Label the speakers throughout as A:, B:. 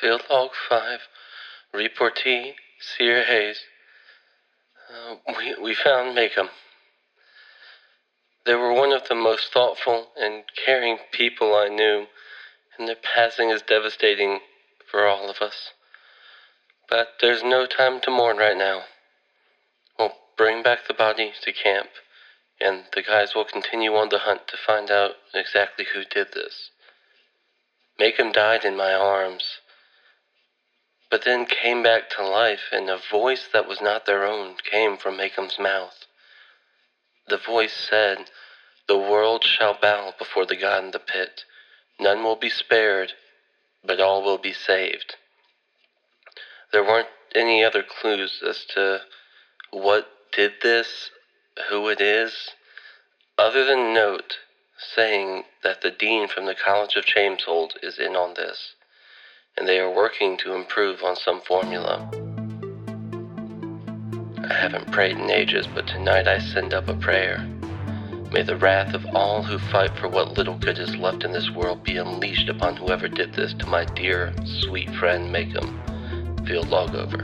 A: Field log five, reportee Sear Hayes. Uh, we we found Makem. They were one of the most thoughtful and caring people I knew, and their passing is devastating for all of us. But there's no time to mourn right now. We'll bring back the body to camp, and the guys will continue on the hunt to find out exactly who did this. Makem died in my arms, but then came back to life, and a voice that was not their own came from Makem's mouth. The voice said, The world shall bow before the God in the pit. None will be spared, but all will be saved. There weren't any other clues as to what did this, who it is, other than note saying that the dean from the College of Chameshold is in on this, and they are working to improve on some formula. I haven't prayed in ages, but tonight I send up a prayer. May the wrath of all who fight for what little good is left in this world be unleashed upon whoever did this to my dear, sweet friend Makem. Field log over.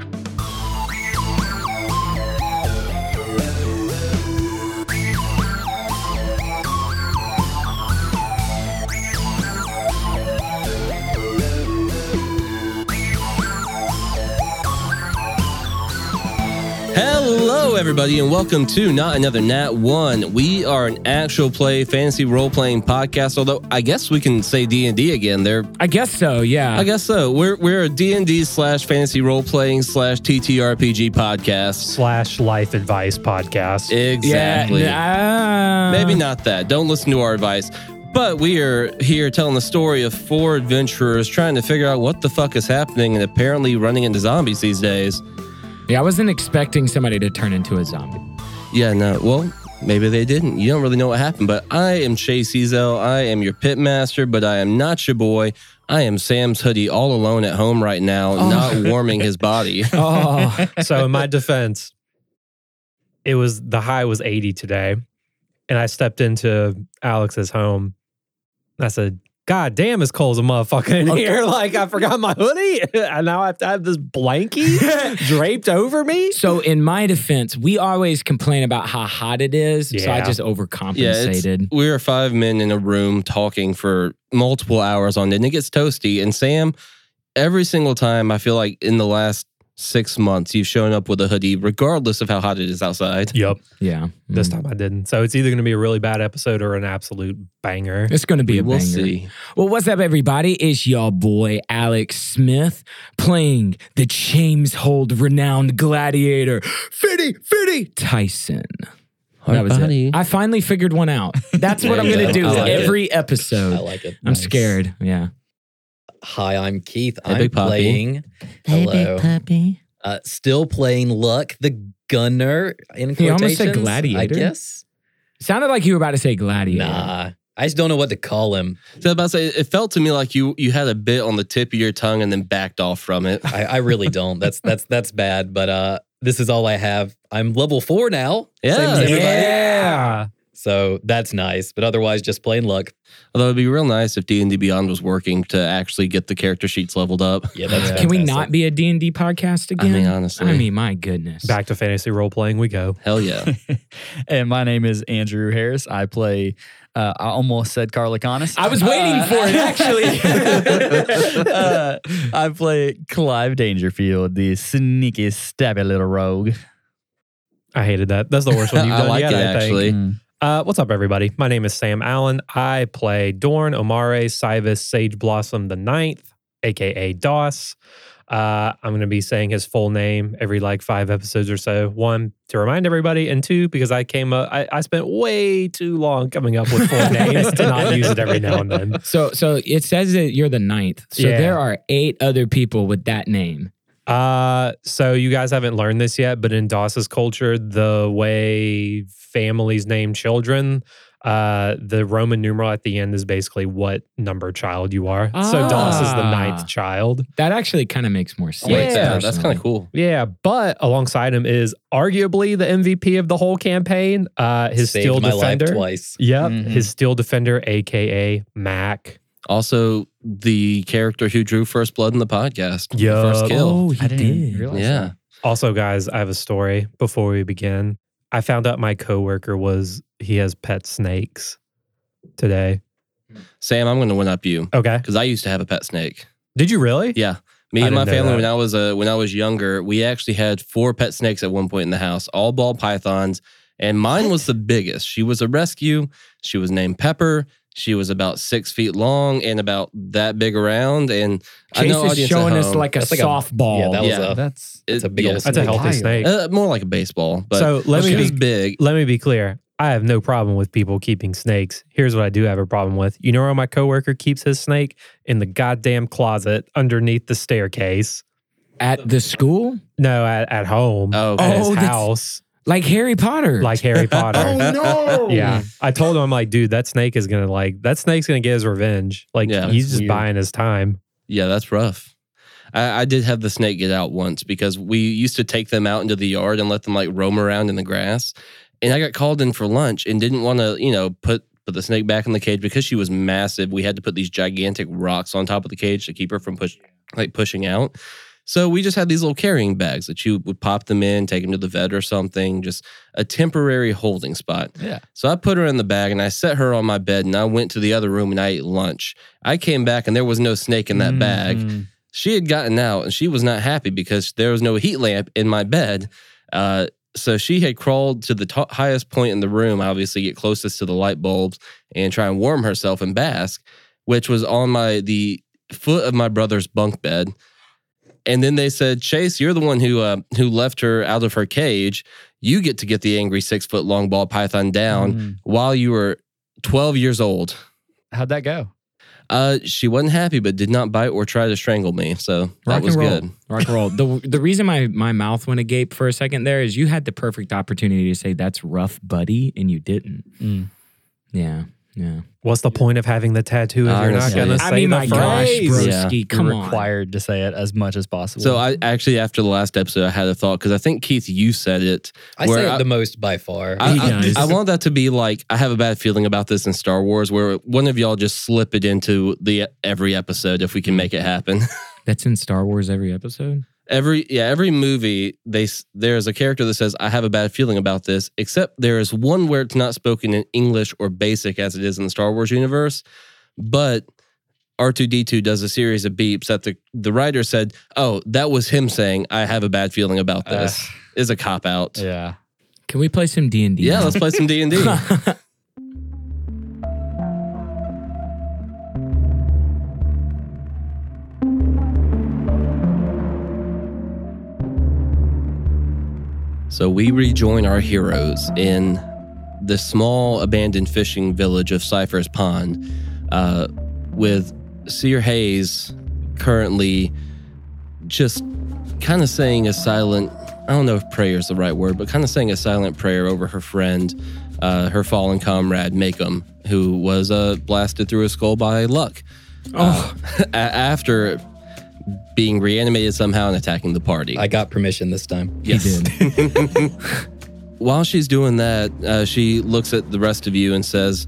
A: Hello, everybody, and welcome to Not Another Nat One. We are an actual play fantasy role playing podcast. Although I guess we can say D and D again. There,
B: I guess so. Yeah.
A: I guess so. We're we're a D and D slash fantasy role playing slash TTRPG podcast.
C: slash life advice podcast.
A: Exactly.
B: Yeah. uh, nah.
A: Maybe not that. Don't listen to our advice. But we are here telling the story of four adventurers trying to figure out what the fuck is happening and apparently running into zombies these days.
B: Yeah, I wasn't expecting somebody to turn into a zombie.
A: Yeah, no. Well, maybe they didn't. You don't really know what happened, but I am Chase Ezel. I am your pit master, but I am not your boy. I am Sam's hoodie all alone at home right now, not warming his body.
B: Oh,
C: so in my defense, it was the high was 80 today. And I stepped into Alex's home. And I said, God damn, it's cold as a motherfucker in here. Like I forgot my hoodie. And now I have to have this blankie draped over me.
B: so in my defense, we always complain about how hot it is. So I
C: Yeah.
B: just
A: Yeah, it's-
B: overcompensated.
A: we are five men in a room talking for multiple hours on end. It gets toasty. And Sam, every single time, I feel like in the last six months, you've shown up with a hoodie, regardless of how hot it is outside.
C: Yep.
B: yeah.
C: This
B: Mm.
A: Hmm.
C: time I didn't. So it's either going to be a really bad episode or an absolute banger.
B: It's going to be
A: We
B: a
A: will
B: banger.
A: see.
B: Well, what's up, everybody? It's y'all boy Alex Smith playing the James Hold renowned gladiator, Fitty Fitty Tyson. that was it. I finally figured one out. That's what
A: There
B: I'm
A: you
B: going to
A: go.
B: do
A: I like it.
B: every episode.
D: I like it.
B: I'm
D: Nice.
B: scared. Yeah.
D: Hi, I'm Keith.
A: Hey,
D: I'm
A: Big Poppy.
D: playing. Hello. Uh, still playing Luck, the gunner. In
B: He almost said
D: quotations, I
B: gladiator.
D: guess.
B: Sounded like you were about to say gladiator.
D: Nah, I just don't know what to call him.
A: So about to say, it felt to me like you you had a bit on the tip of your tongue and then backed off from it.
D: I, I really don't. That's that's that's bad. But uh, this is all I have. I'm level four now. Same as
A: Yeah.
D: everybody.
B: Yeah.
D: So that's nice. But otherwise, just playing Luck.
A: Although it'd be real nice if D and D Beyond was working to actually get the character sheets leveled up.
D: Yeah, that's.
B: Can we
D: fantastic.
B: not be a D&D podcast
A: I
B: again?
A: mean, honestly,
B: I mean, my goodness.
C: Back to fantasy role playing we go.
A: hell yeah.
E: and my name is Andrew Harris. I play. Uh, I almost said Carla Connors.
B: I was waiting for it, actually.
E: uh, I play Clive Dangerfield, the sneaky, stabby little rogue.
C: I hated that. That's the worst one you've
A: I
C: done
A: like
C: yet,
A: it
C: I think.
A: actually.
E: Mm.
C: Uh, what's up, everybody? My name is Sam Allen. I play Dorn, Omare, Sivas, Sage Blossom the Ninth, aka DOS. Uh, I'm going to be saying his full name every like five episodes or so. One to remind everybody, and two because I came up, I, I spent way too long coming up with full names to not use it every now and then.
B: so so it says that you're the ninth. So
C: Yeah.
B: there are eight other people with that name.
C: Uh, so you guys haven't learned this yet, but in DOS's culture, the way families name children, uh, the Roman numeral at the end is basically what number child you are. So DOS is the
B: Ah.
C: ninth child.
B: That actually kind of makes more sense.
A: Wait, Sam, that's
B: personally.
A: kind of cool.
C: Yeah, but alongside him is arguably the MVP of the whole campaign. Uh, his
D: Saved
C: steel
D: my
C: defender.
D: life twice.
C: Yep,
E: Mhm.
C: his steel defender, aka Mac.
A: Also, the character who drew first blood in the podcast.
C: Yup.
A: First kill.
B: Oh, he
F: I didn't even
B: did.
F: realize
A: yeah.
F: that.
C: Also, guys, I have a story before we begin. I found out my coworker was he has pet snakes today.
A: Sam, I'm going to one up you
C: Okay.
A: because I used to have a pet snake.
C: Did you really?
A: Yeah. Me
C: I
A: and my
C: didn't know
A: family
C: that.
A: when I was uh, when I was younger, we actually had four pet snakes at one point in the house, all ball pythons, and mine was the biggest. She was a rescue. She was named Pepper. She was about six feet long and about that big around. And I
B: Case
A: know
B: is
A: audience
B: showing
A: at
B: us
A: home-
B: like a
D: That's like a-
B: softball.
D: Yeah, that was
A: Yeah.
D: a
F: That's
D: that's a big
A: Yeah.
D: old.
C: That's a
D: snake.
C: healthy
F: Wild.
C: snake.
A: uh, more like a baseball, but
C: so let
A: she
C: me
A: was
C: be,
A: big.
C: let me be clear. I have no problem with people keeping snakes. Here's what I do have a problem with. You know where my coworker keeps his snake? In the goddamn closet underneath the staircase.
B: At the school?
C: No, at, at home.
A: Oh,
C: at
A: okay.
B: Oh,
C: his
B: that's-
C: house.
B: Like Harry Potter.
C: Like Harry Potter.
B: Oh no.
C: Yeah, I told him I'm like, dude, that snake is gonna like that snake's gonna get his revenge. Like
A: Yeah,
C: he's
F: that's
C: just
F: weird.
C: buying his time.
A: Yeah, that's rough. I, I did have the snake get out once because we used to take them out into the yard and let them like roam around in the grass. And I got called in for lunch and didn't want to, you know, put put the snake back in the cage because she was massive. We had to put these gigantic rocks on top of the cage to keep her from push like pushing out. So we just had these little carrying bags that you would pop them in, take them to the vet or something, just a temporary holding spot.
F: Yeah.
A: So I put her in the bag and I set her on my bed and I went to the other room and I ate lunch. I came back and there was no snake in that
C: Mm-hmm.
A: bag.
F: Mhm.
A: She had gotten out and she was not happy because there was no heat lamp in my bed. Uh, so she had crawled to the to highest point in the room, obviously get closest to the light bulbs and try and warm herself and bask, which was on my the foot of my brother's bunk bed. And then they said, Chase, you're the one who uh, who left her out of her cage. You get to get the angry six foot long ball python down
F: Mm.
A: while you were 12 years old.
F: How'd that go?
A: Uh, she wasn't happy, but did not bite or try to strangle me. So that
B: Rock
A: was
B: and roll.
A: good.
B: Rock and roll. The the reason my, my mouth went agape for a second there is you had the perfect opportunity to say that's rough, buddy, and you didn't.
F: Mm.
B: Yeah. Yeah.
C: What's the point of having the tattoo if you're not
A: Honestly.
C: gonna
A: I
C: say
B: I mean,
C: the
B: my gosh,
C: phrase?
A: bro.
B: broski, come
F: You're
B: on.
F: required to say it as much as possible.
A: So I actually, after the last episode, I had a thought because I think Keith, you said it.
D: I
A: where
D: say
A: I-
D: it the most by far.
A: I,
B: He
A: I-
B: does.
A: I want that to be like I have a bad feeling about this in Star Wars, where one of y'all just slip it into the every episode if we can make it happen.
B: That's in Star Wars every episode.
A: every yeah, every movie they s- there is a character that says I have a bad feeling about this, except there is one where it's not spoken in English or basic as it is in the Star Wars universe, but. R2D2 does a series of beeps that the, the writer said, Oh, that was him saying, I have a bad feeling about
F: Uh,
A: this, is a cop out.
F: yeah.
B: Can we play some D and D?
A: Yeah, let's play some D and D. So we rejoin our heroes in the small abandoned fishing village of Cypher's Pond, uh, with Seer Hayes currently just kind of saying a silent. I don't know if prayer is the right word, but kind of saying a silent prayer over her friend, uh, her fallen comrade, Makem, who was uh, blasted through his skull by luck Uh,
B: oh,
A: a- after being reanimated somehow and attacking the party.
D: I got permission this time.
B: he did.
A: While she's doing that, uh, she looks at the rest of you and says,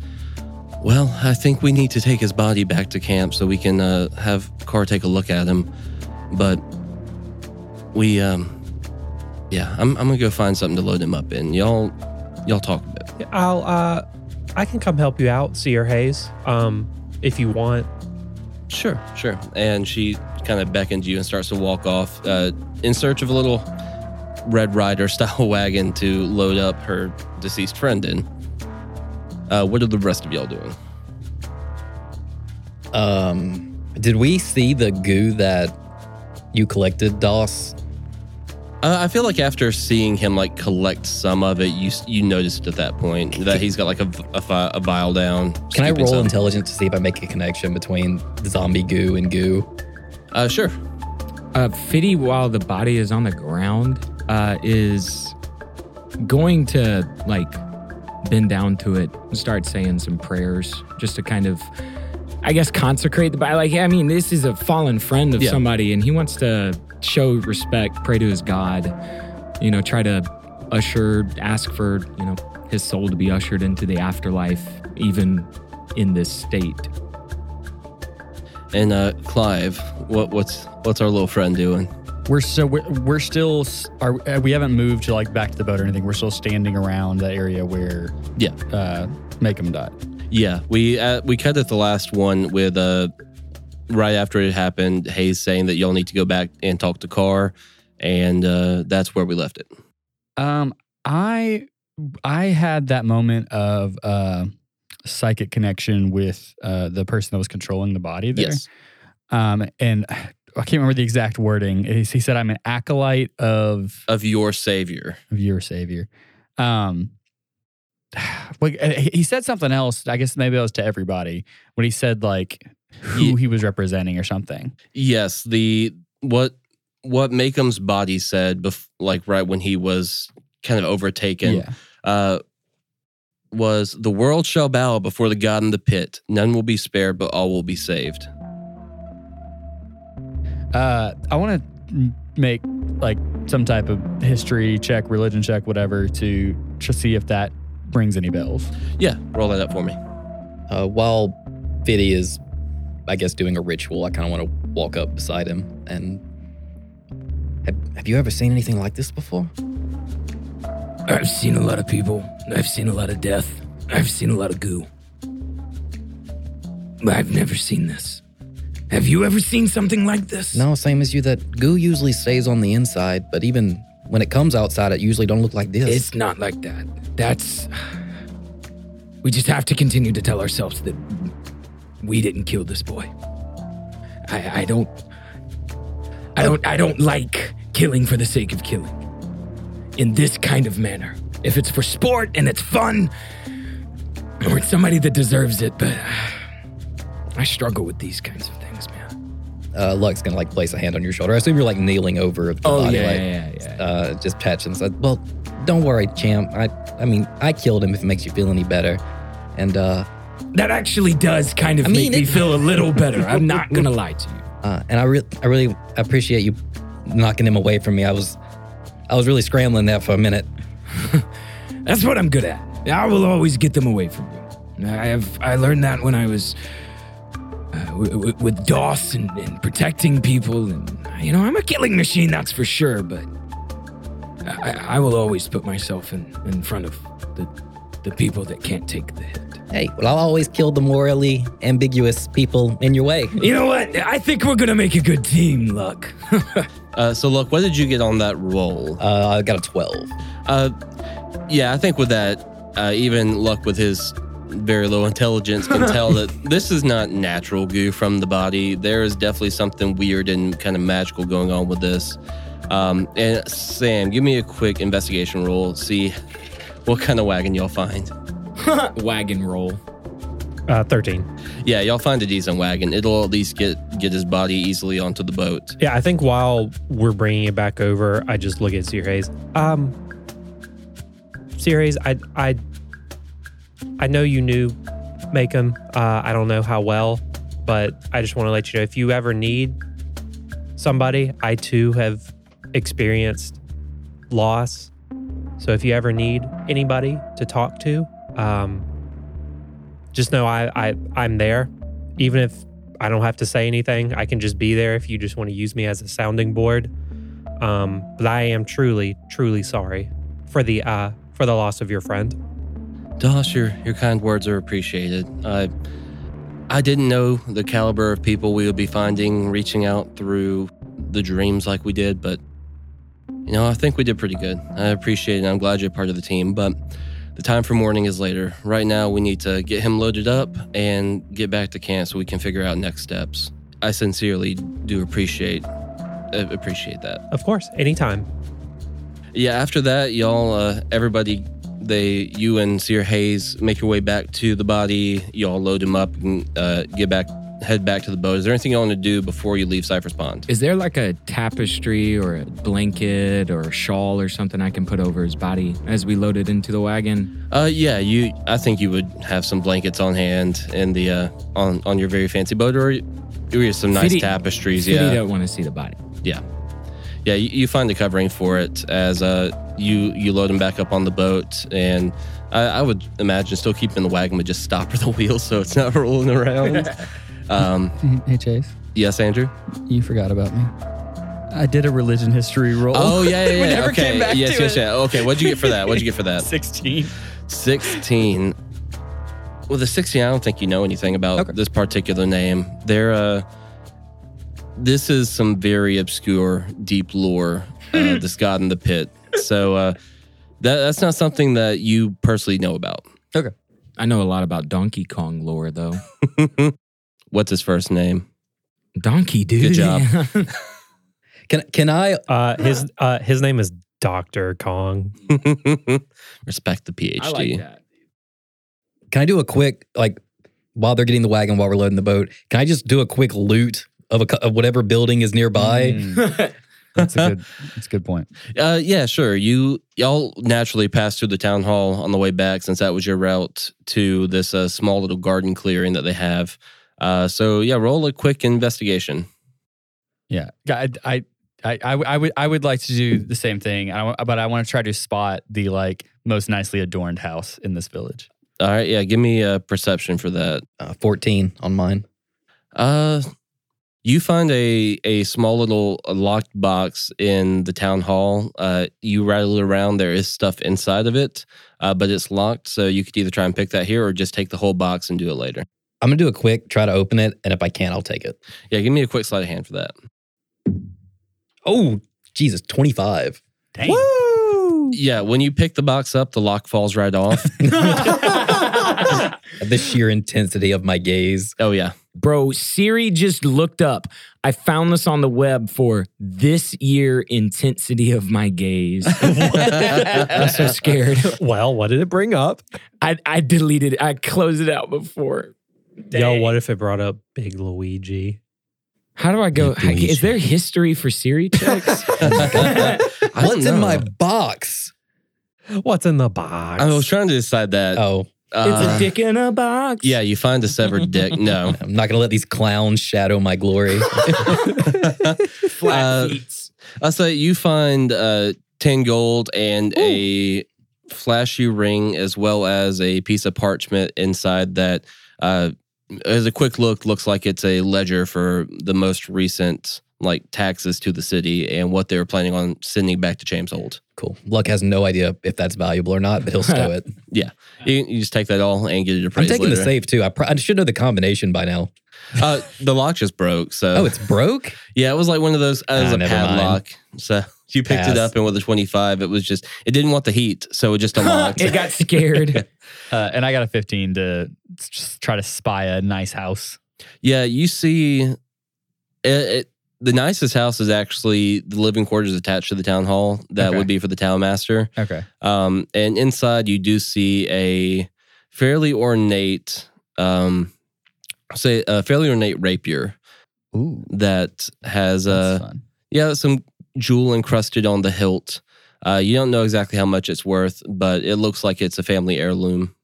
A: Well, I think we need to take his body back to camp so we can uh, have Carr take a look at him. But we, um, yeah, I'm, I'm gonna go find something to load him up in. Y'all, y'all talk a bit.
C: I'll uh I can come help you out, Seer Hayes. Um if you want.
A: Sure, sure. And she kind of beckons you and starts to walk off uh, in search of a little Red Rider style wagon to load up her deceased friend in. Uh, what are the rest of y'all doing?
D: Um, did we see the goo that you collected, Doss?
A: Uh, I feel like after seeing him like collect some of it, you you noticed at that point that he's got like a v- a, vi- a vial down.
D: Can I
A: scooping
D: roll
A: some.
D: intelligence to see if I make a connection between zombie goo and goo?
A: Uh, sure.
B: uh, Fitty, while the body is on the ground, uh, is going to like bend down to it and start saying some prayers just to kind of, I guess, consecrate the body. Like, I mean, this is a fallen friend of
A: Yeah.
B: somebody and he wants to show respect, pray to his God, you know, try to usher, ask for, you know, his soul to be ushered into the afterlife, even in this state.
A: And uh, Clive, what what's what's our little friend doing?
G: We're so we're, we're still s- are uh, we haven't moved to like back to the boat or anything. We're still standing around that area where
A: Yeah,
G: uh make them die.
A: yeah. We uh, we cut at the last one with uh, right after it happened. Hayes saying that y'all need to go back and talk to Carr, and uh, that's where we left it.
G: Um I I had that moment of uh psychic connection with uh the person that was controlling the body there.
A: Yes.
G: Um and I can't remember the exact wording. He, he said I'm an acolyte of
A: Of your savior.
G: of your savior. Um, like uh, he he said something else. I guess maybe that was to everybody when he said like who
A: Ye-
G: he was representing or something.
A: Yes, the what what Makeham's body said, bef- like right when he was kind of overtaken,
G: Yeah,
A: uh, was the world shall bow before the God in the pit. None will be spared, but all will be saved.
G: uh, I want to make like some type of history check, religion check, whatever to to see if that brings any bells.
A: Yeah, roll that up for me.
D: Uh, while Fiddy is, I guess, doing a ritual, I kind of want to walk up beside him and. Have, have you ever seen anything like this before?
B: I've seen a lot of people. I've seen a lot of death. I've seen a lot of goo. But I've never seen this. Have you ever seen something like this?
D: No, same as you. That goo usually stays on the inside, but even when it comes outside, it usually don't look like this.
B: It's not like that. That's. We just have to continue to tell ourselves that we didn't kill this boy. I, I don't. I don't. I don't like killing for the sake of killing. In this kind of manner, if it's for sport and it's fun, or it's somebody that deserves it, but I struggle with these kinds of things, man.
D: uh, Luck's gonna like place a hand on your shoulder. I assume you're like kneeling over the body, like
B: Oh, yeah, yeah.
D: uh, just patching. So, well, don't worry, champ. I, I mean, I killed him. If it makes you feel any better, and uh,
B: That actually does kind of
D: I mean,
B: make me
D: it-
B: feel a little better. I'm not gonna lie to you.
D: uh, and I really, I really appreciate you knocking him away from me. I was, I was really scrambling there for a minute.
B: That's what I'm good at. I will always get them away from you. I have I learned that when I was uh, w- w- with DOS and, and protecting people, and you know I'm a killing machine, that's for sure. But I, I- I will always put myself in, in front of the the people that can't take the hit.
D: Hey, well, I'll always kill the morally ambiguous people in your way.
B: You know what? I think we're gonna make a good team, Luck.
A: Uh, so, look, what did you get on that roll?
D: Uh, I got a twelve.
A: Uh, yeah, I think with that, uh, even Luck with his very low intelligence can tell that this is not natural goo from the body. There is definitely something weird and kind of magical going on with this. Um, and Sam, give me a quick investigation roll. See what kind of wagon y'all find.
B: Wagon roll.
C: Uh, 13.
A: Yeah, y'all find a decent wagon. It'll at least get get his body easily onto the boat.
C: Yeah, I think while we're bringing it back over, I just look at Sir Hayes. Um, Sir Hayes, I, I, I know you knew Makem. Uh, I don't know how well, but I just want to let you know if you ever need somebody, I too have experienced loss. So if you ever need anybody to talk to, um, just know I, I, I'm there. Even if I don't have to say anything. I can just be there if you just want to use me as a sounding board. Um, but I am truly, truly sorry for the uh, for the loss of your friend.
A: Dosh, your, your kind words are appreciated. I I didn't know the caliber of people we would be finding reaching out through the dreams like we did, but you know, I think we did pretty good. I appreciate it. and I'm glad you're part of the team, but the time for mourning is later. Right now, we need to get him loaded up and get back to camp so we can figure out next steps. I sincerely do appreciate uh, appreciate that.
C: Of course, anytime.
A: Yeah, after that, y'all, uh, everybody, they, you and Seer Hayes make your way back to the body. Y'all load him up and uh, get back, head back to the boat. Is there anything y'all want to do before you leave Cypher's Pond?
H: Is there like a tapestry or a blanket or a shawl or something I can put over his body as we load it into the wagon?
A: Uh, yeah, you. I think you would have some blankets on hand in the uh, on on your very fancy boat, or or you some nice
H: Fiddy-
A: tapestries.
H: Fiddy
A: Yeah,
H: don't want to see the body.
A: yeah, yeah. You, you find a covering for it as uh you you load him back up on the boat, and I, I would imagine still keeping the wagon would just stop at the wheel so it's not rolling around. Um,
G: hey, Chase,
A: yes, Andrew.
G: you forgot about me. I did a religion history roll.
A: Oh yeah, yeah, yeah.
G: We never
A: okay.
G: came back
A: yes,
G: to
A: yes,
G: it.
A: yeah. Okay, what'd you get for that? What'd you get for that?
G: 16.
A: Sixteen. Well, the sixteen. I don't think you know anything about
G: Okay.
A: this particular name. They're uh, this is some very obscure, deep lore. Uh, this god in the pit. So uh, that that's not something that you personally know about.
B: I know a lot about Donkey Kong lore, though.
A: What's his first name?
B: Donkey,
A: Good
B: dude.
A: job.
I: Can can I?
C: Uh, his uh, his name is Doctor Kong.
A: Respect the PhD.
B: that.
I: Can I do a quick like while they're getting the wagon while we're loading the boat? Can I just do a quick loot of a cou- of whatever building is nearby?
G: Mm-hmm. Mm, That's a good. That's a good point.
A: Uh, yeah, sure. You y'all naturally passed through the town hall on the way back, since that was your route to this uh, small little garden clearing that they have. Uh, so yeah, roll a quick investigation.
G: Yeah, I, I, I, I, I would, I would like to do the same thing. I, wa- but I want to try to spot the like most nicely adorned house in this village.
A: All right, yeah, give me a perception for that.
I: Uh, Fourteen on mine.
A: Uh, you find a a small little uh, locked box in the town hall. Uh, you rattle it around. There is stuff inside of it, uh, but it's locked. So you could either try and pick that here, or just take the whole box and do it later.
I: I'm gonna do a quick try to open it, and if I can, I'll take it.
A: Yeah, give me a quick sleight of hand for that.
I: Oh Jesus, twenty five.
G: Dang.
A: Yeah, when you pick the box up, the lock falls right off.
I: the sheer intensity of my gaze.
A: oh yeah.
J: Bro, Siri just looked up. I found this on the web for this year intensity of my gaze. I'm so scared.
C: Well, what did it bring up?
J: I, I deleted it. I closed it out before.
C: Yo, what if it brought up Big Luigi?
J: How do I go?
I: Good deletion.
J: Is there history for Siri checks?
A: I
I: What's
A: don't
I: in my
A: know.
I: box?
C: What's in the box?
A: I was trying to decide that.
I: Oh,
A: Uh,
J: it's a dick in a box.
A: Yeah, uh, you find a severed dick. No.
I: I'm not gonna let these clowns shadow my glory.
J: Flat
A: Uh,
J: seats.
A: I say you find uh, 10 gold and a flashy ring, as well as a piece of parchment inside that, uh, as a quick look, looks like it's a ledger for the most recent like taxes to the city and what they were planning on sending back to Chameshold.
I: cool. Luck has no idea if that's valuable or not, but he'll stow it.
A: You, you just take that all and get it
I: I'm
A: appraised
I: taking
A: later.
I: the safe too. I, pr- I should know the combination by now.
A: Uh, the lock just broke, so
I: Oh, it's broke.
A: Yeah, it was like one of those as
I: Ah,
A: a
I: never mind.
A: padlock. So you picked
I: Pass.
A: it up, and with a twenty-five, it was just it didn't want the heat, so it just unlocked.
J: it got scared.
G: Uh, and I got a 15 to s- just try to spy a nice house.
A: yeah, you see, it, it, the nicest house is actually the living quarters attached to the town hall. That
G: Okay.
A: would be for the town master.
G: Okay.
A: Um, and inside, you do see a fairly ornate, um, say a fairly ornate rapier
G: Ooh,
A: that has uh,
G: that's fun.
A: Yeah, some jewel encrusted on the hilt. Uh, you don't know exactly how much it's worth, but it looks like it's a family heirloom.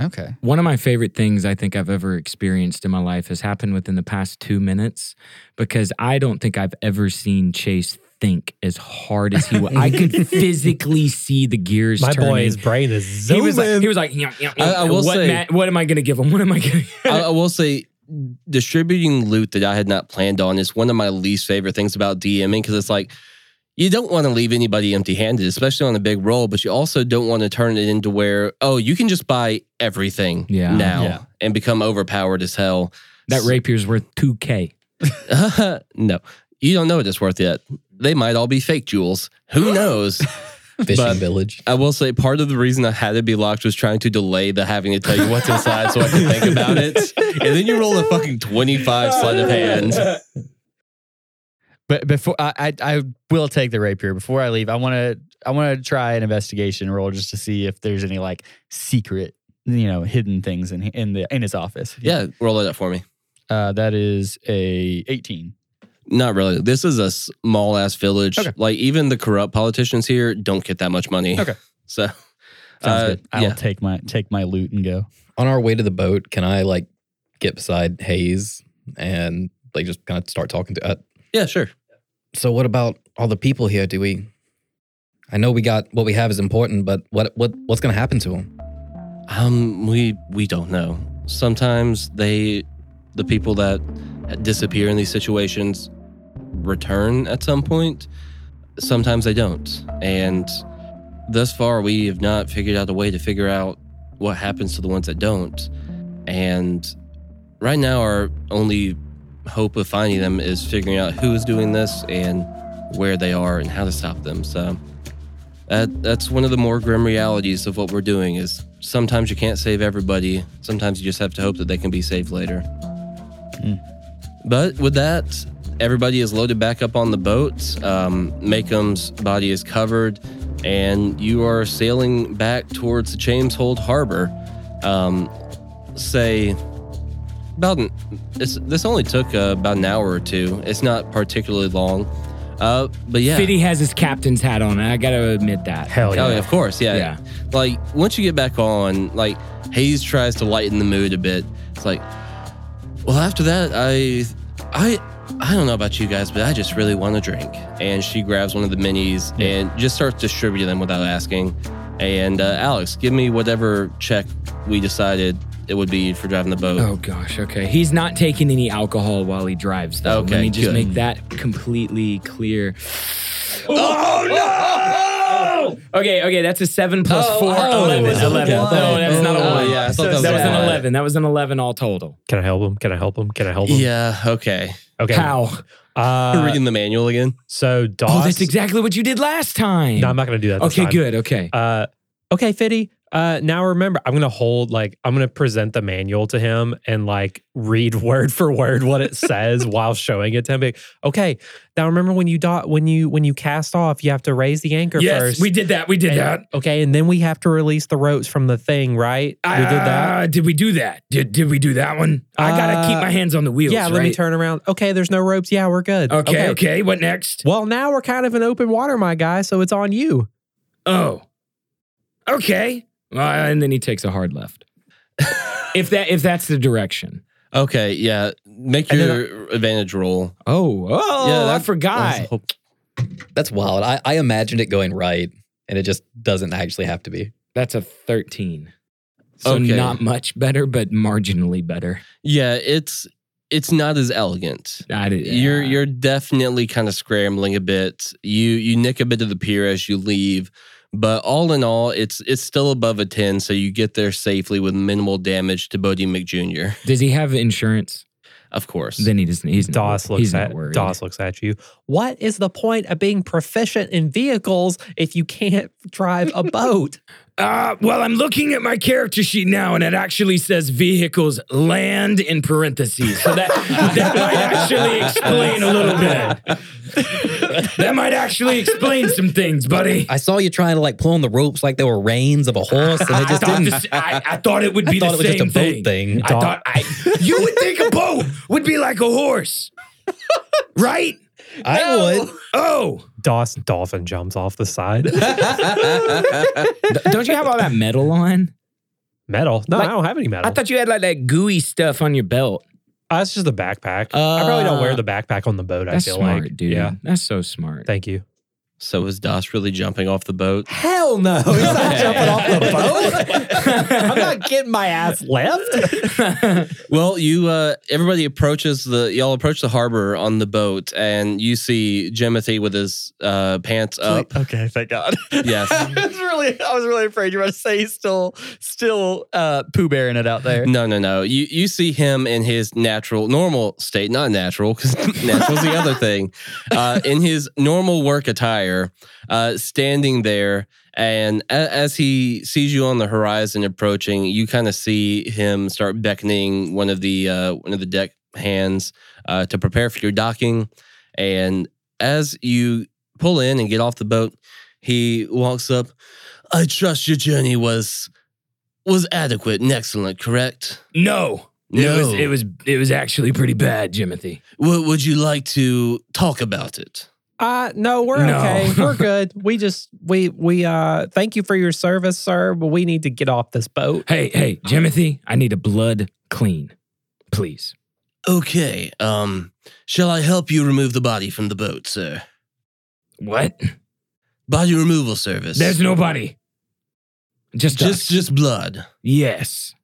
G: Okay.
B: One of my favorite things I think I've ever experienced in my life has happened within the past two minutes because I don't think I've ever seen Chase think as hard as he was. I could physically see the gears
C: My
B: turning.
C: boy's brain is
J: he
C: zooming.
J: was like, he was like, "Yum, yum, yum.
A: I- I will
J: what,
A: say-
J: ma- what am I going to give him? What am I going to?
A: I, I will say, distributing loot that I had not planned on is one of my least favorite things about DMing because it's like you don't want to leave anybody empty handed, especially on a big roll, but you also don't want to turn it into where, oh, you can just buy everything
B: Yeah.
A: now
G: Yeah.
A: and become overpowered as hell.
B: that rapier's worth 2K.
A: no, you don't know what it's worth yet. They might all be fake jewels. Who knows?
I: Fishing
A: But-
I: village.
A: I will say part of the reason I had it be locked was trying to delay the having to tell you what's inside so I could think about it. And then you roll a fucking 25 sleight of hand.
G: But before I, I, I will take the rapier. Before I leave, I want to, I want to try an investigation roll just to see if there's any like secret, you know, hidden things in in the in his office.
A: Yeah, roll it up for me.
G: Uh, that is a 18.
A: Not really. This is a small ass village.
G: Okay.
A: Like even the corrupt politicians here don't get that much money.
G: Okay.
A: So
G: Sounds
A: uh,
G: good. I'll
A: yeah.
G: take my take my loot and go.
I: On our way to the boat, can I like get beside Hayes and like just kind of start talking to? Uh,
A: yeah, sure.
I: so, what about all the people here? Do we? I know we got what we have is important, but what what what's gonna happen to them?
A: Um, we we don't know. Sometimes they the people that disappear in these situations return at some point. Sometimes they don't. And thus far, we have not figured out a way to figure out what happens to the ones that don't. And right now, our only hope of finding them is figuring out who is doing this and where they are and how to stop them. So that, that's one of the more grim realities of what we're doing is sometimes you can't save everybody. Sometimes you just have to hope that they can be saved later. But with that, everybody is loaded back up on the boat. Um, Makum's body is covered, and you are sailing back towards the Chameshold Harbor. Um, say, about an, it's, this only took uh, about an hour or two. It's not particularly long, uh, but yeah.
B: Fiddy has his captain's hat on, and I gotta admit that.
C: Hell yeah.
A: Oh, yeah, of course, yeah.
B: Yeah.
A: Like once you get back on, like Hayes tries to lighten the mood a bit. It's like, well, after that, I, I, I don't know about you guys, but I just really want a drink. And she grabs one of the minis and just starts distributing them without asking. And uh, Alex, give me whatever check we decided it would be for driving the boat.
B: Oh gosh, okay. He's not taking any alcohol while he drives, though.
A: Okay,
B: Let me just
A: good.
B: make that completely clear.
A: Oh,
B: Okay, okay, that's a seven plus
A: Oh,
B: four.
A: oh, that
B: 11.
A: was a
B: 11.
A: one.
B: No, that was not a
A: Oh,
B: one.
A: yeah, I thought that
B: that,
A: was
B: was
A: a
B: an
A: one.
B: 11. That was an 11 all total.
C: Can I help him? Can I help him? Can I help him?
A: Yeah. Okay.
C: Okay.
B: How?
C: Uh,
A: Reading the manual again.
C: so DOS.
B: Oh, that's exactly what you did last time.
C: No, I'm not going to do that. this
B: okay,
C: time.
B: good. Okay.
C: Uh, okay, Fiddy. Uh, now remember, I'm gonna hold like I'm gonna present the manual to him and like read word for word what it says while showing it to him. Be like, okay, now remember when you dot when you when you cast off, you have to raise the anchor
B: yes,
C: first.
B: we did that. We did
C: And-
B: that.
C: Okay, and then we have to release the ropes from the thing, right? we did that.
B: Uh, did we do that? Did did we do that one? I gotta keep
C: Uh,
B: my hands on the wheels.
C: yeah, let me
B: right?
C: turn around. Okay, there's no ropes. Yeah, we're good.
B: Okay, okay, What next?
C: Well, now we're kind of in open water, my guy. So it's on you.
B: Oh, okay. Uh, and then he takes a hard left. if that if that's the direction.
A: Okay. Yeah. Make
C: And then
A: your advantage roll.
B: Oh, oh,
A: Yeah,
B: I
A: that-
B: forgot.
A: That's-
I: That's wild. I, I imagined it going right, and it just doesn't actually have to be.
B: That's a 13. So
A: Okay.
B: not much better, but marginally better.
A: Yeah. It's it's not as elegant.
B: I did,
A: You're
B: yeah.
A: you're definitely kind of scrambling a bit. You you nick a bit of the pier as you leave, but all in all, it's it's still above a ten, so you get there safely with minimal damage to Bodie McJr.
B: Does he have insurance?
A: Of course.
B: Then he doesn't. He's
C: Doss
B: not,
C: looks
B: he's
C: at
B: not worried.
C: Doss looks at you. What is the point of being proficient in vehicles if you can't drive a boat?
J: Uh, well, I'm looking at my character sheet now, and it actually says vehicles land in parentheses. So that, that might actually explain a little bit. that might actually explain some things, buddy.
I: I saw you trying to like pull on the ropes like they were reins of a horse, and it
J: I
I: just
J: thought,
I: didn't.
J: this, I, I thought it would
I: I
J: be
I: thought
J: the
I: it was just
J: same
I: a boat
J: thing.
I: thing.
J: I thought I, you would think a boat would be like a horse, right?
I: I would.
J: Oh,
C: Doss dolphin jumps off the side.
B: D- Don't you have all that metal on?
C: metal? No,
B: Like-
C: I don't have any metal.
B: I thought you had like that gooey stuff on your belt.
C: Uh, it's just the backpack. I probably don't wear
B: Uh,
C: the backpack on the boat. I
B: That's
C: feel
B: smart,
C: like,
B: dude.
C: yeah.
B: That's so smart.
C: Thank you.
A: so is Doss really jumping off the boat?
C: Hell no! He's
A: not jumping off the
C: boat. I'm not getting my ass left.
A: Well, you uh, everybody approaches the y'all approach the harbor on the boat, and you see Jimothy with his uh, pants up.
G: Okay, thank God.
A: Yes.
G: I was really, I was really afraid you were about to say he's still, still uh, poo bearing it out there.
A: No, no, no. You you see him in his natural, normal state, not natural, because natural's the other thing. Uh, in his normal work attire, uh, standing there, and a- as he sees you on the horizon approaching, you kind of see him start beckoning one of the uh, one of the deck hands uh, to prepare for your docking. And as you pull in and get off the boat, he walks up. I trust your journey was was adequate and excellent, correct?
J: no.
A: No.
J: It was, it was, it was actually pretty bad, Jimothy.
A: Would- would you like to talk about it?
C: Uh, no, we're
J: No.
C: okay. We're good. We just we we uh thank you for your service, sir, but we need to get off this boat.
J: Hey, hey,
B: Jimothy, I need a blood clean, please.
A: Okay. Um, shall I help you remove the body from the boat, sir?
J: what?
A: Body removal service.
J: There's nobody.
A: just
B: Just, just,
A: just blood.
J: Yes.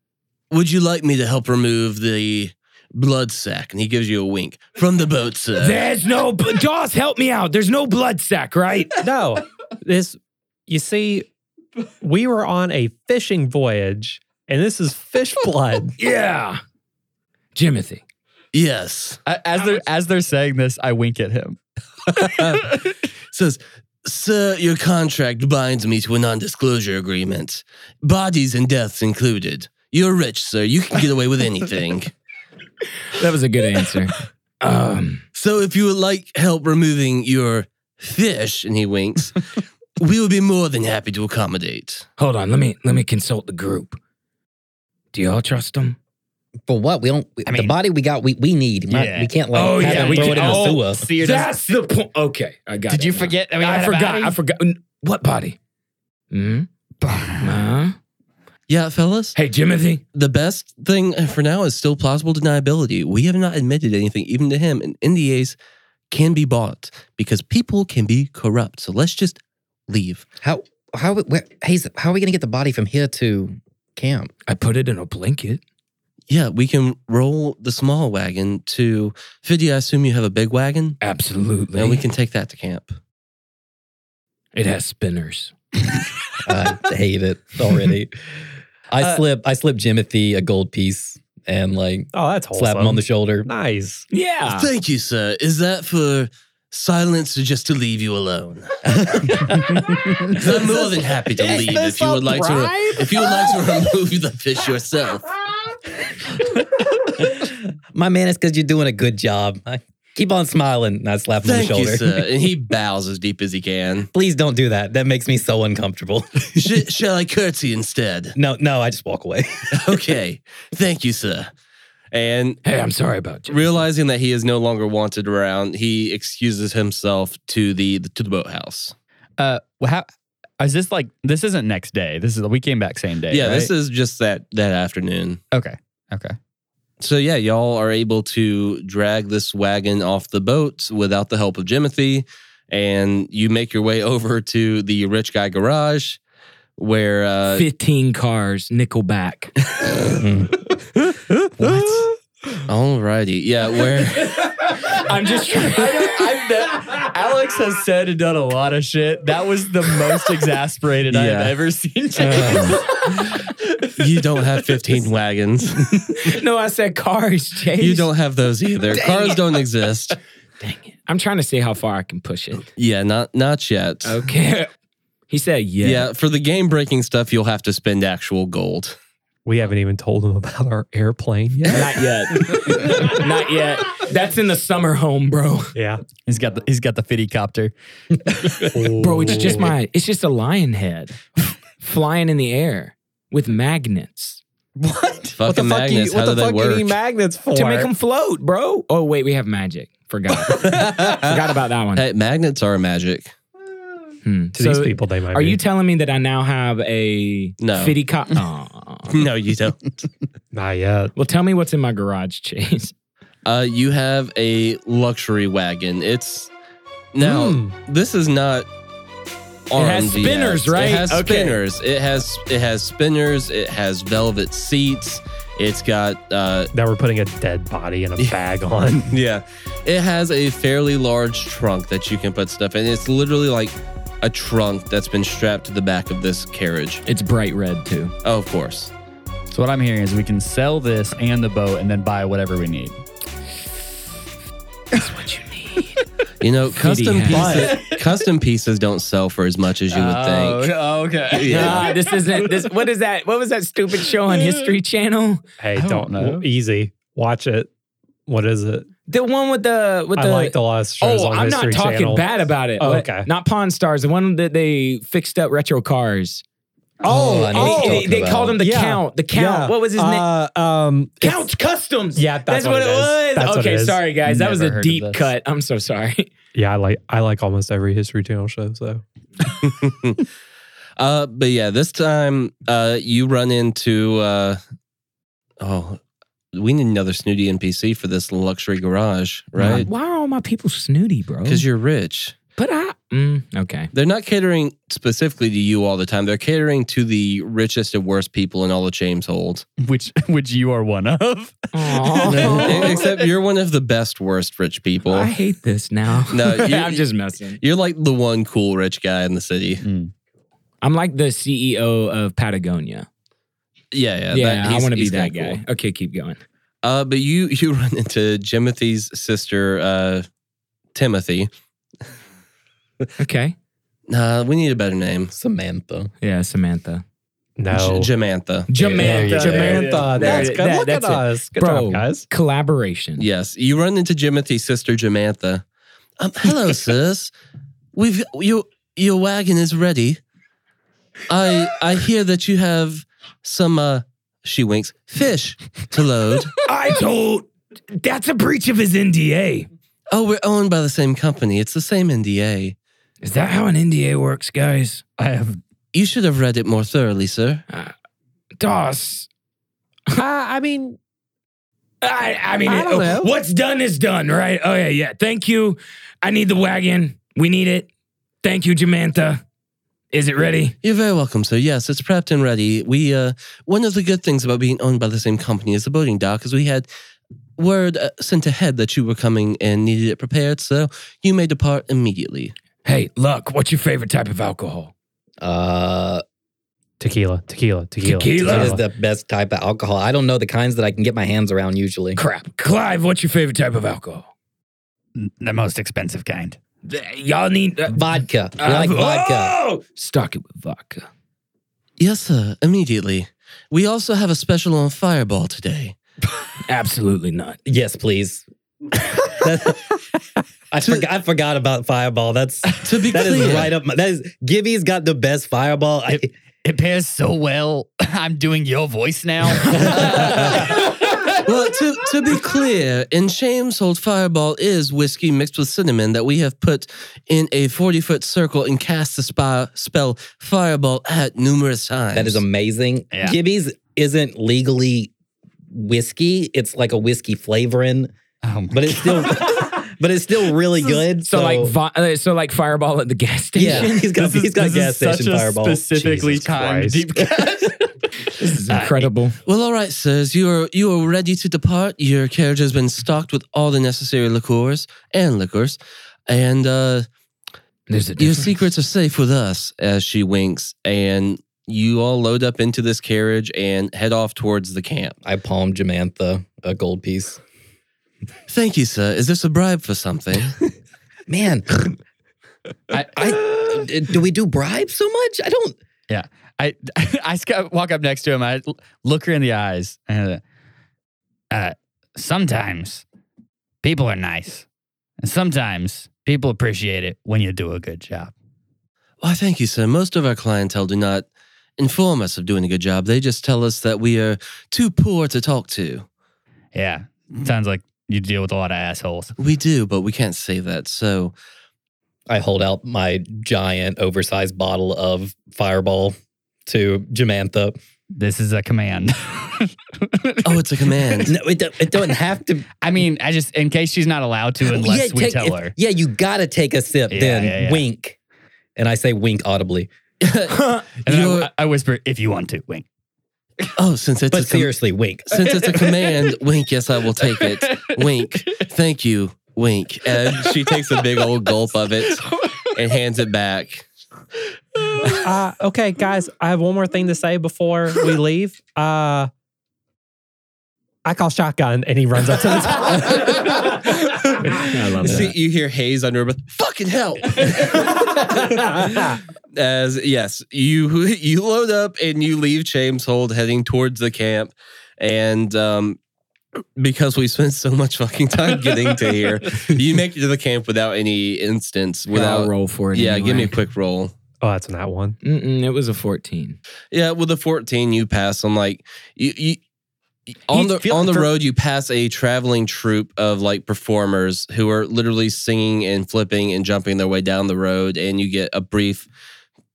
A: Would you like me to help remove the blood sack, and he gives you a wink from the boat, sir.
J: There's no bl- Jaws. Help me out. There's no blood sack, right?
C: No, this, you see, we were on a fishing voyage and this is fish blood.
J: Yeah, Jimothy.
A: yes,
G: A- As they're as they're saying this, I wink at him.
A: says. Sir, your contract binds me to a non disclosure agreement. Bodies and deaths included. You're rich, sir. You can get away with anything.
B: That was a good answer.
J: Um,
A: So if you would like help removing your fish, and he winks, we would be more than happy to accommodate.
J: hold on. Let me let me consult the group. Do y'all trust them?
I: For what? We don't. we-
G: I mean-
I: the body we got, we, we need. We're not-
G: Yeah.
I: we can't like
J: Oh,
I: have
J: yeah,
I: them
J: we
I: throw
J: can-
I: it in the
J: oh,
I: sewer.
G: See,
J: That's the point. Okay, I got.
G: did
J: it
G: you
J: now.
G: forget? That we
J: I
G: had a
J: forgot.
G: body?
J: I forgot. N- What body? Hmm. Huh?
A: Yeah, fellas,
J: Hey, Jimothy.
A: the best thing for now is still plausible deniability. We have not admitted anything, even to him, and NDAs can be bought because people can be corrupt. So let's just leave.
I: How how we- where, hey, how are we gonna get the body from here to camp?
J: I put it in a blanket.
A: Yeah, we can roll the small wagon to Fiddy. I assume you have a big wagon,
J: Absolutely.
A: and we can take that to camp.
J: It has spinners.
I: I hate it already. I
A: Uh,
I: slip I slip Jimothy a uh, gold piece and like
C: Oh, that's wholesome.
I: slap him on the shoulder.
C: Nice.
J: Yeah.
A: Thank you, sir. Is that for silence or just to leave you alone? 'Cause I'm more than happy to leave if you would like to. re- if you would like to remove the fish yourself,
I: My man, it's because you're doing a good job. I keep on smiling. And I slap him on the
A: thank you,
I: shoulder.
A: sir. And he bows as deep as he can.
I: Please don't do that. That makes me so uncomfortable.
A: Sh- shall I curtsy instead?
I: no, no, I just walk away.
A: Okay, thank you, sir. And
J: Hey, I'm sorry about you.
A: realizing that he is no longer wanted around, he excuses himself to the to the boathouse.
G: Uh, well, how is this like? This isn't next day. This is we came back same day.
A: Yeah, this
G: right?
A: is just that that afternoon.
G: okay. Okay.
A: So yeah, y'all are able to drag this wagon off the boat without the help of Jimothy, and you make your way over to the rich guy garage, where uh,
B: 15 cars, Nickelback.
I: What?
A: alrighty, yeah, where
G: I'm just trying. I bet Alex has said and done a lot of shit. That was the most exasperated I
A: Yeah. Um,
G: have ever seen.
A: you don't have fifteen wagons,
B: no, I said cars, Chase.
A: you don't have those either. Cars don't exist.
B: I'm trying to see how far I can push it.
A: Yeah, not not yet.
B: Okay. He said, yeah.
A: Yeah, for the game breaking stuff, you'll have to spend actual gold.
C: We haven't even told him about our airplane yet.
B: Not yet. Not yet. That's in the summer home, bro.
C: Yeah.
G: he's got the he's got the fitty copter.
B: Bro, it's just my, it's just a lion head flying in the air with magnets
C: What?
A: Fucking magnets, how do they
C: you need
A: work?
C: magnets for?
B: to make them float, bro. Oh, wait, we have magic. Forgot. Forgot about that one.
A: Hey, magnets are magic.
B: Hmm.
C: to
B: So,
C: these people, they might
B: Are
C: be.
B: you telling me that I now have a
A: No.
B: fitty cop? Aw.
A: No, you don't.
C: Not yet.
B: well, tell me what's in my garage, Chase.
A: Uh, you have a luxury wagon. It's now
C: Mm.
A: this is not.
B: Hmm. It has
A: RMDS.
B: spinners, right?
A: It has
B: Okay.
A: spinners. It has it has spinners. It has velvet seats. It's got uh,
C: Now we're putting a dead body in a
A: Yeah.
C: bag on.
A: yeah. It has a fairly large trunk that you can put stuff in. It's literally like a trunk that's been strapped to the back of this carriage.
B: It's bright red, too.
A: Oh, of course.
G: So what I'm hearing is we can sell this and the boat and then buy whatever we need.
A: You know, custom
B: has-
A: pieces, custom pieces don't sell for as much as you would think.
B: Oh,
G: okay.
B: Nah, Ah, this isn't this. What is that? What was that stupid show on History Channel?
C: Hey,
G: I
C: don't,
G: don't know.
C: w- easy. Watch it. What is it?
B: The one with the with
C: I
B: the.
C: like the last shows
B: oh,
C: on
B: I'm not
C: History
B: talking
C: Channel.
B: bad about it.
C: Oh,
B: What-
C: okay.
B: Not Pawn Stars. The one that they fixed up retro cars.
I: Oh, I know what you're
B: They- they,
I: talking
B: they
I: about.
B: called him the
C: Yeah.
B: Count. The Count.
C: Yeah.
B: What was his name?
C: Uh, um, it's-
B: Count Customs.
C: Yeah, that's what it is. That's what
B: okay,
C: it is.
B: sorry guys, that was
G: Never
B: a
G: heard of
B: deep
G: this.
B: cut. I'm so sorry.
C: yeah, I like I like almost every History Channel show. So
A: Uh, but yeah, this time uh, you run into uh, oh, we need another snooty NPC for this luxury garage, right?
B: Why are all my people snooty, bro?
A: Because you're rich.
B: But I, mm, okay.
A: They're not catering specifically to you all the time. They're catering to the richest and worst people in all of James Hold.
G: which which you are one of.
B: Aw.
A: E-, Except you're one of the best worst rich people.
B: I hate this now.
A: No, you-
B: I'm just messing.
A: You're like the one cool rich guy in the city.
B: I'm like the CEO of Patagonia.
A: Yeah, yeah.
B: Yeah, I
A: he's-
B: want to be
A: he's
B: that
A: kinda
B: guy.
A: cool.
B: Okay, keep going.
A: Uh, but you you run into Jimothy's sister, uh, Timothy.
B: Okay.
A: Nah, we need a better name.
D: Samantha.
B: Yeah, Samantha.
C: No.
A: J- Jamantha.
B: Jamantha.
C: Jamantha.
B: There
C: That's
B: it is.
C: good.
B: That-
C: Look
B: that's
C: at
B: it.
C: us. Good
B: Bro.
C: job, guys.
B: Collaboration.
A: Yes, you run into Jimothy's sister, Jamantha. Um, hello, sis. We've your your wagon is ready. I I hear that you have some. uh She winks. Fish to load.
K: I told. That's a breach of his NDA.
A: Oh, we're owned by the same company. It's the same NDA.
K: Is that how an NDA works, guys?
G: I have
A: You should have read it more thoroughly, sir.
K: DOS.
C: Uh, I mean,
K: I, I mean,
C: I don't
K: it-
C: know.
K: what's done is done, right? Oh, yeah, yeah. Thank you. I need the wagon. We need it. Thank you, Jamantha. Is it ready?
A: You're very welcome, sir. Yes, it's prepped and ready. We uh, one of the good things about being owned by the same company as the boating dock is we had word uh, sent ahead that you were coming and needed it prepared, so you may depart immediately.
K: Hey, Luck, what's your favorite type of alcohol?
D: Uh,
C: tequila, tequila, tequila.
K: Tequila?
D: that is the best type of alcohol. I don't know the kinds that I can get my hands around usually.
K: Crap. Clive, what's your favorite type of alcohol?
G: the most expensive kind.
K: Th- Y'all need. uh,
D: Vodka. I like
K: uh,
D: vodka.
K: Oh! Stock it with vodka.
A: Yes, sir. Immediately. We also have a special on Fireball today.
K: Absolutely not.
D: Yes, please. I, forgot, I forgot about Fireball. That's
A: To be
D: that
A: clear,
D: is right up. My, that is Gibby's got the best Fireball. I,
G: It pairs so well. I'm doing your voice now.
A: well, to, to be clear, in Shame's Hold Fireball is whiskey mixed with cinnamon that we have put in a 40 foot circle and cast the spy, spell Fireball at numerous times.
D: that is amazing.
G: Yeah.
D: Gibby's isn't legally whiskey. It's like a whiskey flavoring,
G: Oh my
D: but it's still, but it's still really good.
B: So, like, vi- uh, so like Fireball at the gas station.
D: yeah, he's got he's got gas station Fireball.
G: specifically
C: Jesus
G: timed
C: Christ.
G: deep cut.
B: This is incredible.
A: Well, all right, sirs. You are you are ready to depart. Your carriage has been stocked with all the necessary liqueurs and liquors, and uh,
B: There's a
A: your
B: difference.
A: secrets are safe with us. As she winks, and you all load up into this carriage and head off towards the camp.
D: I palmed Jamantha a gold piece.
A: Thank you, sir. Is this a bribe for something?
D: Man, I, I do we do bribes so much? I don't.
G: I I sc- walk up next to him. I l- look her in the eyes. And, uh, sometimes people are nice, and sometimes people appreciate it when you do a good job.
A: Why, thank you, sir. Most of our clientele do not inform us of doing a good job. They just tell us that we are too poor to talk to.
G: Yeah, sounds like you deal with a lot of assholes.
A: We do, but we can't say that. So,
D: I hold out my giant, oversized bottle of Fireball to Jamantha.
G: This is a command.
A: oh, it's a command.
D: No, it, don't- it doesn't have to.
G: I mean, I just in case she's not allowed to unless
D: yeah,
G: we
D: take-
G: tell
D: if-
G: her.
D: Yeah, you gotta take a sip.
G: Yeah,
D: then
G: yeah, yeah.
D: wink, and I say wink audibly.
G: And then I-
A: You're-
G: I, I whisper, "If you want to, wink."
A: Oh, since it's
D: But
A: a com-
D: seriously, wink.
A: since it's a command, wink. Yes, I will take it. Wink. Thank you. Wink. And she takes a big old gulp of it and hands it back.
C: uh, okay, guys, I have one more thing to say before we leave. Uh, I call shotgun, and he runs up to the top.
B: I love that.
A: See, you hear Hayes under her breath. Fucking hell. As yes, you you load up and you leave James Hold heading towards the camp, and um, because we spent so much fucking time getting to here, you make it to the camp without any instance.
B: Without
A: Without
B: roll for it.
A: yeah, give me a
B: anyway.
A: quick roll.
C: oh, that's not one.
B: Mm-mm, it was a 14.
A: Yeah, with a fourteen, you pass. I'm like you. you on
G: He's
A: the
G: feeling
A: on the
G: for-
A: road, you pass a traveling troupe of like performers who are literally singing and flipping and jumping their way down the road, and you get a brief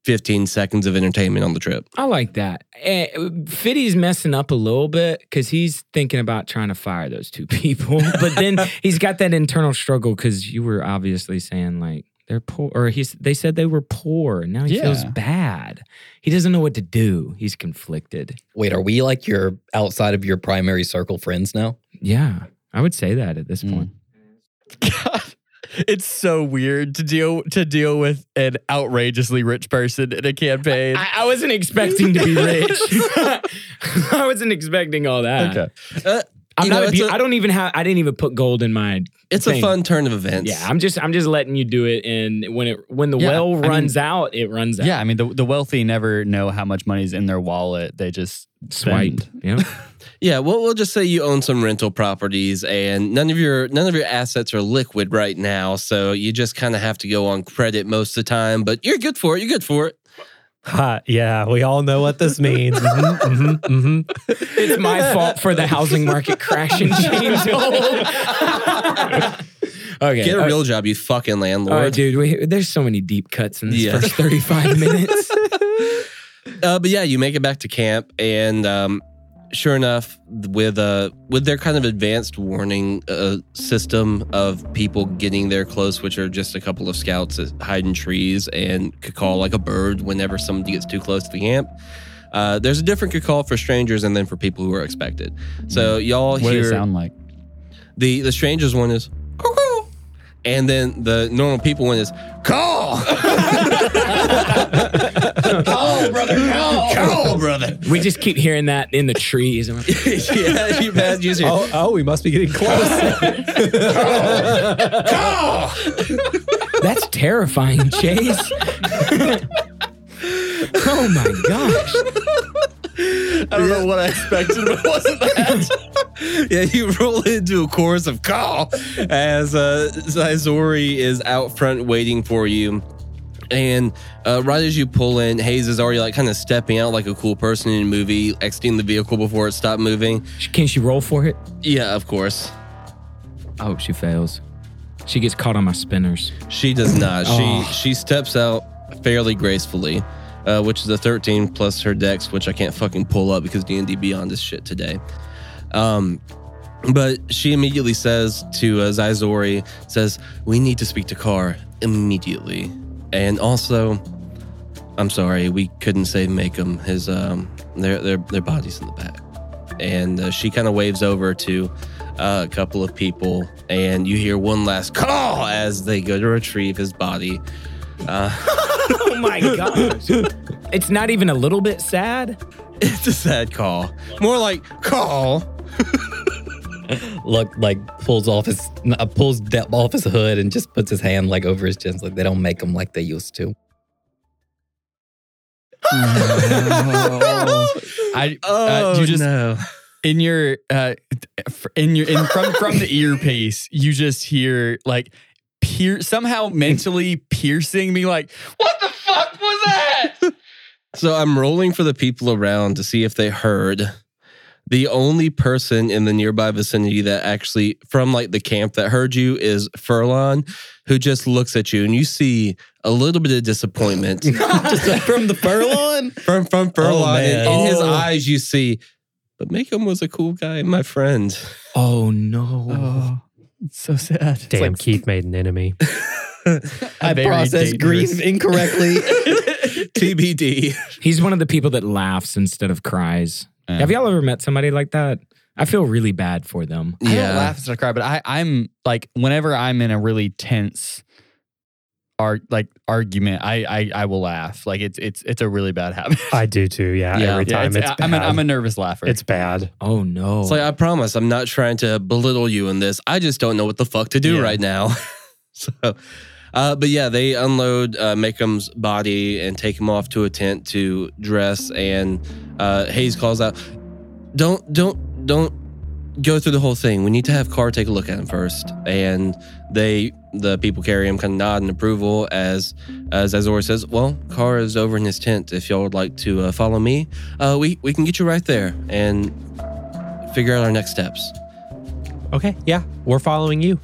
A: fifteen seconds of entertainment on the trip.
B: I like that. Eh, Fiddy's messing up a little bit because he's thinking about trying to fire those two people. But then he's got that internal struggle because you were obviously saying, like, They're poor, or he's. They said they were poor. and Now he feels
G: Yeah.
B: bad. He doesn't know what to do. He's conflicted.
I: Wait, are we like your outside of your primary circle friends now?
B: Yeah, I would say that at this
A: Hmm.
G: Mm.
B: point. Mm.
E: God, it's so weird to deal to deal with an outrageously rich person in a campaign.
B: I, I wasn't expecting to be rich. I wasn't expecting all that.
E: okay.
B: I'm
A: You
B: not
A: know,
B: a
A: it's
B: beau-
A: a-
B: I don't even have. I didn't even put gold in my.
A: It's
B: Thing.
A: a fun turn of events.
B: Yeah, I'm just. I'm just letting you do it. And when it when the
G: Yeah,
B: well
G: I mean-
B: runs out, it runs out.
G: Yeah, I mean the, the wealthy never know how much money's in their wallet. They just
B: swipe. Yeah.
A: Yeah, well, we'll just say you own some rental properties, and none of your none of your assets are liquid right now, so you just kind of have to go on credit most of the time. But you're good for it. You're good for it.
C: Ha, yeah, we all know what this means. Mhm, mhm, mhm.
B: it's my fault for the housing market crashing, James. okay.
A: Get a
B: all
A: real job, you fucking landlord.
B: uh, right, dude. We, there's so many deep cuts in this
A: Yeah.
B: first 35 minutes.
A: uh, but yeah, you make it back to camp, and um, sure enough, with uh, with their kind of advanced warning uh, system of people getting there close, which are just a couple of scouts that hide in trees and could call like a bird whenever somebody gets too close to the camp. Uh, there's a different call for strangers and then for people who are expected. So y'all
G: Mm. What
A: hear
G: does it sound like?
A: the the strangers one is cuckoo, and then the normal people one is call.
I: Call, brother, call.
A: Call, brother.
B: we just keep hearing that in the trees. And we're-
A: yeah, you bad user.
C: Oh, oh, we must be getting close.
B: That's terrifying, Chase. oh my gosh.
E: I don't know what I expected, but it wasn't that.
A: yeah, you roll into a chorus of call as uh, Zizori is out front waiting for you. And uh, right as you pull in, Hayes is already like kind of stepping out like a cool person in a movie, exiting the vehicle before it stopped moving.
B: Can she roll for it?
A: Yeah, of course.
B: Oh, she fails. She gets caught on my spinners.
A: She does not.
B: Oh.
A: She she steps out fairly gracefully, uh, which is a 13 plus her dex, which I can't fucking pull up because D and D Beyond is shit today. Um, but she immediately says to uh, Zizori, says, "We need to speak to Carr immediately." And also, I'm sorry, we couldn't save Makem. His um, their their their bodies in the back. And uh, she kind of waves over to uh, a couple of people, and you hear one last call as they go to retrieve his body.
B: Oh my gosh. it's not even a little bit sad.
A: It's a sad call, more like call.
I: Look, like pulls off his uh, pulls de- off his hood and just puts his hand like over his chin. Like they don't make them like they used to.
G: I uh, you just
A: Oh, no!
G: in your uh f- in your in from from the earpiece, you just hear like pier somehow mentally piercing me like
I: What the fuck was that?
A: So I'm rolling for the people around to see if they heard. The only person in the nearby vicinity that actually from like the camp that heard you is Furlon, who just looks at you and you see a little bit of disappointment
I: from the furlong?
A: from from
I: Oh,
A: Furlon. and
I: man.
A: in his
B: Oh.
A: eyes, you see, but Makem was a cool guy, my friend.
B: Oh no.
G: oh it's so sad.
C: Damn, Keith made an enemy.
I: I
G: Very
I: processed
G: dangerous.
I: grief incorrectly.
A: TBD.
B: He's one of the people that laughs instead of cries.
G: Yeah.
B: Have y'all ever met somebody like that? I feel really bad for them.
G: I don't laugh instead of cry, but I, I'm like whenever I'm in a really tense ar- like argument, I, I I will laugh. Like it's it's it's a really bad habit.
C: I do too. Yeah,
A: Yeah.
C: every
G: Yeah,
C: time it's,
G: I- I'm, a,
C: bad.
G: I'm a nervous laugher.
C: it's bad.
B: Oh no.
A: It's like, uh, I promise, I'm not trying to belittle you in this. I just don't know what the fuck to do
G: Yeah.
A: right now. so, uh, but yeah, they unload uh, Makem's body and take him off to a tent to dress. And uh, Hayes calls out, "Don't, don't, don't go through the whole thing. We need to have Carr take a look at him first. And they, the people carry him, kind of nod in approval as as Azor says, "Well, Carr is over in his tent. If y'all would like to uh, follow me, uh, we we can get you right there and figure out our next steps."
C: Okay, yeah, we're following you.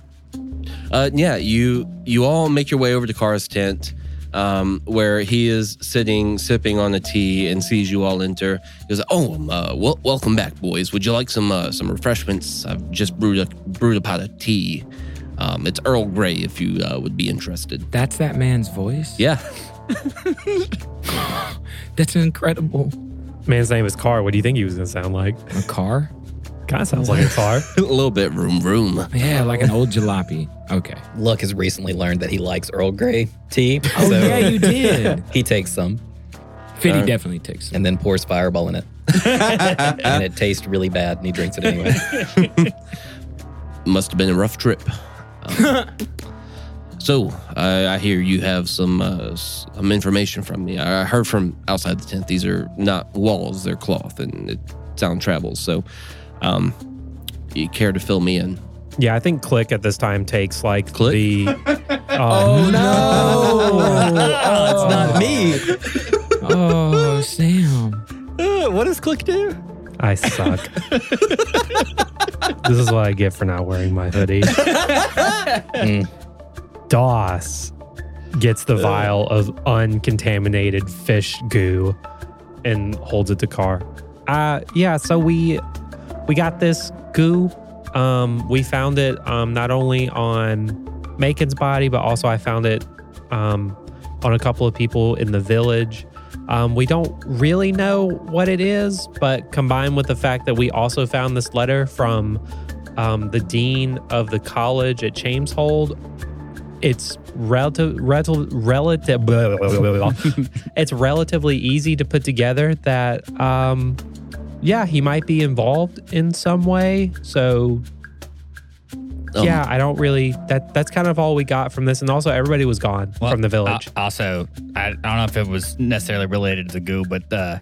A: Uh, yeah, you you all make your way over to Kara's tent, um, where he is sitting sipping on a tea and sees you all enter. He goes, "Oh, um, uh, wel- welcome back, boys. Would you like some uh, some refreshments? I've just brewed a brewed a pot of tea." Um, it's Earl Grey if you uh, would be interested.
B: That's that man's voice?
A: Yeah.
B: That's incredible.
C: Man's name is Car. What do you think he was going to sound like?
B: A car?
C: Kind of sounds like a car.
A: a little bit room, room.
B: Yeah, like an old jalopy. Okay.
I: Luck has recently learned that he likes Earl Grey tea.
B: Oh,
I: so
B: yeah, you did.
I: he takes some
B: Fitty definitely takes some.
I: and then pours fireball in it. and it tastes really bad and he drinks it anyway.
A: Must have been a rough trip. Um, so I I hear you have some uh, s- some information from me. I I heard from outside the tent. These are not walls; they're cloth, and it, sound travels. So, um, you care to fill me in?
C: Yeah, I think Click at this time takes like
A: Click?
C: the. oh,
I: it's not me.
B: Oh, Sam.
E: what does Click do?
C: I suck. this is what I get for not wearing my hoodie. Hmm. Doss gets the vial of uncontaminated fish goo and holds it to Car. Uh yeah, so we we got this goo. Um we found it um not only on Macon's body, but also I found it um on a couple of people in the village. Um, we don't really know what it is, but combined with the fact that we also found this letter from um, the dean of the college at Chameshold, it's relative, relative, relative. blah, blah, blah, blah, blah. it's relatively easy to put together that, um, yeah, he might be involved in some way. So,
A: Um,
C: yeah, I don't really. That that's kind of all we got from this, and also everybody was gone
G: Well,
C: from the village.
G: Uh, also, I, I don't know if it was necessarily related to the goo, but uh,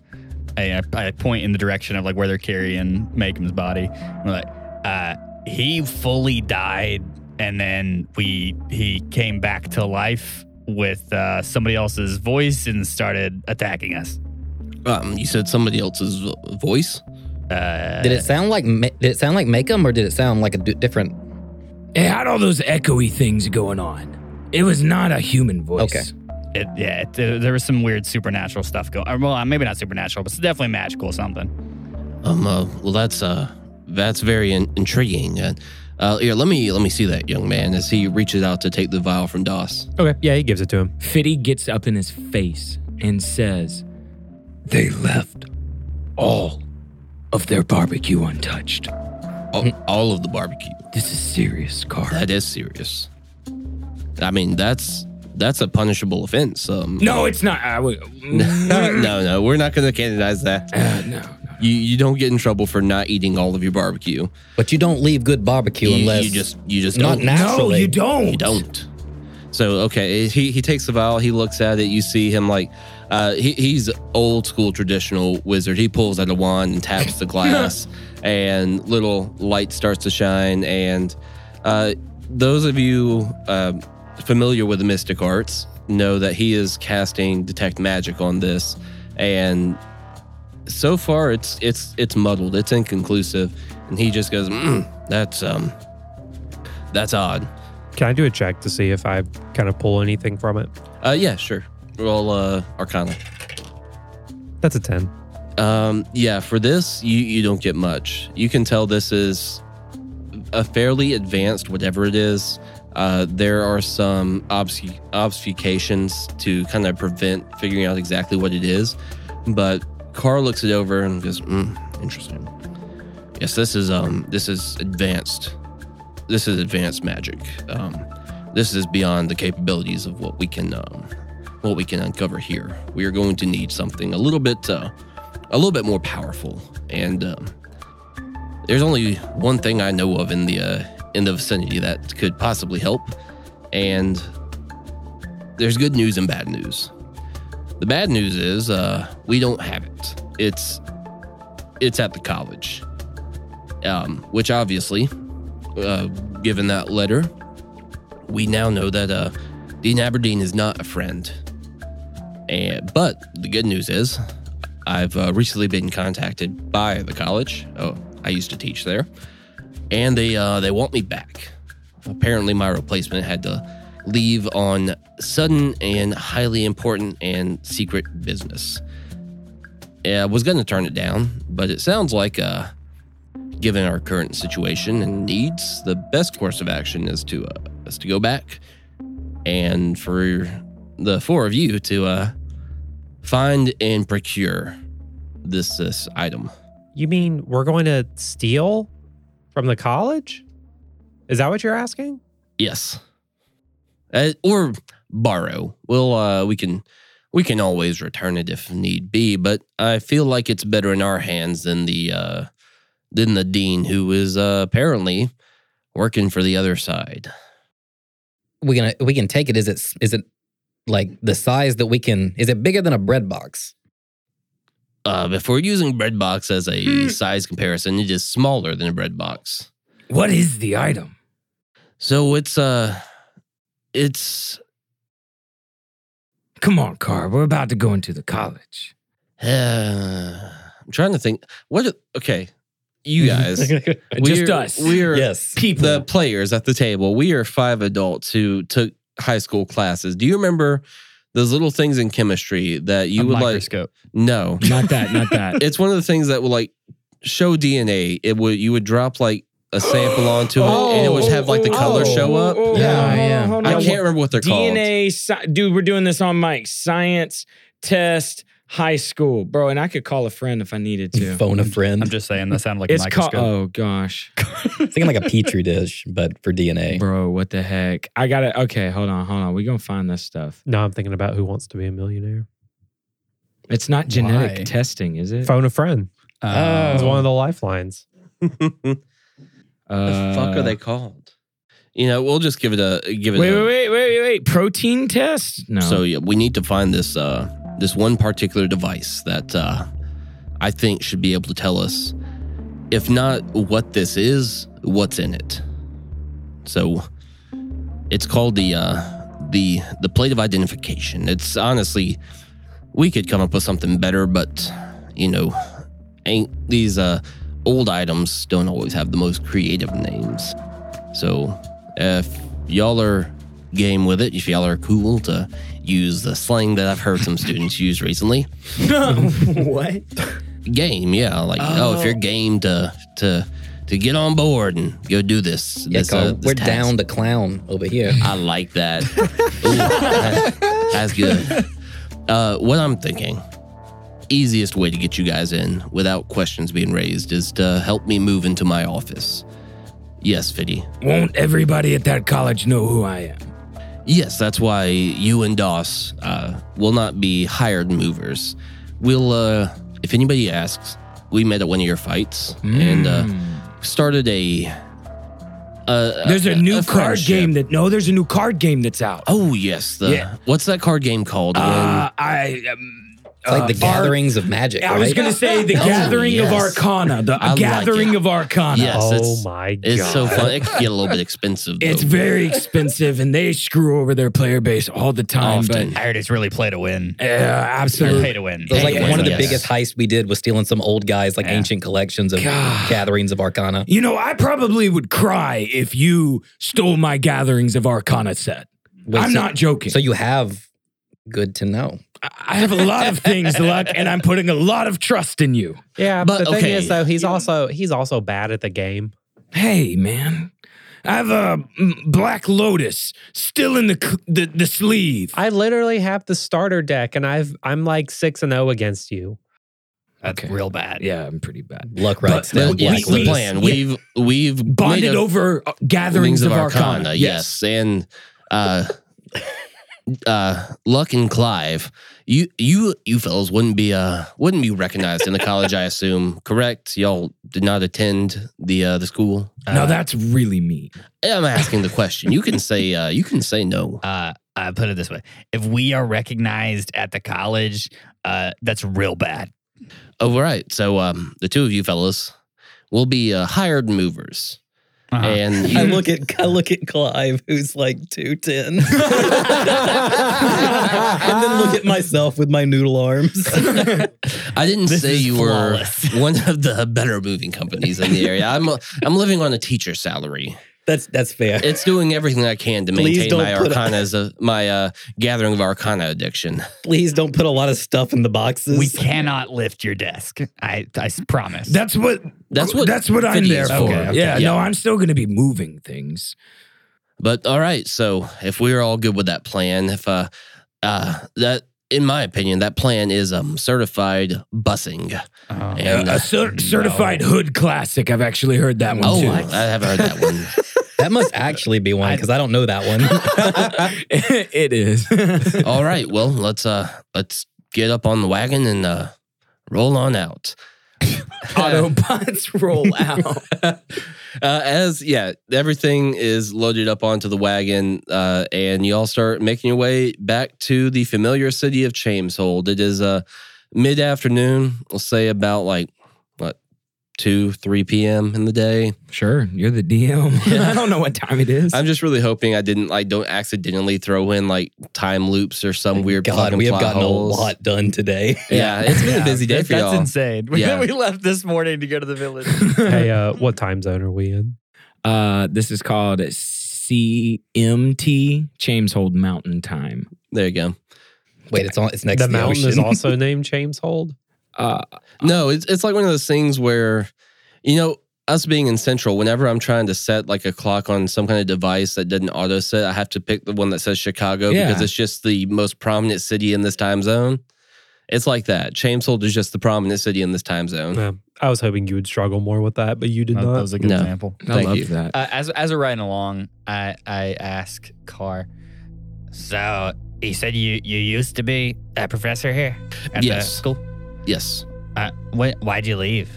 G: I, I, I point in the direction of like where they're carrying Makeham's body. I'm like, uh, he fully died, and then we he came back to life with uh, somebody else's voice and started attacking us.
A: Um, you said somebody else's vo- voice.
G: Uh,
I: Did it sound like ma- did it sound like Makem or did it sound like a d- different?
B: It had all those echoey things going on. It was not a human voice.
I: Okay.
G: it- yeah, it, there was some weird supernatural stuff going. Well, maybe not supernatural, but it's definitely magical or something.
A: Um, uh, well, that's uh, that's very in- intriguing. Uh, uh, here, let me let me see that young man as he reaches out to take the vial from Doss.
C: okay, yeah, he gives it to him.
B: Fitty gets up in his face and says, They left all of their barbecue untouched.
A: All, all of the barbecue.
B: This is serious, Car.
A: That is serious. I mean, that's that's a punishable offense. Um,
B: no, it's not. I would,
A: no, no, we're not going to canonize that.
B: Uh, no.
A: You you don't get in trouble for not eating all of your barbecue.
I: But you don't leave good barbecue
A: You,
I: unless
A: you just you just
I: not
A: don't.
I: naturally.
B: No, you don't.
A: You don't. So okay, he he takes the vial. He looks at it. You see him like. Uh, he, he's old school traditional wizard. He pulls out a wand and taps the glass, and little light starts to shine. And uh, those of you um familiar with the mystic arts know that he is casting detect magic on this, and so far it's it's it's muddled. It's inconclusive, and he just goes, mm, "That's um, that's odd."
C: Can I do a check to see if I kind of pull anything from it?
A: Uh, yeah, sure. Roll uh, Arcana.
C: That's a 10.
A: Um, yeah, for this, you, you don't get much. You can tell this is a fairly advanced, whatever it is. Uh, there are some obfusc- obfuscations to kind of prevent figuring out exactly what it is. But Carl looks it over and goes, mm, interesting. Yes, this is um, this is advanced. This is advanced magic. Um, this is beyond the capabilities of what we can um, what we can uncover here. We are going to need something a little bit uh, a little bit more powerful. And um, there's only one thing I know of in the uh, in the vicinity that could possibly help. And there's good news and bad news. The bad news is uh, we don't have it. It's it's at the college, um, which obviously, uh, given that letter, we now know that uh, Dean Aberdeen is not a friend. And, but the good news is I've uh, recently been contacted by the college. Oh, I used to teach there, and they uh, they want me back. Apparently, my replacement had to leave on sudden and highly important and secret business. Yeah, I was going to turn it down, but it sounds like uh, given our current situation and needs, the best course of action is to uh, is to go back and for the four of you to uh, find and procure this this item.
C: You mean we're going to steal from the college? Is that what you're asking?
A: Yes, uh, or borrow. We'll uh, we can we can always return it if need be, but I feel like it's better in our hands than the uh, than the dean who is uh, apparently working for the other side.
I: We gonna we can take it. Is it s- is it like the size that we can? Is it bigger than a bread box?
A: Uh, if we're using Breadbox as a size comparison, it is smaller than a Breadbox.
B: What is the item?
A: So it's uh it's
B: Come on, Carl. We're about to go into the college.
A: uh, I'm trying to think. What are- okay. You guys. we're-
B: us.
A: We're
I: Yes.
B: People.
A: the players at the table. We are five adults who took high school classes. Do you remember those little things in chemistry that you
G: a
A: would
G: microscope.
A: like No.
B: not that, not that.
A: it's one of the things that would like show DNA. It would you would drop like a sample onto it and it would have like
B: Oh,
A: the color show up.
I: Yeah, yeah.
A: I can't remember what they're called.
J: DNA, sci- dude, we're doing this on mic. Science test high school, bro. And I could call a friend if I needed to.
I: Phone a friend.
G: I'm just saying that sounded like
J: It's
G: a
J: called.
G: microscope.
J: Oh gosh,
I: thinking like a petri dish, but for DNA.
J: bro, what the heck? I got to Okay, hold on, hold on. We gonna find this stuff.
C: No, I'm thinking about who wants to be a millionaire.
J: It's not genetic
G: Why?
J: testing, is it?
C: Phone a friend.
G: Uh,
C: It's one of the lifelines.
J: Uh,
A: the fuck are they called? You know, we'll just give it a give it.
J: Wait,
A: a,
J: wait, wait, wait, wait. Protein test? No.
A: So yeah, we need to find this uh, this one particular device that uh, I think should be able to tell us, if not what this is, what's in it. So it's called the uh, the the plate of identification. It's honestly, we could come up with something better, but you know, ain't these uh, old items don't always have the most creative names. So if y'all are game with it, if y'all are cool to use the slang that I've heard some students use recently,
J: what?
A: game, yeah, like oh, if you're game to to to get on board and go do this,
I: Yeah,
A: this,
I: Carl,
A: uh, this
I: we're
A: task.
I: down to clown over here.
A: I like that. Ooh, that- that's good. Uh, what I'm thinking, easiest way to get you guys in without questions being raised is to help me move into my office. Yes, Fiddy.
B: Won't everybody at that college know who I am?
A: Yes, that's why you and Doss uh, will not be hired movers. We'll, uh, if anybody asks, we met at one of your fights
B: Mm.
A: and
J: Mm.
A: uh, started a. Uh,
B: There's a new card
A: friendship.
B: game that no, there's a new card game that's out.
A: Oh yes, the
B: Yeah.
A: what's that card game called?
B: Uh, I um,
I: It's like the
B: uh, our-
I: gatherings of magic.
B: I was
I: right?
B: gonna say the gathering of
A: yes.
B: Arcana, the
A: I like
B: gathering
A: it.
B: of Arcana.
A: Yes,
C: oh
A: it's-
C: my god.
A: It's so fun. It can get a little bit expensive. Though.
B: It's very expensive, and they screw over their player base all the time.
A: often.
G: I heard it's really play to win.
B: But uh, absolutely,
G: Pay to win.
I: It was like
A: Anyways,
I: one of the
A: yes.
I: biggest heists we did was stealing some old guys like
G: Yeah.
I: ancient collections of
B: God.
I: gatherings of arcana.
B: you know, I probably would cry if you stole my gatherings of Arcana set.
I: Wait,
B: I'm
I: so-
B: not joking.
I: So you have good to know.
B: I I have a lot of things, Luck, and I'm putting a lot of trust in you.
C: yeah,
A: But,
C: but the
A: okay.
C: thing is though, he's also he's also bad at the game.
B: Hey, man. I have a mm, Black Lotus still in the c- the, the sleeve.
C: I literally have the starter deck and I've I'm like six and zero against you.
G: That's
B: Okay.
G: real bad.
B: yeah, I'm pretty bad.
I: Luck writes
A: That-
I: down
A: yes,
I: black
A: the
I: lotus.
A: plan.
B: yeah.
A: We've we've made a-
B: Bonded over uh, gatherings
A: Wings
B: of, Arcana. Yes.
A: Yes, and uh, uh, Luck and Clive, you you you fellas wouldn't be uh wouldn't be recognized in the college, I assume. Correct? Y'all did not attend the uh, the school. Uh,
B: no, that's really me.
A: I'm asking the question. You can say uh, you can say no.
G: Uh, uh, put it this way: if we are recognized at the college, uh, that's real bad.
A: Oh, all right. So um, the two of you fellas will be uh, hired movers,
B: Uh-huh.
G: Uh-huh.
A: and you,
I: I look at I look at Clive, who's like two ten, and then look at myself with my noodle arms.
A: I didn't
G: This
A: say
G: is
A: you
G: flawless.
A: were one of the better moving companies in the area. I'm I'm living on a teacher salary.
D: That's that's fair.
A: It's doing everything I can to
D: Please
A: maintain
D: don't
A: my
D: put a-
A: arcana as a, my uh, gathering of arcana addiction.
D: Please don't put a lot of stuff in the boxes.
G: We cannot lift your desk. I, I s- promise.
J: That's what.
A: That's what
J: That's what I'm
A: Fiddy
J: there
A: is
J: for.
A: for.
G: Okay,
J: Yeah,
A: okay.
J: No, I'm still going to be moving things.
A: But all right, so if we're all good with that plan, if uh, uh, that in my opinion, that plan is um certified busing.
G: Oh.
A: And, uh,
J: a cer- certified hood classic. I've actually heard that one
A: oh,
J: too.
A: I haven't heard that one.
D: that must actually be one because I don't know that one.
J: it is.
A: all right, well let's uh let's get up on the wagon and uh roll on out.
J: Autobots roll out.
A: Uh, as yeah, everything is loaded up onto the wagon, uh, and y'all start making your way back to the familiar city of Chameshold. It is uh, mid afternoon. We'll say about like what two, three p.m. in the day.
B: Sure, you're the DM. I don't know what time it is.
A: I'm just really hoping I didn't like don't accidentally throw in like time loops or some weird.
D: God,
A: fucking
D: we have
A: plot
D: gotten
A: holes.
D: a lot done today.
A: Yeah, it's been a busy day
G: That-
A: for
G: That's
A: y'all.
G: insane.
A: Yeah.
G: we left this morning to go to the village.
C: hey, uh, what time zone are we in?
B: Uh, this is called CMT, Chameshold Mountain Time.
A: There you go.
D: Wait, it's on. It's next
C: the
D: to the
C: mountain is
D: ocean.
C: also named James Hold.
B: Uh,
A: No, it's it's like one of those things where, you know, us being in central, whenever I'm trying to set like a clock on some kind of device that doesn't auto set, I have to pick the one that says Chicago because
B: Yeah.
A: it's just the most prominent city in this time zone. It's like that. Chameshold is just the prominent city in this time zone.
C: Yeah. I was hoping you would struggle more with that, but you did
G: That
C: not.
G: was a good
A: No.
G: example.
B: I
A: Thank
B: love
A: you.
B: that.
G: Uh, as as we're riding along, I I ask Carr. So he said you you used to be a professor here at
A: Yes.
G: the school.
A: Yes.
G: Uh, wh- why'd you leave?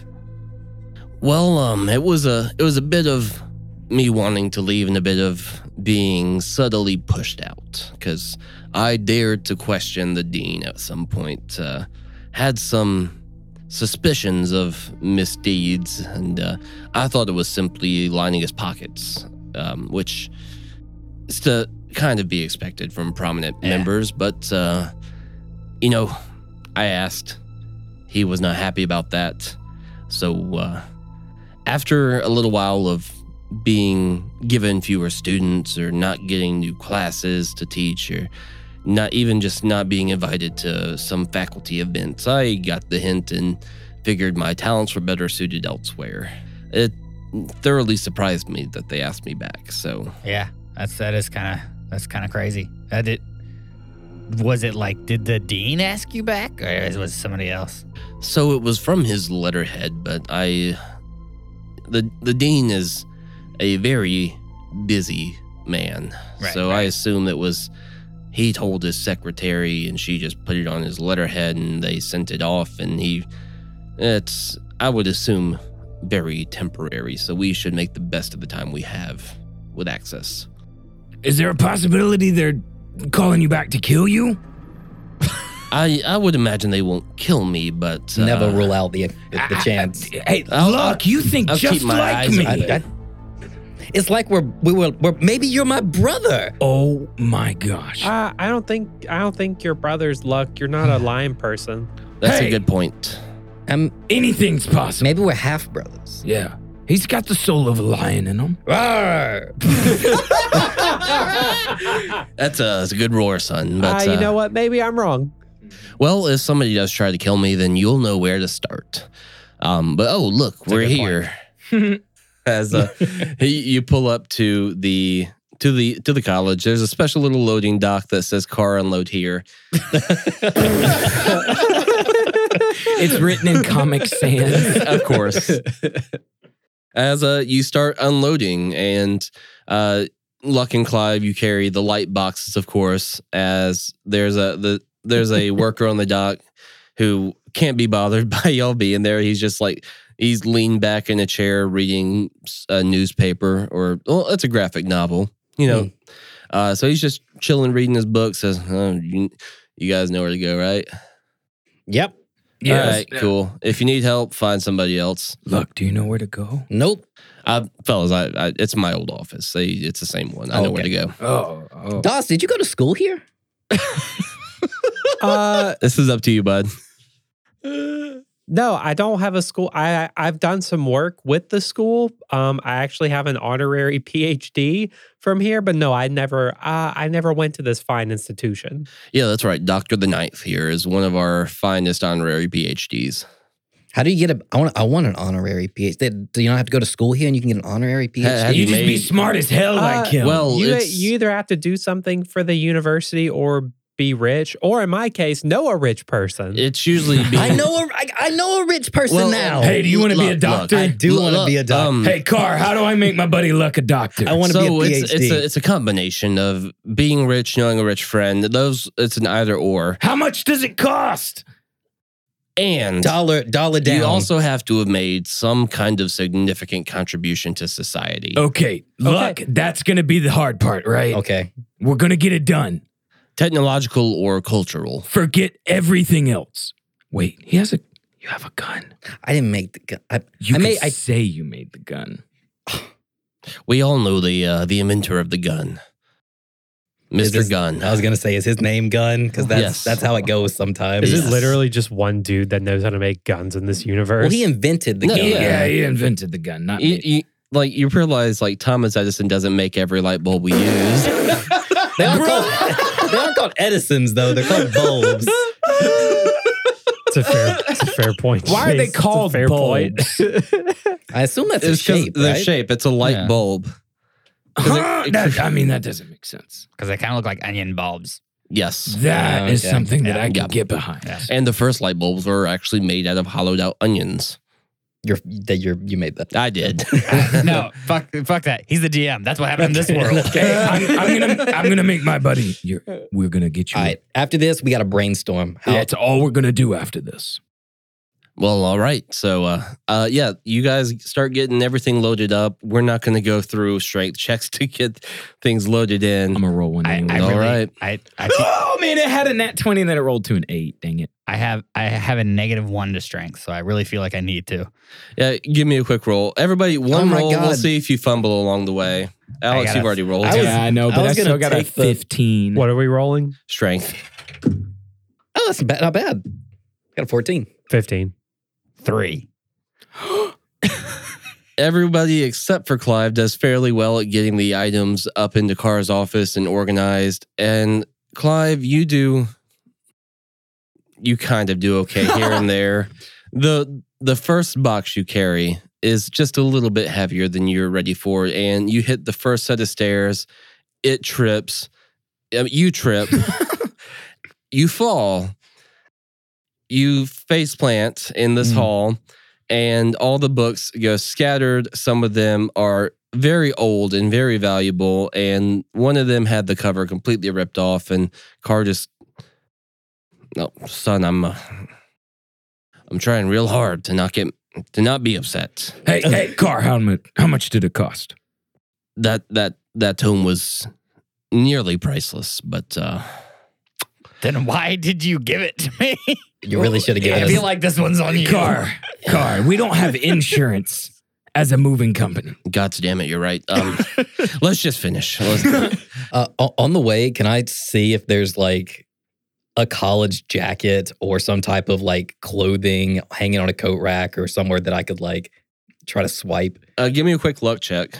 A: Well, um, it was a it was a bit of me wanting to leave and a bit of being subtly pushed out because I dared to question the dean at some point. Uh, had some suspicions of misdeeds, and uh, I thought it was simply lining his pockets, um, which is to kind of be expected from prominent
G: Yeah.
A: members. But uh, you know, I asked. He was not happy about that, so. Uh, after a little while of being given fewer students or not getting new classes to teach or not even just not being invited to some faculty events, I got the hint and figured my talents were better suited elsewhere. It thoroughly surprised me that they asked me back, so
G: Yeah, that's that is kind of that's kind of crazy. That did. Was it like did the dean ask you back, or was it somebody else?
A: So it was from his letterhead, but I the the dean is a very busy man.
G: Right,
A: so I
G: right.
A: assume it was he told his secretary and she just put it on his letterhead and they sent it off and he it's I would assume very temporary, so we should make the best of the time we have with access.
J: Is there a possibility they're calling you back to kill you?
A: I I would imagine they won't kill me, but uh,
D: Never rule out the the,
A: Ah.
J: I- I-
D: chance.
J: Hey,
A: I'll-
J: look, you think
A: Oh, uh, I'll
J: just
A: keep my
J: like
A: eyes
J: me.
A: open.
D: I- it's like we're we were, we're maybe you're my brother.
J: oh my gosh.
C: Uh, I don't think I don't think your brother's luck. You're not a lying person.
A: that's
J: Hey!
A: a good point.
D: Um,
J: Anything's possible.
D: maybe we're half brothers.
J: Yeah. He's got the soul of a lion in him.
A: That's a, that's a good roar, son. But
C: uh, you
A: uh,
C: know what? Maybe I'm wrong.
A: Well, if somebody does try to kill me, then you'll know where to start. Um, but oh, look, we're here. As uh, he, you pull up to the to the to the college, there's a special little loading dock that says "car unload here."
B: It's written in Comic Sans.
A: of course. As uh, you start unloading, and uh, Luck and Clive, you carry the light boxes, of course. As there's a the there's a worker on the dock who can't be bothered by y'all being there. He's just like he's leaned back in a chair reading s- a newspaper or well, it's a graphic novel, you know. Uh, so he's just chilling, reading his book. Says, oh, you, "You guys know where to go, right?
D: Yep.
A: All right, cool. If you need help, find somebody else."
J: Look, do you know where to go?
D: Nope.
A: I, Uh, fellas, I, I it's my old office. They, it's the same one. I know where to go.
J: Oh, oh.
D: Doss, did you go to school here?
A: Uh, this is up to you, bud.
C: No, I don't have a school. I I've done some work with the school. Um, I actually have an honorary PhD from here, but no, I never uh, I never went to this fine institution.
A: Yeah, that's right. Doctor the Ninth here is one of our finest honorary PhDs.
D: How do you get a? I want. I want an honorary PhD. Do you not have to go to school here, and you can get an honorary PhD?
A: have
J: You just be
A: made-
J: smart as hell like
C: Uh,
J: him.
A: Well,
C: you
A: it's-
C: you either have to do something for the university or be rich, or in my case, know a rich person.
A: It's usually being,
D: I know. A, I, I know a rich person
A: Well,
D: now.
J: Hey, do you wanna be a doctor?
D: I do wanna be a doctor.
A: um,
J: hey, Carr, how do I make my buddy Luck a doctor?
D: I want to
A: so
D: be a PhD.
A: it's it's a it's a combination of being rich, knowing a rich friend. Those it's an either or,
J: how much does it cost?
A: and
D: dollar dollar down.
A: you also have to have made some kind of significant contribution to society.
D: Oh.
J: Okay, Luck, that's going to be the hard part, right?
D: okay.
J: We're going to get it done.
A: technological or cultural.
J: Forget everything else. Wait, he has a. You have a gun.
D: I didn't make the. gu- I,
J: You
D: I
J: could
D: made. I,
J: say you made the gun.
A: We all know the uh, the inventor of the gun,
D: Is
A: Mister
D: this-
A: Gun.
D: I was gonna say, is his name Gun? Because that's
A: Yes.
D: that's how it goes sometimes.
C: Is
D: Yes.
C: it literally just one dude that knows how to make guns in this universe?
D: Well, he invented the
A: No,
D: gun.
A: Yeah.
J: Yeah, he invented the gun, not
A: You-
J: me.
A: you- like you realize, like Thomas Edison doesn't make every light bulb we use.
D: They aren't called. they aren't called Edisons though. They're called bulbs.
C: it's a fair, it's a fair point.
J: Why are they
C: Chase. It's a
J: called
C: fair point.
D: I assume that's
A: it's
D: his
A: because
D: shape,
A: the
D: right?
A: shape. It's a light
G: Yeah.
A: bulb.
J: Huh? That- I mean, that doesn't make sense.
G: because they kind of look like onion bulbs.
A: Yes.
J: That
D: Oh,
J: is
D: okay.
J: something that I can
A: yeah.
J: get behind.
G: Yeah.
A: And the first light bulbs were actually made out of hollowed out onions.
D: You're, that you're, you made that.
A: I did.
G: no, fuck, fuck that. He's the GM. That's what happened in this world.
J: Okay, I'm, I'm gonna I'm gonna make my buddy. You're, we're gonna get you.
D: All right. After this, we got to brainstorm. How,
J: That's all we're gonna do after this.
A: well, all right. So, uh, uh, yeah, you guys start getting everything loaded up. We're not going to go through strength checks to get things loaded in.
B: I'm gonna roll one.
G: I,
B: anyway.
G: I
A: All
G: really,
A: right.
G: I, I,
J: Oh man, it had a nat twenty and then it rolled to an eight. Dang it!
G: I have, I have a negative one to strength, so I really feel like I need to.
A: Yeah, give me a quick roll. Everybody,
D: Oh
A: one
D: my
A: roll. We'll
D: God.
A: see if you fumble along the way. Alex,
G: gotta-
A: you've already rolled.
D: I was-
B: yeah, I know,
D: I
B: but I,
D: was gonna
B: still got a
D: take the-
B: fifteen.
C: What are we rolling?
A: strength.
D: oh, that's bad, not bad. Got a 14.
C: Fifteen.
G: Three.
A: Everybody except for Clive does fairly well at getting the items up into Carr's office and organized. And Clive, you do you kind of do okay here and there. The the first box you carry is just a little bit heavier than you're ready for, and you hit the first set of stairs, it trips, um, you trip, you fall, you face plant in this
G: Mhm.
A: hall, and all the books go scattered. Some of them are very old and very valuable, and one of them had the cover completely ripped off, and Car just no, son, I'm uh, I'm trying real hard to not get to not be upset.
J: Hey, hey, car, how much how much did it cost?
A: That that that tome was nearly priceless, but uh
G: Then why did you give it to me?
D: You really should have
G: I
D: given
G: feel
D: us.
G: like this one's on you.
J: Car, car, we don't have insurance as a moving company.
A: god damn it, you're right. Um let's just finish. Let's-
D: Uh, o- on the way, can I see if there's like a college jacket or some type of like clothing hanging on a coat rack or somewhere that I could like try to swipe?
A: uh, give me a quick luck check.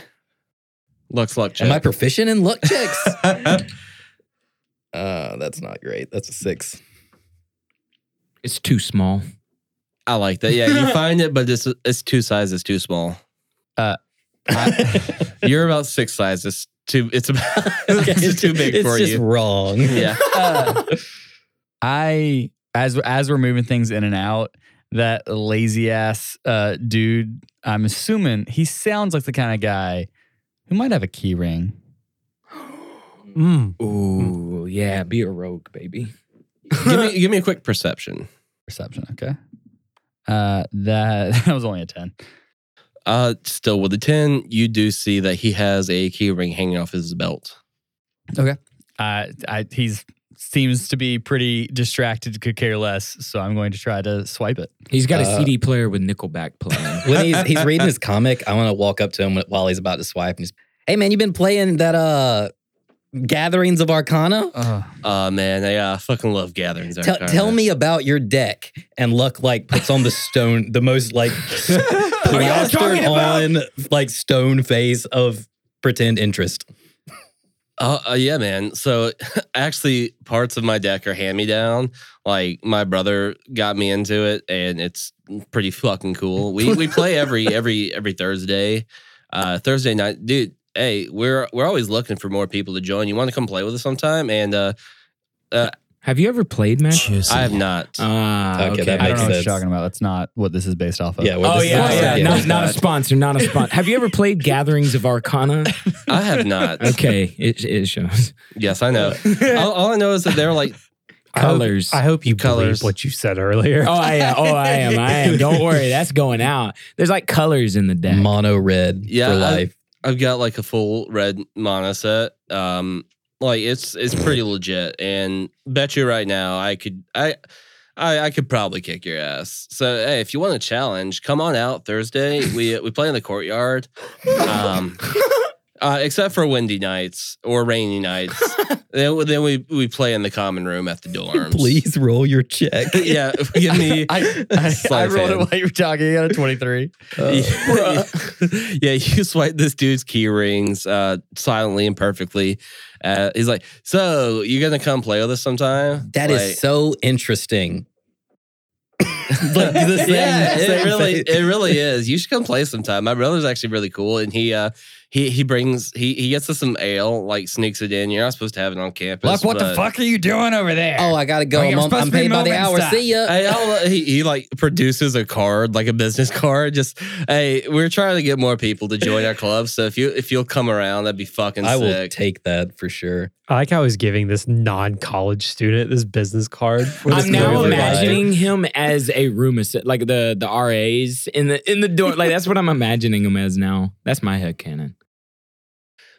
A: Luck's luck check.
D: Am I proficient in luck checks? uh, that's not great. That's a six.
B: It's too small.
A: I like that. Yeah, you find it, but it's it's two sizes too small.
G: Uh,
A: I- you're about six sizes too. It's about it's too big
D: it's
A: for
D: just
A: you.
D: wrong.
A: Yeah.
G: I as as we're moving things in and out, that lazy ass uh, dude. I'm assuming he sounds like the kind of guy who might have a key ring.
J: Mm.
B: Ooh, yeah, be a rogue, baby.
A: give me give me a quick perception.
G: Perception, okay. Uh, that that was only a ten.
A: Uh, still with the ten, you do see that he has a key ring hanging off his belt.
G: Uh, I he's seems to be pretty distracted, could care less. So I'm going to try to swipe it.
B: He's got a
D: Uh,
B: CD player with Nickelback playing.
D: when he's he's reading his comic, I want to walk up to him while he's about to swipe and just, hey man, you've been playing that uh gatherings of Arcana?
A: Oh man, I uh, fucking love gatherings.
D: Tell,
A: Arcana.
D: tell me about your deck. And Luck like puts on the stone, the most like plastered on like stone face of pretend interest.
A: Oh uh, yeah, man. So actually, parts of my deck are hand me down. Like my brother got me into it, and it's pretty fucking cool. We we play every every every Thursday, uh, Thursday night, dude. Hey, we're we're always looking for more people to join. You want to come play with us sometime? And uh,
B: Have you ever played Magic?
A: I have not.
B: Ah,
D: Okay,
B: okay.
D: that
G: I don't
D: makes
G: know what you're
D: sense.
G: talking about. That's not what this is based off of.
D: Yeah. well,
J: Oh
D: this is
J: yeah,
D: awesome.
J: yeah. Not, not a
D: it's
J: sponsor, not a sponsor. Have you ever played Gatherings of Arcana?
A: I have not.
B: Okay, it, it shows
A: Yes, I know. all, all I know is that they're like
B: colors.
C: I hope you believe
A: Colors.
C: what you said earlier.
J: Oh, I am. Oh, I am. I am. Don't worry, that's going out. There's like colors in the deck.
D: mono red
A: Yeah,
D: for
A: I-
D: life.
A: I've got like a full red mono set. Um, like it's it's pretty legit, and bet you right now I could I. I, I could probably kick your ass. So hey, if you want a challenge, come on out Thursday. We we play in the courtyard, um, uh, except for windy nights or rainy nights. then then we, we play in the common room at the dorms.
D: Please roll your check.
A: yeah, give me.
G: I, I, I
A: Slight
G: rolled it
A: fan.
G: while you were talking. You got a 23.
A: yeah, yeah, you swipe this dude's key rings uh, silently and perfectly. Uh, he's like, "So you gonna come play with us sometime?"
D: That is
A: Like,
D: so interesting. like the same,
A: yeah, it
D: same
A: really,
D: thing.
A: it really is. You should come play sometime. My brother's actually really cool, and he uh, he he brings he he gets us some ale, like sneaks it in. You're not supposed to have it on campus.
G: Luck, what the
A: but-
G: fuck are you doing over there?
D: Oh, I gotta go.
G: Oh, you're
D: I'm, on,
G: supposed
D: I'm
G: to be
D: paid by the
G: moving
D: hour.
G: stuff.
D: See ya.
A: Hey, I don't know, he, he like produces a card, like a business card. Just hey, we're trying to get more people to join our club. So if you if you'll come around, that'd be fucking
D: I will
A: sick.
D: take that for sure.
C: I like how he's giving this non-college student this business card. for this
B: I'm now
C: clearly, like,
B: imagining him as a room assistant, like the the RAs in the in the door. Like that's what I'm imagining him as now. That's my head cannon.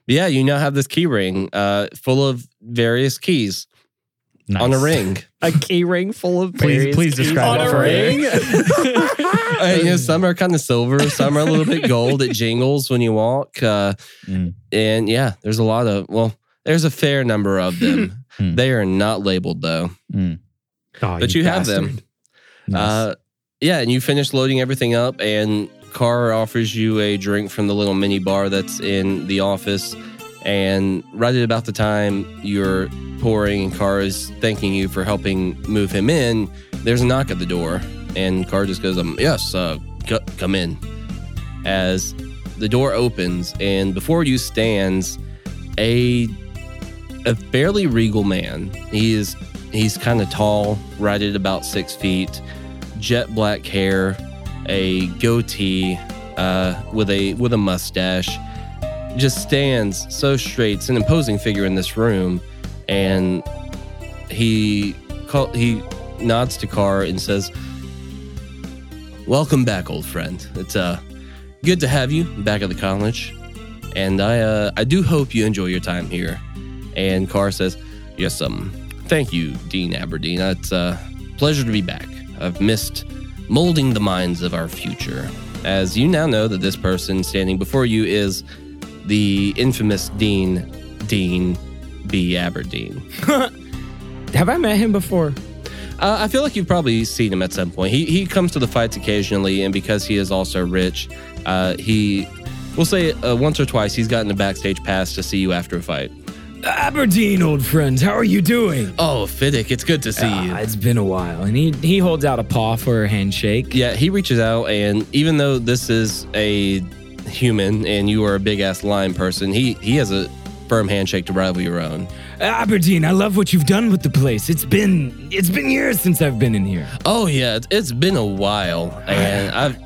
A: Yeah, you now have this key ring uh, full of various keys on a ring.
C: a key ring full of
G: Please,
C: berries.
G: please describe
J: On a
G: it for me.
A: Uh, you know, some are kind of silver, some are a little bit gold. It jingles when you walk. Uh,
G: Mm.
A: And yeah, there's a lot of, well, there's a fair number of them.
G: Mm.
A: they are not labeled though,
C: Aw,
A: but you, have them.
C: bastard.
G: Nice.
A: Uh, yeah, and you finish loading everything up, and Car offers you a drink from the little mini bar that's in the office. And right at about the time you're pouring, and Car is thanking you for helping move him in, there's a knock at the door, and Car just goes, um, "Yes, uh, c- come in." As the door opens, and before you stands a a fairly regal man. He is he's kind of tall, right at about six feet jet black hair, a goatee, uh, with a with a mustache, just stands so straight. It's an imposing figure in this room, and he call, he nods to Carr and says, "Welcome back, old friend. It's uh good to have you back at the college, and I uh, I do hope you enjoy your time here." And Carr says, "Yes, um, thank you, Dean Aberdeen. It's uh." pleasure to be back. I've missed molding the minds of our future. As you now know that this person standing before you is the infamous Dean, Dean B. Aberdeen.
B: Have I met him before?
A: Uh, I feel like you've probably seen him at some point. He, he comes to the fights occasionally, and because he is also rich, uh, he, we'll say uh, once or twice, he's gotten a backstage pass to see you after a fight.
B: Aberdeen, old friends, how are you doing?
A: Oh, Fiddick, it's good to see you.
B: Ah, it's been a while, and he he holds out a paw for a handshake.
A: Yeah, he reaches out, and even though this is a human and you are a big ass lion person, he he has a firm handshake to rival your own.
B: Aberdeen, I love what you've done with the place. It's been it's been years since I've been in here.
A: Oh yeah, it's- it's been a while, and I've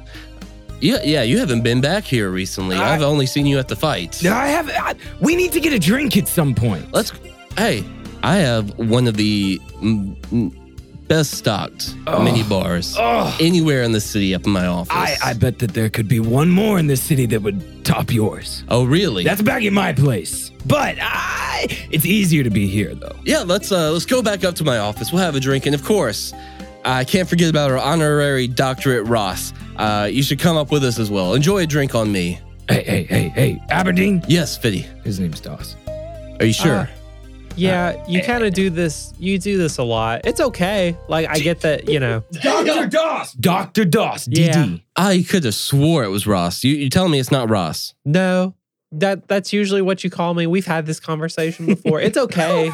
A: yeah yeah you haven't been back here recently. I, have only seen you at the fights.
B: I have. I, we need to get a drink at some point.
A: Let's hey, I have one of the mm, mm, best stocked mini bars anywhere in the city up in my office.
B: Oh, I, I bet that there could be one more in this city that would top yours.
A: oh really?
B: That's back in my place. But I, it's easier to be here, though.
A: yeah, let's uh, let's go back up to my office. We'll have a drink, and of course, I can't forget about our honorary doctorate, Ross. Uh, you should come up with us as well. Enjoy a drink on me.
B: Hey, hey, hey, hey, Aberdeen.
A: Yes, Fiddy.
B: His name's Doss.
D: Uh,
A: Are you sure?
C: Yeah, you kind of do this. You do this a lot. It's okay. Like I get that. You know.
B: Dr. Doss! Dr. Doss, DD.
A: I could have swore it was Ross. You, you're telling me it's not Ross.
C: No, that that's usually what you call me. We've had this conversation before. It's okay.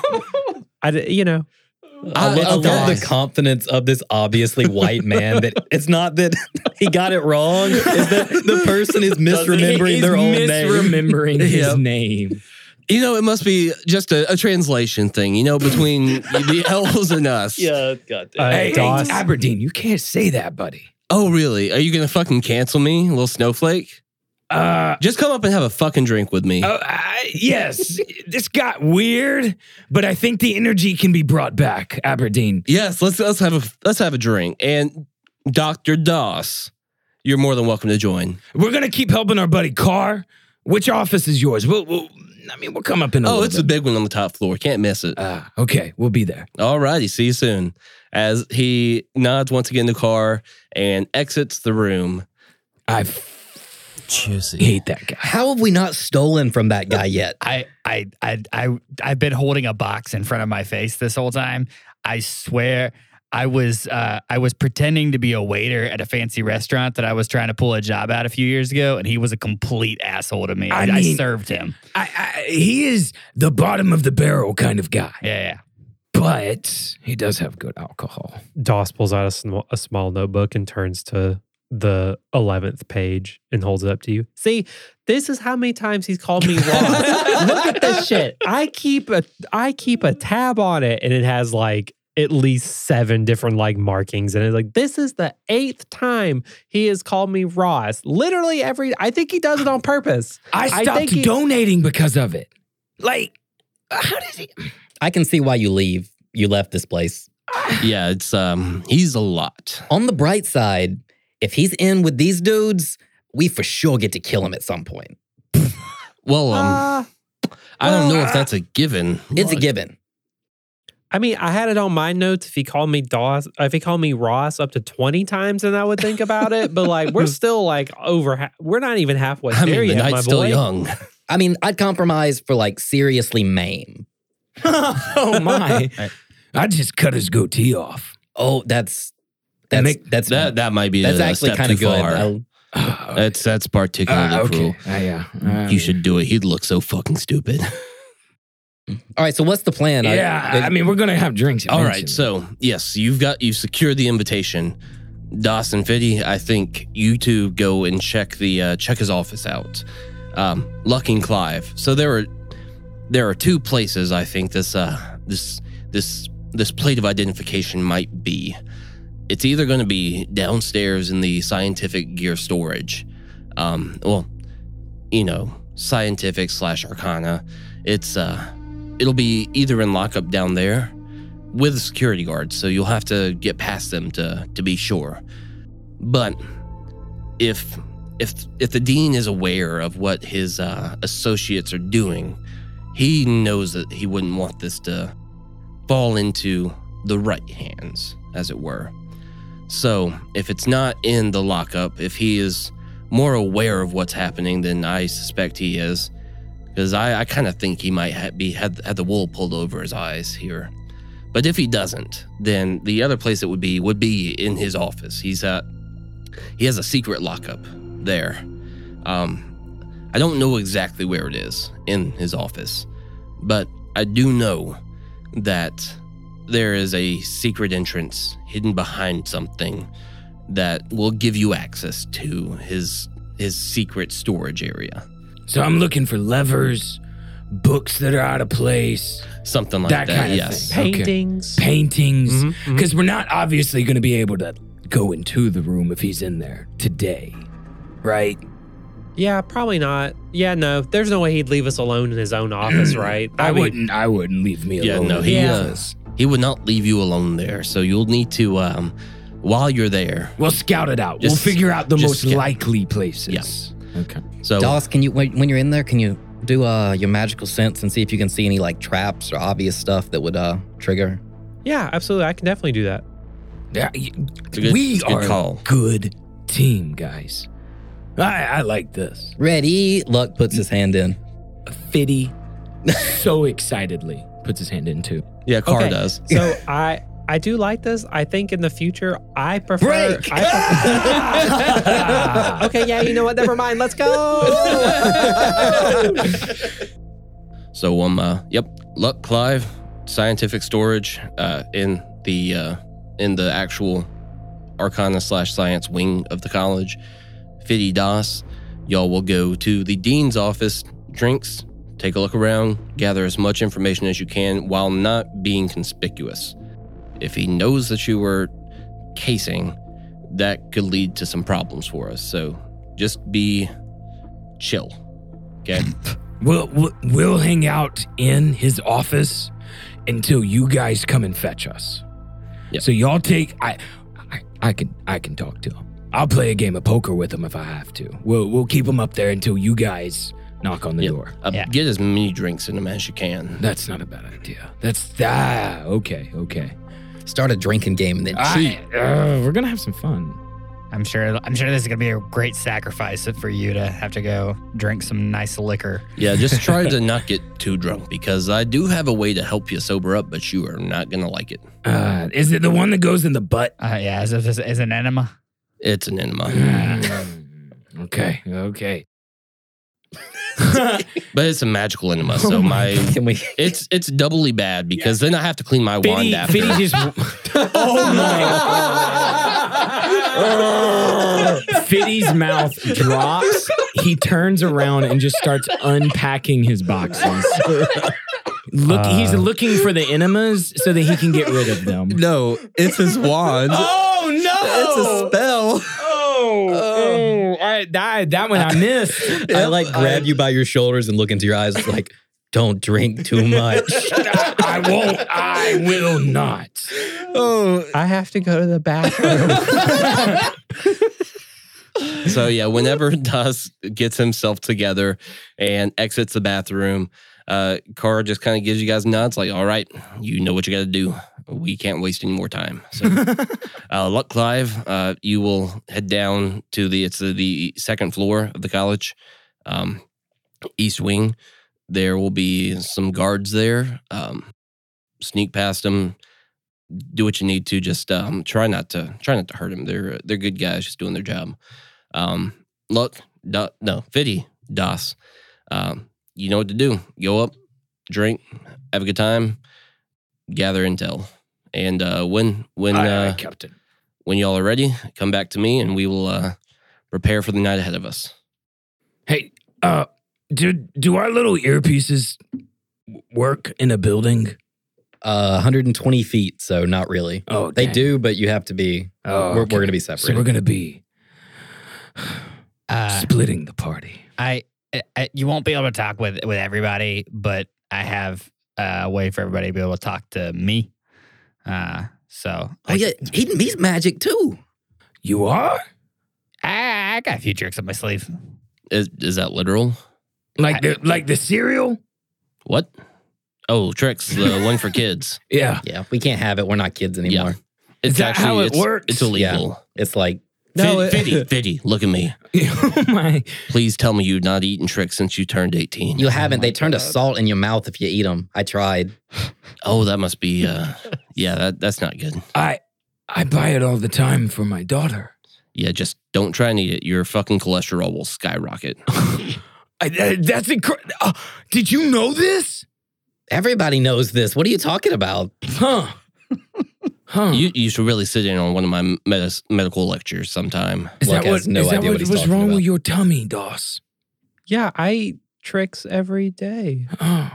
C: I d- you know
D: I,
A: I
D: lo- I
A: love
D: love
A: that.
D: the confidence of this obviously white man that it's not that he got it wrong, it's that the person is misremembering
B: He's
D: their own name.
B: misremembering his
A: Yep.
B: name.
A: You know, it must be just a, a translation thing, you know, between the elves and us.
D: Yeah, God
C: Uh,
B: Hey, hey,
C: Doss.
B: Aberdeen, you can't say that, buddy.
A: Oh, really? Are you going to fucking cancel me, little snowflake?
B: Uh,
A: Just come up and have a fucking drink with me.
B: oh, I- yes, this got weird, but I think the energy can be brought back, Aberdeen.
A: Yes, let's let's have a let's have a drink. And Dr. Doss, you're more than welcome to join.
B: We're gonna keep helping our buddy Carr. Which office is yours? We'll, we'll I mean, we'll come up in a
A: Oh,
B: little
A: it's a
B: bit.
A: big one on the top floor. Can't miss it.
B: Ah, okay, we'll be there.
A: All righty, see you soon. As he nods once again to Carr and exits the room.
B: I f-
L: Juicy.
B: hate that guy.
D: How have we not stolen from that guy yet?
G: I, I, I, I, I've been holding a box in front of my face this whole time. I swear, I was, uh, I was pretending to be a waiter at a fancy restaurant that I was trying to pull a job at a few years ago, and he was a complete asshole to me.
B: I
G: and I
B: mean-
G: served him.
B: I, I, he is the bottom of the barrel kind of guy,
G: Yeah, yeah.
B: but he does have good alcohol.
C: Doss pulls out a, sm- a small notebook and turns to the eleventh page and holds it up to you. See, this is how many times he's called me wrong. Look at this shit. I keep a I keep a tab on it, and it has like at least seven different like markings, and it's like this is the eighth time he has called me Ross. Literally every. I think he does it on purpose.
B: I
C: I
B: stopped
C: think he-
B: donating because of it. Like, how does he?
D: I can see why you leave. You left this place.
A: Yeah, it's um he's a lot.
D: On the bright side, if he's in with these dudes, we for sure get to kill him at some point.
A: Well, um
C: Uh,
A: I don't know
B: uh,
A: if that's a given.
D: It's a given.
C: I mean, I had it on my notes. If he called me Doss, uh, if he called me Ross up to twenty times, then I would think about it. But like, we're still like over. Ha- we're not even halfway
A: I
C: there
A: mean, the
C: yet, my
A: night's still
C: boy.
A: young.
D: I mean, I'd compromise for like seriously maim.
B: oh my! I just cut his goatee off.
D: Oh, that's that's
B: And make-
D: that's
A: That that might be
D: that's
A: a
D: actually
A: step
D: kind of
A: too
D: good.
A: far.
D: I'll-
B: Uh,
A: That's that's particularly cruel.
B: okay. Ah, yeah. Um,
A: You should do it. He'd look so fucking stupid.
D: all right, so what's the plan? I-
B: Yeah, I,
D: it-
B: mean, we're gonna have drinks.
A: All right. So yes, you've got you've secured the invitation. Doss and Fiddy, I think you two go and check the uh, check his office out. Um, Luck and Clive. So there are there are two places I think this uh this this this plate of identification might be. It's either going to be downstairs in the scientific gear storage, um, well, you know, scientific slash arcana. It's uh, it'll be either in lockup down there with security guards, so you'll have to get past them to to be sure. But if if if the dean is aware of what his uh, associates are doing, he knows that he wouldn't want this to fall into the right hands, as it were. So if it's not in the lockup, if he is more aware of what's happening than I suspect he is, because I, I kind of think he might ha- be had, had the wool pulled over his eyes here. But if he doesn't, then the other place it would be would be in his office. He's uh he has a secret lockup there. Um I don't know exactly where it is in his office, but I do know that there is a secret entrance hidden behind something that will give you access to his his secret storage area.
B: So I'm looking for levers, books that are out of place,
A: Something like
B: That
A: that.
B: kind of
A: yes.
B: thing. Okay.
C: Paintings.
B: paintings,
A: Mm-hmm.
C: Mhm, mhm.
B: because we're not obviously going to be able to go into the room if he's in there today, right?
C: Yeah, probably not. Yeah, no. There's no way he'd leave us alone in his own office,
A: Mm-hmm.
C: right?
B: I,
C: That'd be-
B: wouldn't. I wouldn't leave me
A: Yeah,
B: alone.
A: no,
B: in
A: he,
B: the
A: uh,
B: office.
A: He would not leave you alone there, so you'll need to um while you're there.
B: We'll scout it out.
A: Just-
B: we'll figure out the
A: just
B: most
A: scout.
B: likely places. Okay.
A: So
D: Doss, can you when, when you're in there, can you do uh, your magical sense and see if you can see any like traps or obvious stuff that would uh, trigger?
C: yeah, absolutely. I can definitely do that.
B: Yeah, y-
A: a good-
B: we
A: it's a good
B: are
A: call.
B: a good team, guys. I, I like this.
D: Ready? Luck puts his hand in.
B: Fitty so excitedly
M: puts his hand into.
A: Yeah, Car
C: Okay.
A: does.
C: So I I do like this. I think in the future I prefer.
N: Break!
C: I prefer- okay, yeah, you know what? Never mind. Let's go.
A: So um uh, yep, Luck Clive, scientific storage uh, in the uh, in the actual Arcana slash science wing of the college. Fiddy Das, y'all will go to the dean's office, drinks, take a look around, gather as much information as you can while not being conspicuous. If he knows that you were casing, that could lead to some problems for us. So just be chill. Okay.
B: We'll, we'll, we'll hang out in his office until you guys come and fetch us.
A: Yep.
B: So y'all take I, I I can I can talk to him. I'll play a game of poker with him if I have to. We'll we'll keep him up there until you guys knock on the
A: Yep.
B: door.
A: Uh, Get as many drinks in him as you can.
B: That's not a bad idea. That's ah okay okay.
D: Start a drinking game and then cheat.
B: I- uh, we're gonna have some fun.
G: I'm sure. I'm sure this is gonna be a great sacrifice for you to have to go drink some nice liquor.
A: Yeah, just try to not get too drunk because I do have a way to help you sober up, but you are not going to like it.
B: Uh, is it the one that goes in the butt?
G: Uh, yeah, is this is an enema?
A: It's an enema,
B: Mm, okay okay.
A: but it's a magical enema. So my,
D: Can we?
A: it's it's doubly bad because then I have to clean my wand
B: Fitty,
A: after.
B: Fitty just. oh my! Fitty's mouth drops. He turns around and just starts unpacking his boxes. Look, he's
C: Uh.
B: looking for the enemas so that he can get rid of them.
O: No, it's his wand.
B: Oh no!
O: spell.
B: oh, oh, I, that that one I missed.
D: I like grab you by your shoulders and look into your eyes like, don't drink too much.
B: I won't. I will not.
O: Oh,
C: I have to go to the bathroom.
A: So yeah, whenever Das gets himself together and exits the bathroom, uh, Car just kind of gives you guys nods like, "All right, you know what you got to do. We can't waste any more time." So, uh, Luck Clive, uh, you will head down to the it's the, the second floor of the college, um, east wing. There will be some guards there. Um, sneak past them. Do what you need to. Just um, try not to try not to hurt them. They're they're good guys, just doing their job. Um, look, da, no, Fiddy, Das. Um, you know what to do. Go up, drink, have a good time, gather intel, and uh, when when
B: Aye, aye,
A: uh,
B: Captain.
A: when y'all are ready, come back to me, and we will uh, prepare for the night ahead of us.
B: Hey, uh, do do our little earpieces w- work in a building?
D: Uh, 120 feet, so not really.
B: Oh,
D: They
B: dang.
D: do, but you have to be.
B: Oh,
D: we're,
B: okay.
D: we're gonna be
B: So
D: separated.
B: we're gonna be
G: Uh,
B: splitting the party.
G: I, I you won't be able to talk with with everybody, but I have uh, a way for everybody to be able to talk to me. Uh, so
D: Oh, yeah, he, he's magic too.
B: You are
G: I, I got a few tricks up my sleeve.
A: Is, is that literal?
B: like the like the cereal.
A: What? Oh, tricks, the one for kids.
B: Yeah,
D: Yeah, we can't have it. We're not kids anymore.
A: It's
B: Is that
A: actually
B: how it
A: it's,
B: works?
A: It's illegal.
D: It's like
A: No, Fiddy, Fiddy, look at me.
B: oh my!
A: Please tell me you're not eating tricks since you turned 18.
D: you haven't. They turned a salt in your mouth if you eat them. I tried.
A: Oh, that must be, uh, yeah, that, that's not good.
B: I I buy it all the time for my daughter.
A: Yeah, just don't try and eat it. Your fucking cholesterol will skyrocket.
B: I, that- that's incredible. did you know this?
D: Everybody knows this. What are you talking about?
B: Huh? Huh?
A: you, you should really sit in on one of my medis medical lectures sometime.
B: is
D: Luck
B: that
D: has
B: what?
D: no
B: is that
D: idea what
B: what
D: he's
B: was
D: talking
B: wrong
D: about.
B: with your tummy, Doss?
C: yeah, I eat tricks every day.
B: Oh.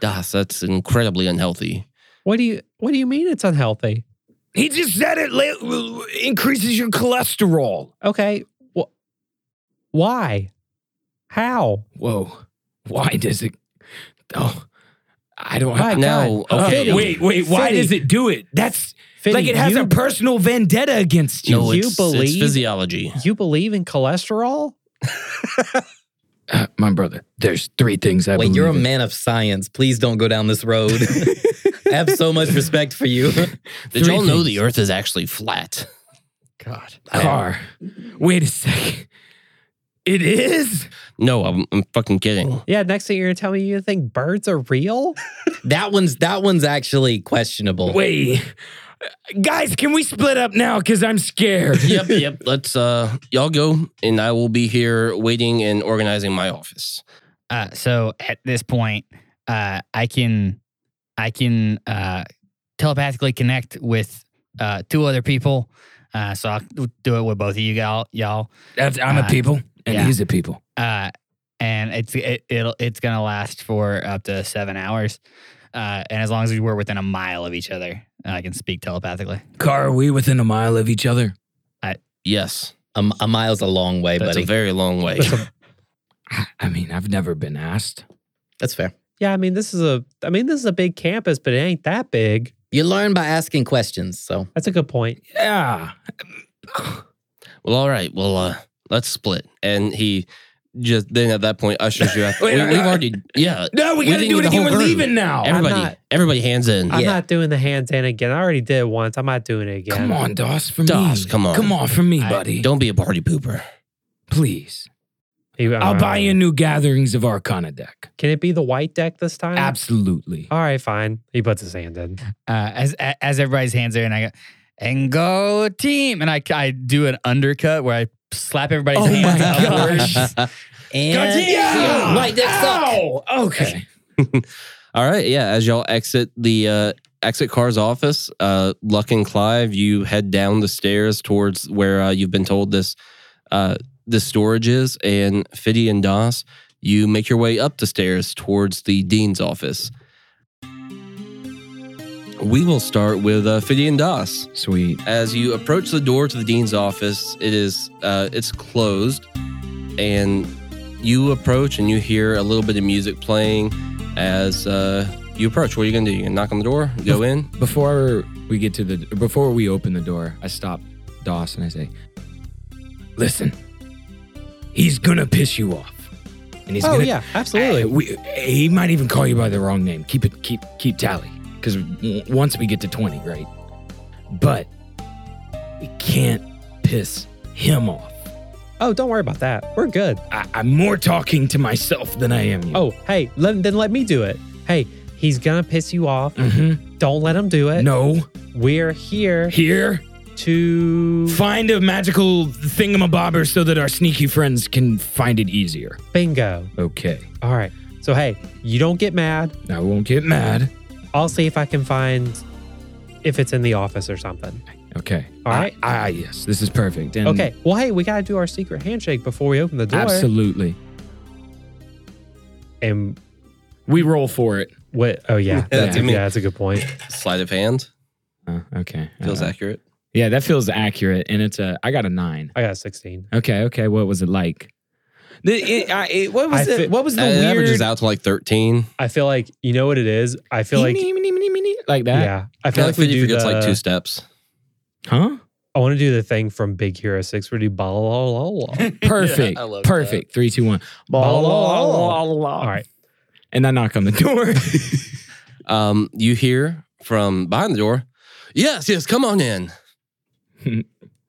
A: Das, that's incredibly unhealthy.
C: What do you What do you mean it's unhealthy?
B: He just said it la- increases your cholesterol.
C: Okay, wh- why? How?
B: Whoa. Why does it? Oh, I don't
C: My
B: have.
A: no,
C: God.
A: okay.
B: Oh, wait, wait. Why
C: Fitty.
B: does it do it? That's
C: Fitty,
B: like it has
C: you,
B: a personal vendetta against you.
A: No,
C: You
A: it's, it's
C: believe-
A: physiology.
C: you believe in cholesterol?
B: Uh, my brother, there's three things I
D: Wait,
B: believe
D: you're a
B: in.
D: man of science. Please don't go down this road. I have so much respect for you.
A: Did
B: Three
A: y'all know
B: things.
A: the earth is actually flat?
D: God.
B: Car. Wait a second.
J: It is?
A: No, I'm, I'm fucking kidding.
C: Yeah, next thing you're gonna tell me you think birds are real?
D: That one's that one's actually questionable.
J: Wait. Guys, can we split up now? Because I'm scared.
A: yep, yep. Let's uh y'all go and I will be here waiting and organizing my office.
G: Uh, so at this point, uh, I can, I can uh, telepathically connect with uh, two other people. Uh, so I'll do it with both of you y'all, y'all.
J: That's, I'm a
G: Uh,
J: people, and
G: yeah.
J: he's a people.
G: Uh, and it's it, it'll it's gonna last for up to seven hours. Uh, and as long as we're within a mile of each other, I can speak telepathically.
J: Car, are we within a mile of each other?
A: Yes.
D: A, m- a mile's a long way,
A: That's
D: buddy.
A: a very long way.
J: I- I mean, I've never been asked.
D: That's fair.
C: Yeah, I mean this is a I mean this is a big campus, but it ain't that big.
D: You learn by asking questions. So
C: That's a good point.
J: Yeah.
A: well, all right. Well, uh let's split. And he just then at that point ushers you out.
J: Wait,
A: we,
J: I-
A: have already yeah.
J: No, we
A: We
J: got to do
A: didn't do
J: it
A: the
J: again.
A: whole
J: We're
A: group.
J: leaving
B: Oh,
J: now.
A: Everybody
C: not-
A: everybody hands in.
C: I'm not doing the hands in again. I already did it once. I'm not doing it again.
J: Come on, Doss, for me.
A: Doss, come on.
J: Come on, for me,
G: I-
J: buddy.
A: Don't be a party pooper.
J: Please.
C: You-
J: I'll
C: uh,
J: buy you new gatherings of Arcana deck.
C: Can it be the white deck this
B: uh,
C: time?
J: Absolutely.
C: All right, fine. He puts his hand in.
G: uh, as a- as everybody's hands are in, I go and go team, and I, I do an undercut where I slap everybody's
J: Oh
G: hands
J: my
G: upwards.
J: gosh.
D: and
J: Yeah!
D: Right, that's up.
J: Ow! Okay.
A: All right, yeah. As y'all exit the uh, exit car's office, uh, Luck and Clive, you head down the stairs towards where uh, you've been told this uh, the storage is, and Fiddy and Das, you make your way up the stairs towards the dean's office. We will start with uh, Fiddy and Das.
B: Sweet.
A: As you approach the door to the dean's office, it is uh, it's closed, and you approach and you hear a little bit of music playing as uh, you approach. What are you gonna do? You gonna knock on the door, go in?
B: Before we get to the before we open the door, I stop Doss and I say,
J: Listen, he's going to piss you off. And he's
C: Oh
J: gonna,
C: yeah, absolutely.
J: Uh, we, he might even call you by the wrong name. Keep it, keep, keep tally. Because once we get to twenty, right? But we can't piss him off.
C: oh, don't worry about that. We're good.
J: I, I'm more talking to myself than I am you.
C: Oh, hey, let, then let me do it. Hey, he's gonna piss you off.
J: Mhm.
C: Don't let him do it.
J: no,
C: We're here
J: here.
C: to
J: Find a magical thingamabobber so that our sneaky friends can find it easier.
C: bingo.
J: Okay,
C: All right. So hey, you don't get mad.
J: I won't get mad.
C: I'll see if I can find if it's in the office or something.
J: Okay.
C: All right.
J: Ah, ah, yes, this is perfect. And
C: Okay. Well, hey, we gotta do our secret handshake before we open the door.
J: Absolutely.
C: And
J: We roll for it.
C: what? Oh yeah, that's,
A: I
C: a,
A: mean-
C: yeah, that's a good point.
A: Sleight of hand
B: Uh, okay.
A: feels
B: Uh,
A: accurate.
B: Yeah, that feels accurate. And it's a I got a nine.
C: I got a sixteen.
B: Okay, okay. What was it like? The- it- I- it- what was
C: I
B: it?
C: fit-
B: What was
A: It
B: the
A: averages
B: weird?
A: out to like thirteen.
C: I feel like you know what it is. I feel like
B: like that,
C: yeah. I
A: I feel like
C: we
A: Fiddy
C: do
A: forgets
C: the,
A: like two steps.
B: huh?
C: I want to do the thing from Big Hero Six where you do blah blah blah. blah.
B: Perfect,
A: I love that.
B: perfect. Three, two, one.
C: All right.
B: And I knock on the door.
A: Um, you hear from behind the door. Yes, yes, come on in.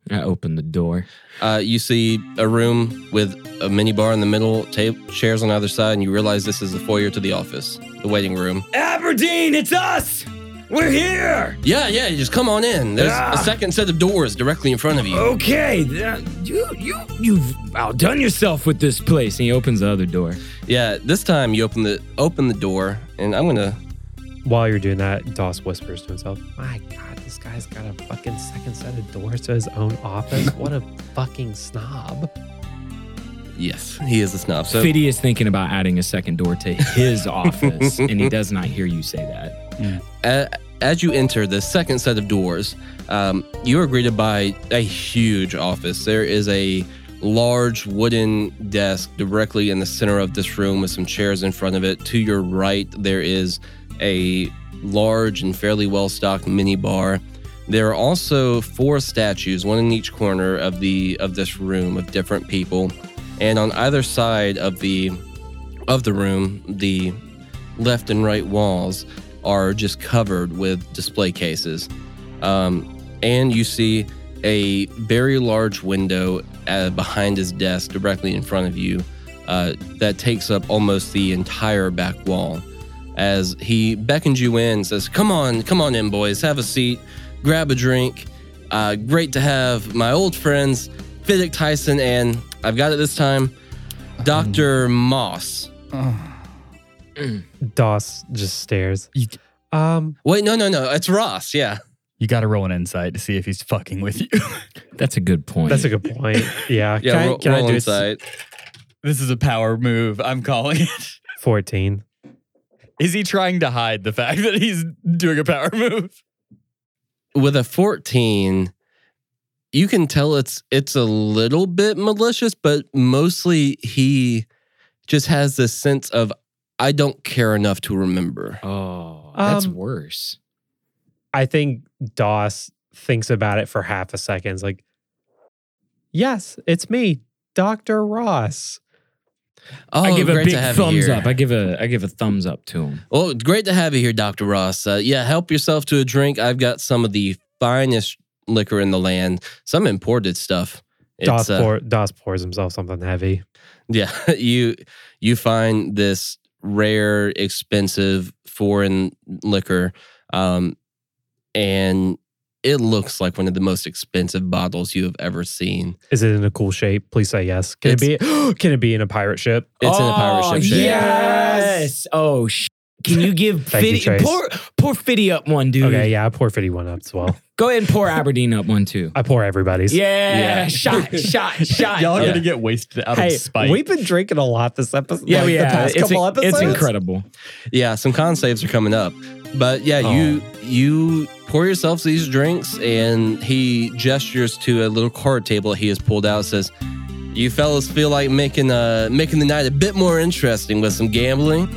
B: I open the door.
A: Uh, you see a room with a mini bar in the middle, table chairs on either side, and you realize this is the foyer to the office, the waiting room.
J: Aberdeen, it's us. We're here.
A: Yeah, yeah, you just come on in. There's a
J: Ah. Oh.
A: second set of doors directly in front of you.
J: Okay, th- you you you've outdone yourself with this place.
B: And he opens the other door.
A: Yeah, this time you open the open the door, and I'm gonna.
C: While you're doing that, Doss whispers to himself, My God, this guy's got a fucking second set of doors to his own office. What a fucking snob.
A: Yes, he is a snob. So
B: Fiddy is thinking about adding a second door to his office, and he does not hear you say that.
A: a- as you enter the second set of doors, um, you are greeted by a huge office. There is a large wooden desk directly in the center of this room with some chairs in front of it. To your right, there is a large and fairly well stocked mini bar. There are also four statues, one in each corner of the of this room of different people. And on either side of the of the room, the left and right walls are just covered with display cases. Um, and you see a very large window uh behind his desk, directly in front of you, uh, that takes up almost the entire back wall. As he beckons you in, says, "Come on, come on in, boys. Have a seat. Grab a drink. Uh, great to have my old friends, Fiddick Tyson and I've got it this time, Doctor Moss."
C: Doss just stares.
G: You-
C: Um,
A: Wait, no, no, no. It's Ross. Yeah.
G: You got to roll an insight to see if he's fucking with you.
B: That's a good point.
C: that's a good point.
A: Yeah.
C: Yeah. Uh, can
A: roll
C: I, can I
A: roll
C: do it?
A: insight.
G: this is a power move. I'm calling it.
C: Fourteen.
G: Is he trying to hide the fact that he's doing a power move?
A: with a 14 you can tell it's it's a little bit malicious but mostly he just has this sense of i don't care enough to remember
B: Oh, that's
C: Um,
B: worse.
C: I think Doss thinks about it for half a second. It's like, yes, it's me, Doctor Ross.
A: oh
B: I give a
A: great
B: big
A: to have you
B: thumbs
A: here.
B: up. I give a I give a thumbs up to him.
A: well great to have you here dr ross uh, yeah help yourself to a drink i've got some of the finest liquor in the land some imported stuff
C: Doss,
A: uh,
C: pour, Doss pours himself something heavy.
A: Yeah, you you find this rare, expensive foreign liquor, um, and it looks like one of the most expensive bottles you have ever seen.
C: Is it in a cool shape? Please say yes. Can it be? can it be in a pirate ship?
A: It's in a
B: Oh,
A: pirate ship. shape.
B: Yes. Oh, sh- can you give
C: Thank you,
B: Fiddy
C: Trace.
B: pour pour Fiddy up one, dude?
C: Okay, yeah, I pour fifty one up as well.
B: Go ahead and pour Aberdeen up one too.
C: I pour everybody's.
B: Yeah,
A: Yeah.
B: shot, shot, shot.
G: Y'all are
B: Oh, yeah.
G: gonna get wasted out
C: Hey,
G: of spite.
C: we've been drinking a lot this episode.
B: yeah,
C: like,
B: yeah.
C: The past
B: it's,
C: couple
B: it's
C: episodes.
B: incredible.
A: Yeah, some con saves are coming up, but yeah, you you pour yourselves these drinks, and he gestures to a little card table he has pulled out. Says, "You fellas feel like making uh making the night a bit more interesting with some gambling."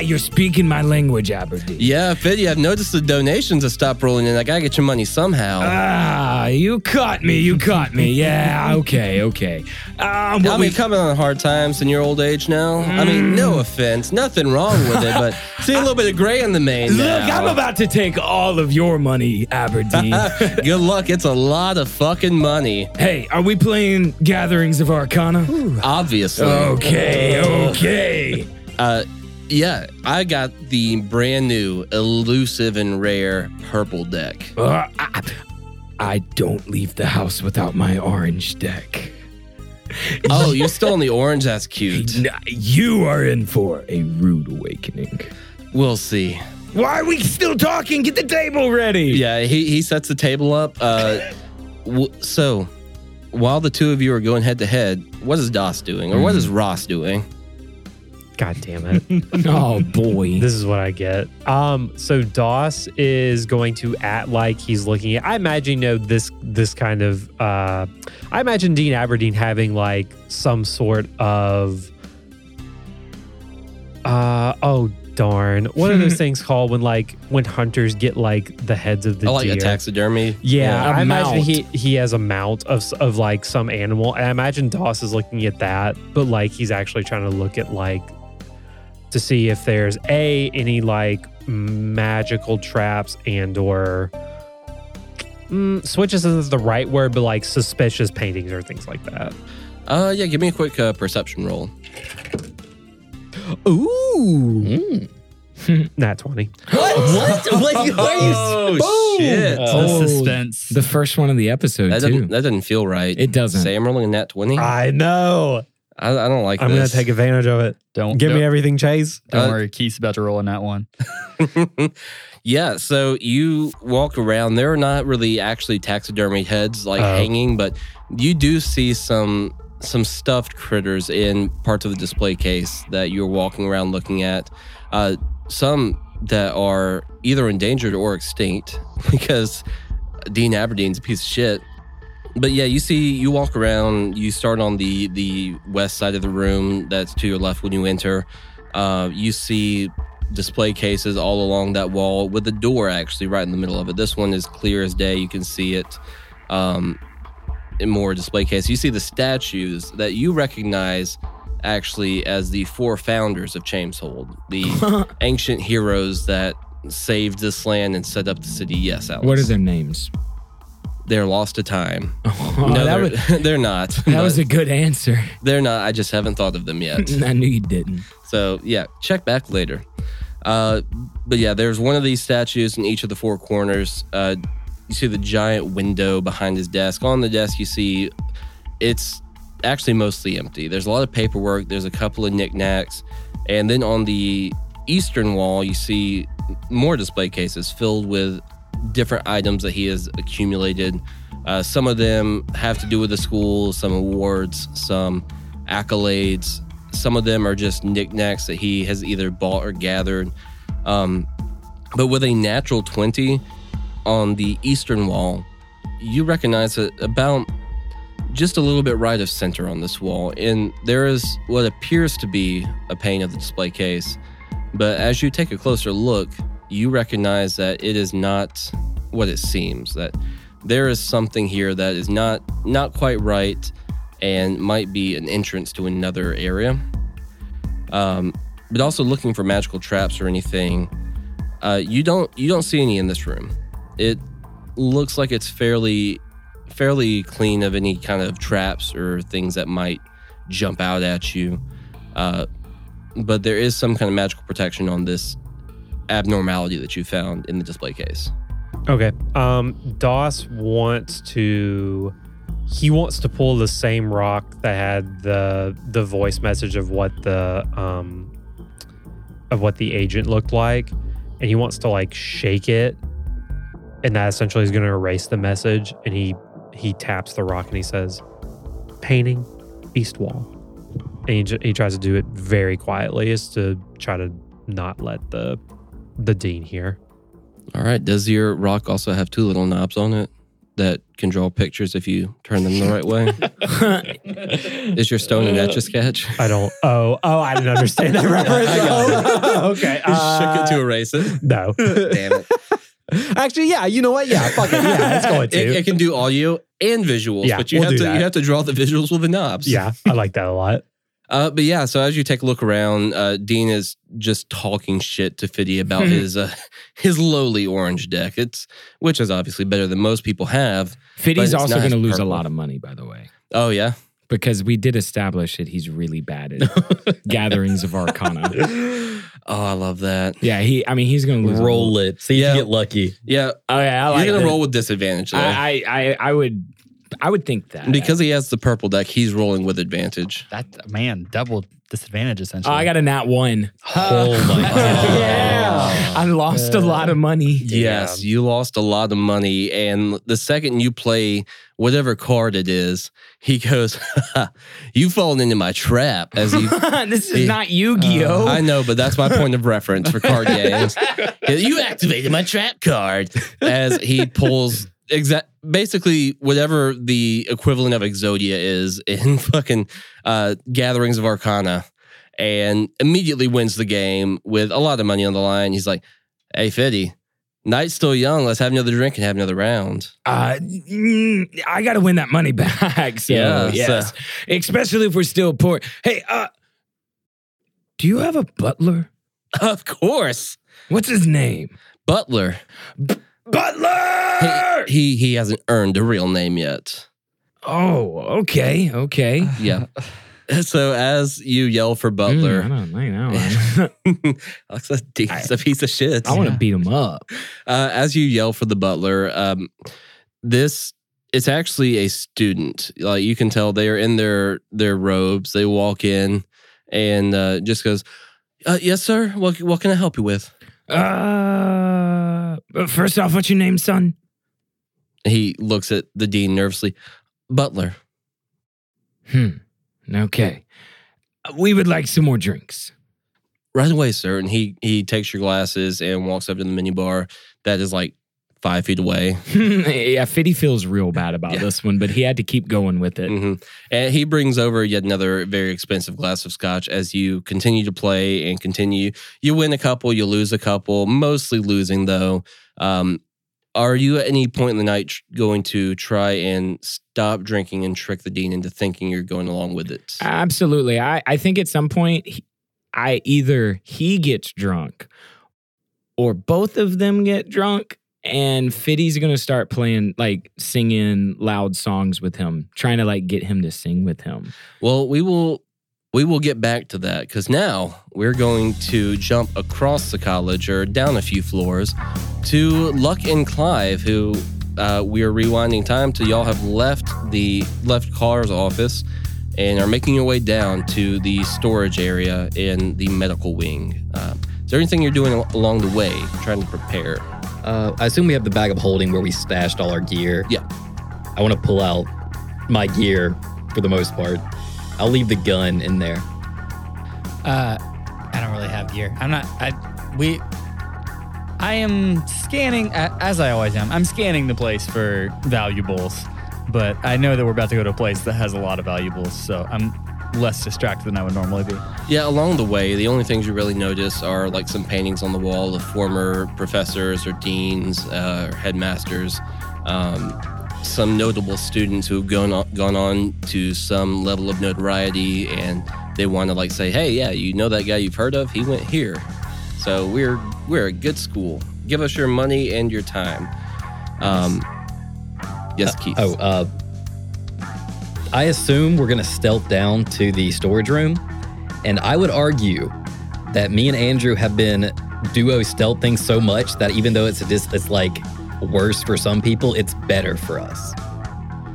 B: You're speaking my language, Aberdeen.
A: Yeah, Fiddy, I've noticed the donations have stopped rolling in. I gotta get your money somehow.
B: Ah, you caught me. You caught me. Yeah. Okay. Okay. Um,
A: I
B: what
A: mean,
B: we,
A: coming on hard times in your old age now. I mean, no
B: Mm.
A: offense, nothing wrong with it, but see a little bit of gray in the main.
B: look, I'm about to take all of your money, Aberdeen.
A: about. Good luck. It's a lot of fucking money,
B: hey, are we playing Gatherings of Arcana?
A: obviously.
B: Okay. Okay.
A: Uh, yeah, I got the brand new, elusive and rare purple deck.
B: Uh, I, I don't leave the house without my orange deck.
A: Oh, you're still in the orange? That's cute.
B: N- You are in for a rude awakening.
A: We'll see.
B: Why are we still talking? Get the table ready.
A: Yeah, he, he sets the table up. Uh, w- so, while the two of you are going head to head, what is Das doing, or what
C: Mm-hmm.
A: is Ross doing?
C: God damn it.
B: Oh boy.
C: This is what I get. Um, so Doss is going to act like he's looking at. I imagine, you know, this this kind of. Uh, I imagine Dean Aberdeen having like some sort of. Uh oh, darn! What are those things called when like when hunters get Oh, like the heads of the
A: I like
C: deer?
A: a taxidermy.
C: Yeah,
B: Yeah.
C: I
B: A
C: imagine
B: mount.
C: he he has a mount of s- of like some animal, and I imagine Doss is looking at that, but like he's actually trying to look at like to see if there's a any like magical traps and or mm, switches isn't the right word, but like suspicious paintings or things like that.
A: Uh, yeah, give me a quick uh, perception roll.
C: Ooh,
A: Hmm.
C: nat twenty.
D: What? what? What? Why are you?
A: Oh shit!
B: Oh,
G: the suspense.
B: The first one of the episode
A: That
B: too.
A: doesn't, that doesn't feel right.
B: It doesn't.
A: Say I'm rolling a nat twenty. I,
C: I know.
A: I don't like
C: Ah. I'm gonna
A: this.
C: take advantage of it.
G: don't
C: Give
G: don't,
C: me everything, Chase.
A: uh,
G: don't worry, Keith's about to roll on that one.
A: yeah, so you walk around. There are not really actually taxidermy heads like
C: Oh.
A: hanging, but you do see some some stuffed critters in parts of the display case that you're walking around looking at. Uh, some that are either endangered or extinct because Dean Aberdeen's a piece of shit. But yeah, you see, you walk around. You start on the the west side of the room. That's to your left when you enter. Uh, you see display cases all along that wall with a door actually right in the middle of it. This one is clear as day. You can see it um, in more display cases. You see the statues that you recognize actually as the four founders of Chameshold, the ancient heroes that saved this land and set up the city. Yes, Alex.
B: what are their names?
A: they're lost to time.
J: Oh, that,
A: no, they're,
J: was,
A: they're not.
J: that was
A: but
J: a good answer.
A: they're not. I just haven't thought of them yet.
J: I knew you didn't.
A: So yeah, check back later. Uh, but yeah, there's one of these statues in each of the four corners. Uh, you see the giant window behind his desk. On the desk, you see it's actually mostly empty. There's a lot of paperwork. There's a couple of knickknacks, and then on the eastern wall, you see more display cases filled with different items that he has accumulated. Uh, some of them have to do with the school, some awards, some accolades, some of them are just knickknacks that he has either bought or gathered. Um, but with a natural 20 on the eastern wall, you recognize that about just a little bit right of center on this wall. And there is what appears to be a pane of the display case. But as you take a closer look, you recognize that it is not what it seems, that there is something here that is not not quite right and might be an entrance to another area. Um, but also looking for magical traps or anything, uh, you don't you don't see any in this room. It looks like it's fairly fairly clean of any kind of traps or things that might jump out at you. Uh, but there is some kind of magical protection on this abnormality that you found in the display case.
C: Okay. Um, Doss wants to. He wants to pull the same rock that had the the voice message of what the um of what the agent looked like, and he wants to like shake it, and that essentially is going to erase the message. And he he taps the rock and he says, "Painting, east wall," and he, j- he tries to do it very quietly, is to try to not let the the dean hear.
A: All right. Does your rock also have two little knobs on it that can draw pictures if you turn them the right way? Is your stone an etch a sketch?
C: I don't. Oh, oh, I didn't understand that reference.
A: I got
C: Oh, okay. uh,
A: shook it to erase it.
C: no.
A: Damn it.
C: Actually, yeah. You know what? Yeah. Fuck it. Yeah, it's going
A: It,
C: to.
A: it can do audio and visuals,
C: Yeah,
A: but you
C: we'll
A: have
C: do
A: to
C: that.
A: you have to draw the visuals with the knobs.
C: yeah, I like that a lot.
A: Uh, but yeah, so as you take a look around, uh, Dean is just talking shit to Fiddy about his uh, his lowly orange deck. It's which is obviously better than most people have.
B: Fiddy's
A: it's
B: also
A: nice
B: going to lose
A: purple.
B: a lot of money, by the way,
A: Oh yeah,
B: because we did establish that he's really bad at gatherings of arcana.
A: oh I love that.
B: Yeah, he. I mean, he's going to lose. a
D: Roll it. See if
A: Yeah.
D: you get lucky.
A: Yeah,
B: lot. Oh yeah, I like
A: you're gonna
B: that.
A: roll with disadvantage though.
B: I, I, I, I would, I would think that
A: because he has the purple deck, he's rolling with advantage.
G: That man, double disadvantage
B: Oh,
G: essentially.
B: I got a nat one.
G: Oh my god.
A: Oh.
B: yeah, I lost a lot of money.
A: Yes, you lost a lot of money. And the second you play whatever card it is, he goes, You've fallen into my trap. As he,
B: this
A: Yeah.
B: is not Yu-Gi-Oh.
A: Uh, I know, but that's my point of reference for card games. you activated my trap card. As he pulls exact basically whatever the equivalent of Exodia is in fucking uh, gatherings of Arcana and immediately wins the game with a lot of money on the line. He's like, Hey Fiddy, night's still young. Let's have another drink and have another round.
B: uh, mm, I got to win that money back. So,
A: Yeah, so-
B: yes. Especially if we're still poor. Hey, uh, do you have a butler?
A: Of course.
B: What's his name?
A: Butler. He
B: Butler!
A: he, he hasn't earned a real name yet.
B: Oh, okay, okay.
A: Yeah. So as you yell for
B: Mm, I
A: Butler,
B: don't like that one.
A: Alexa Dean's a piece of shit.
B: Mm. I want to beat him up.
A: uh, as you yell for the butler, um, this it's actually a student. Like you can tell, they are in their their robes. They walk in and uh, just goes, uh, "Yes, sir. What what can I help you with?"
B: Uh, but first off, what's your name, son?
A: He looks at the dean nervously. Butler.
B: Hmm. Okay. We would like some more drinks.
A: right away, sir. And he he takes your glasses and walks up to the mini bar that is like five feet away.
B: yeah, Fiddy feels real bad about
A: Yeah.
B: this one, but he had to keep going with it.
A: hmm And he brings over yet another very expensive glass of scotch as you continue to play and continue. You win a couple, you lose a couple, mostly losing though. Um, are you at any point in the night tr- going to try and stop drinking and trick the dean into thinking you're going along with it?
B: Absolutely. I, I think at some point, he- I either he gets drunk or both of them get drunk and Fiddy's gonna start playing like singing loud songs with him, trying to like get him to sing with him.
A: Well, we will we will get back to that because now we're going to jump across the college or down a few floors to Luck and Clive, who uh, we are rewinding time to. Y'all have left the left Car's office and are making your way down to the storage area in the medical wing. Uh, is there anything you're doing al- along the way, trying to prepare?
D: Uh, I assume we have the bag of holding where we stashed all our gear.
A: Yeah.
D: I want to pull out my gear for the most part. I'll leave the gun in there.
G: Uh, I don't really have gear. I'm not. I we. I am scanning a- as I always am. I'm scanning the place for valuables, but I know that we're about to go to a place that has a lot of valuables, so I'm less distracted than I would normally be.
A: Yeah, along the way, the only things you really notice are like some paintings on the wall of former professors or deans uh, or headmasters, um, some notable students who've gone on, gone on to some level of notoriety, and they want to like say, "Hey, yeah, you know that guy you've heard of? He went here." So we're we're a good school. Give us your money and your time. Um, yes, Keith.
D: Oh, uh, I assume we're gonna stealth down to the storage room, and I would argue that me and Andrew have been duo stealthing so much that even though it's a dis- it's like worse for some people, it's better for us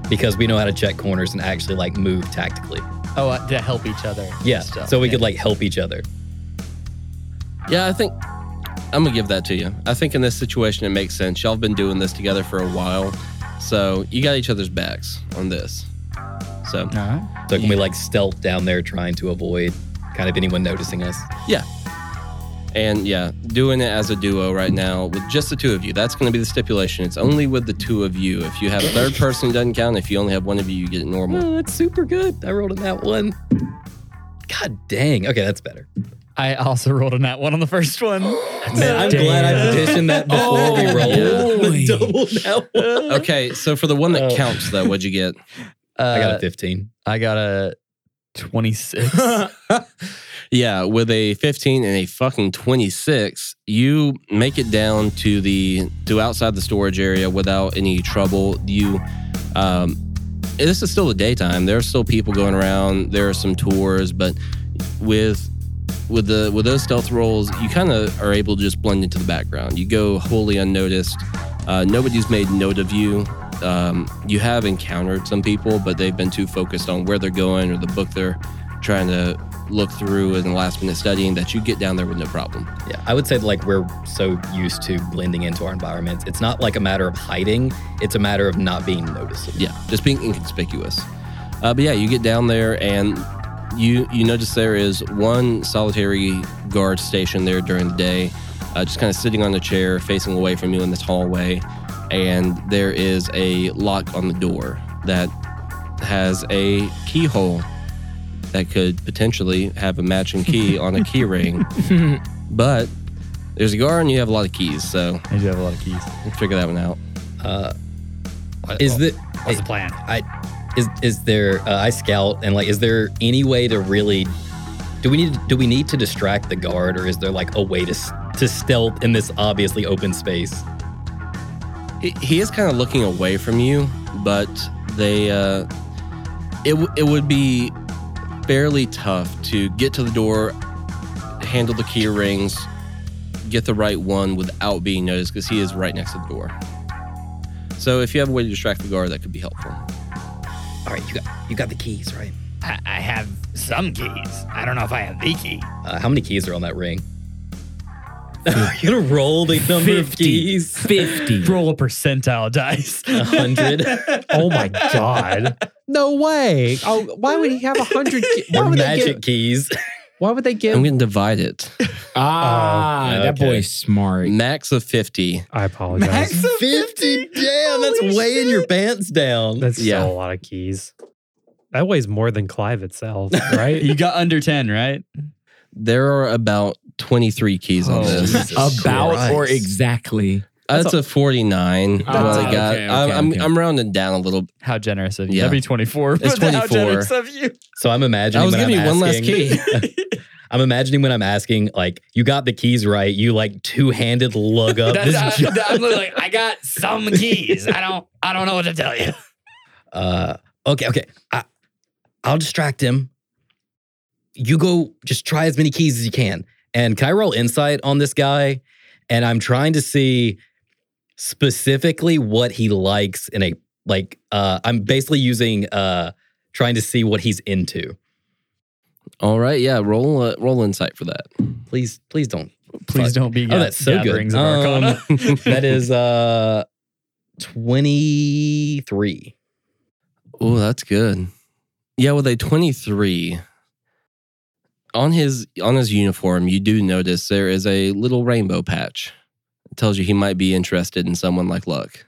D: because we know how to check corners and actually like move tactically.
G: Oh, uh, to help each other.
D: Yeah,
G: Stuff,
D: so we
G: yeah.
D: could like help each other.
A: Yeah, I think I'm gonna give that to you. I think in this situation it makes sense. Y'all have been doing this together for a while, so you got each other's backs on this. So
G: All right.
D: So can we like stealth down there trying to avoid kind of anyone noticing us?
A: and yeah, doing it as a duo right now with just the two of you. That's gonna be the stipulation. It's only with the two of you. If you have a third person, it doesn't count. If you only have one of you, you get it normal.
D: Oh, that's super good. I rolled in that one. God dang. Okay, that's better.
G: I also rolled on that one on the first one.
D: Man, I'm glad I petitioned that before we rolled.
J: boy.
D: Double that one.
A: Okay, so for the one that
G: Oh.
A: counts though, what'd you get?
D: I got a
G: Uh,
D: 15.
G: I got a twenty-six.
A: Yeah, with a 15 and a fucking 26, you make it down to the to outside the storage area without any trouble. You um this is still the daytime. There are still people going around. There are some tours, but with with the with those stealth rolls, you kind of are able to just blend into the background. You go wholly unnoticed. Uh, nobody's made note of you. Um, you have encountered some people, but they've been too focused on where they're going or the book they're trying to look through and last minute studying that you get down there with no problem.
D: Yeah, I would say like we're so used to blending into our environments. It's not like a matter of hiding, it's a matter of not being noticed.
A: Yeah, just being inconspicuous. Uh, but yeah, you get down there and you you notice there is one solitary guard stationed there during the day, uh, just kind of sitting on a chair, facing away from you in this hallway, and there is a lock on the door that has a keyhole that could potentially have a matching key on a key ring, but. There's a guard and you have a lot of keys, so
G: I do have a lot of keys.
A: we'll figure that one out.
D: Uh, is the
G: What's the plan?
D: is is there uh, I scout and like is there any way to really do we need do we need to distract the guard or is there like a way to s- to stealth in this obviously open space?
A: He, he is kind of looking away from you, but they uh, it w- it would be fairly tough to get to the door, handle the key rings, get the right one without being noticed because he is right next to the door. So if you have a way to distract the guard, that could be helpful.
D: All right, you got you got the keys, right?
G: I, I have some keys. I don't know if I have the key.
D: Uh, how many keys are on that ring? You're gonna roll the number of
J: 50.
D: keys.
J: 50.
G: Roll a percentile dice.
D: A hundred.
C: Oh my god!
E: No way. Oh, why would he have a hundred? ki- Why
D: Or
E: would they
D: magic
E: give?
D: keys.
E: Why would they
A: I'm
E: give?
A: going to divide it.
J: Ah, that
D: Oh, okay. Oh,
J: boy's smart.
A: Max of fifty.
C: I apologize.
D: Fifty. Damn, that's weighing your pants down.
C: That's
A: Yeah.
C: still a lot of keys. That weighs more than Clive itself, right?
G: You got under ten, right?
A: There are about twenty three keys on
G: Oh,
A: this.
D: Jesus
J: About or
D: Christ.
J: exactly.
A: That's a forty nine.
J: Ah,
A: got.
J: okay,
A: I'm,
J: okay,
A: I'm
J: okay.
A: I'm rounding down a little.
G: How generous of you.
A: Yeah.
G: That'd be 24.
A: It's
G: but How
A: 24.
G: generous of you.
D: So I'm imagining.
A: I was
D: when
A: giving
D: I'm
A: you one last
D: asking-
A: key.
D: I'm imagining when I'm asking, like, you got the keys right. You like two handed lug up Uh, this.
G: That's-
D: gi-
G: I, am like, I got some keys. I don't, I don't know what to tell you.
D: Uh, okay, okay. I, I'll distract him. You go, just try as many keys as you can. And can I roll insight on this guy? And I'm trying to see specifically what he likes in a like. Uh, I'm basically using uh, trying to see what he's into.
A: All right, yeah, roll uh, roll insight for that.
D: Please, please don't.
G: Please don't be.
D: Oh, that's so good.
G: gatherings of Arcana.
D: Um, that is uh, twenty three.
A: Oh, that's good. Yeah, with a 23 on his on his uniform, you do notice there is a little rainbow patch. It tells you he might be interested in someone like Luck.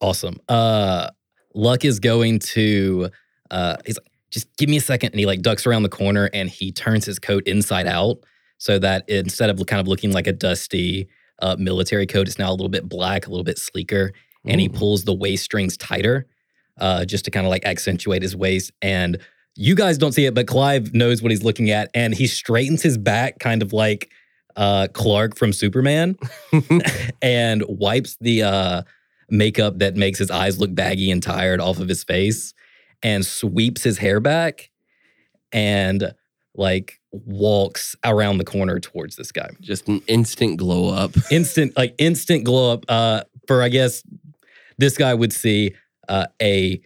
D: Awesome. Uh Luck is going to uh he's like, just give me a second. And he like ducks around the corner and he turns his coat inside out so that instead of kind of looking like a dusty uh, military coat, it's now a little bit black, a little bit sleeker. And
A: Mm.
D: he pulls the waist strings tighter uh just to kind of like accentuate his waist. And you guys don't see it, but Clive knows what he's looking at and he straightens his back kind of like uh Clark from Superman and wipes the uh makeup that makes his eyes look baggy and tired off of his face and sweeps his hair back and like walks around the corner towards this guy.
A: Just an instant glow up.
D: Instant like instant glow up uh for I guess this guy would see uh, a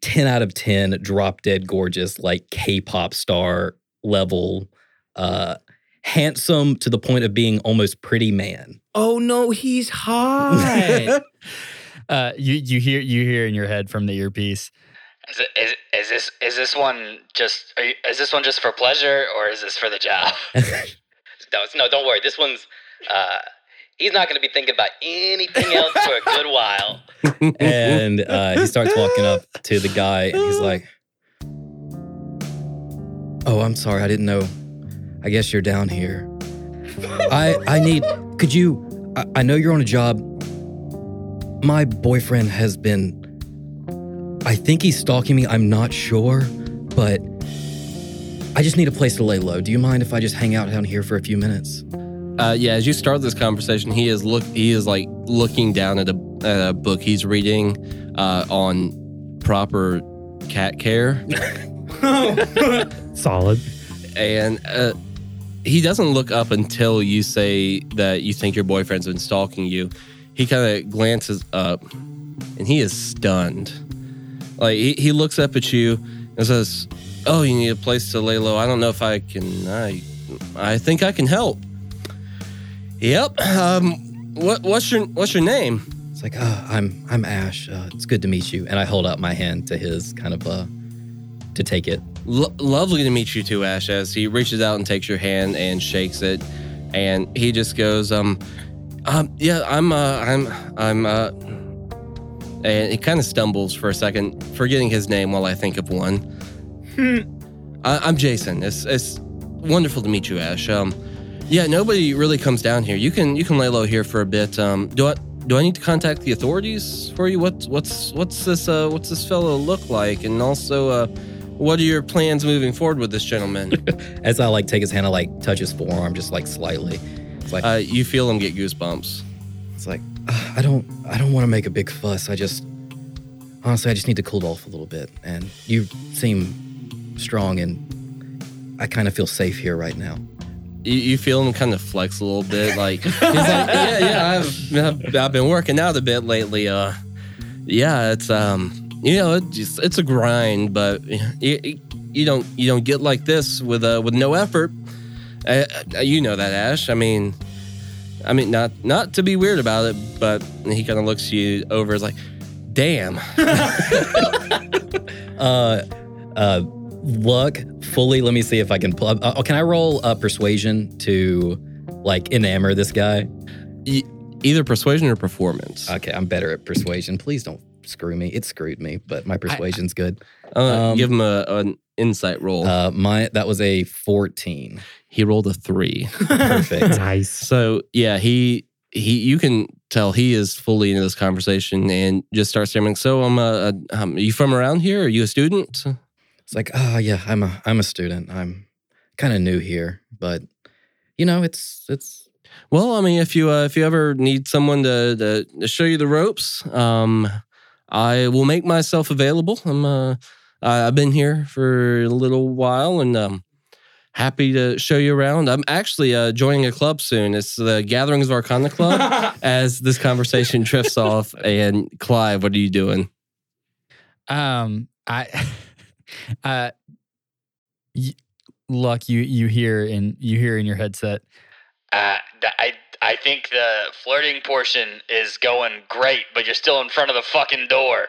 D: 10 out of 10 drop dead gorgeous like K-pop star level uh handsome to the point of being almost pretty man.
J: Oh no, he's hot.
G: Uh, you you hear you hear in your head from the earpiece.
P: Is, it, is, is this is this one just are you, is this one just for pleasure or is this for the job?
D: No, it's- no, don't worry. This one's uh he's not gonna be thinking about anything else for a good while. and uh, he starts walking up to the guy and he's like Oh, I'm sorry, I didn't know. I guess you're down here. I I need could you I, I know you're on a job. My boyfriend has been I think he's stalking me, I'm not sure, but I just need a place to lay low. Do you mind if I just hang out down here for a few minutes?
A: Uh, yeah, as you start this conversation, he is look he is like looking down at a, at a book he's reading uh, on proper cat care,
C: Solid.
A: and uh, he doesn't look up until you say that you think your boyfriend's been stalking you. He kind of glances up, and he is stunned. Like he, he looks up at you and says, "Oh, you need a place to lay low. I don't know if I can. I I think I can help." Yep. Um. What What's your What's your name?
D: It's like, uh, I'm I'm Ash. Uh, it's good to meet you. And I hold out my hand to his, kind of uh, to take it.
A: Lo- lovely to meet you too, Ash. As he reaches out and takes your hand and shakes it, and he just goes, um, um, yeah, I'm, uh, I'm, I'm, uh, and he kind of stumbles for a second, forgetting his name while I think of one. I- I'm Jason. It's it's wonderful to meet you, Ash. Um, yeah, nobody really comes down here. You can you can lay low here for a bit. Um, do I do I need to contact the authorities for you? What's what's what's this uh what's this fellow look like? And also uh. What are your plans moving forward with this gentleman?
D: As I like take his hand, I like touch his forearm just like slightly.
A: uh, you feel him get goosebumps.
D: It's like, uh, I don't I don't want to make a big fuss. I just honestly I just need to cool off a little bit. And you seem strong and I kind of feel safe here right now.
A: You, you feel him kind of flex a little bit, like he's like, yeah, yeah. I've, I've I've been working out a bit lately. Uh, yeah, it's um, you know, it just, it's a grind, but you, you- you don't you don't get like this with uh with no effort. Uh, uh, you know that, Ash. I mean, I mean, not not to be weird about it, but he kind of looks you over, is like, damn.
D: uh, uh, luck fully. Let me see if I can pull. Uh, uh, can I roll uh, persuasion to like enamor this guy?
A: E- either persuasion or performance.
D: Okay, I'm better at persuasion. Please don't screw me. It screwed me, but my persuasion's good.
A: Uh,
D: Um,
A: give him a, an insight
G: Oh.
A: roll.
D: Uh, my that was a 14.
A: he rolled a three.
D: Perfect.
C: Nice.
A: So yeah, he he. You can tell he is fully into this conversation and just starts stammering. So I'm a, a um, are you from around here? Are you a student?
D: It's like, ah, yeah, I'm a I'm a student. I'm kind of new here, but you know, it's it's
A: Well, I mean, if you uh, if you ever need someone to, to to show you the ropes, um, I will make myself available. I'm uh, I- I've been here for a little while, and um, happy to show you around. I'm actually uh, joining a club soon. It's the Gatherings of Arcana Club. as this conversation drifts off, and Clive, what are you doing?
G: Um, I, uh, y- luck you you hear in you hear in your headset.
P: Uh, th- I I think the flirting portion is going great, but you're still in front of the fucking door.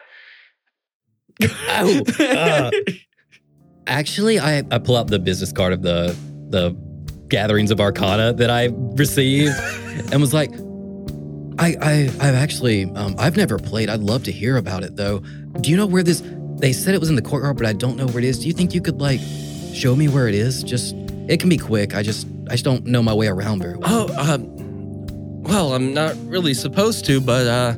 D: oh,
G: "Ah,
D: uh, actually I, I pull out the business card of the the gatherings of arcana that I received and was like I, I I've actually um, I've never played. I'd love to hear about it though. Do you know where this they said it was in the courtyard, but I don't know where it is. Do you think you could like show me where it is? Just it can be quick. I just I just don't know my way around very well.
A: Oh, um, well, I'm not really supposed to, but uh,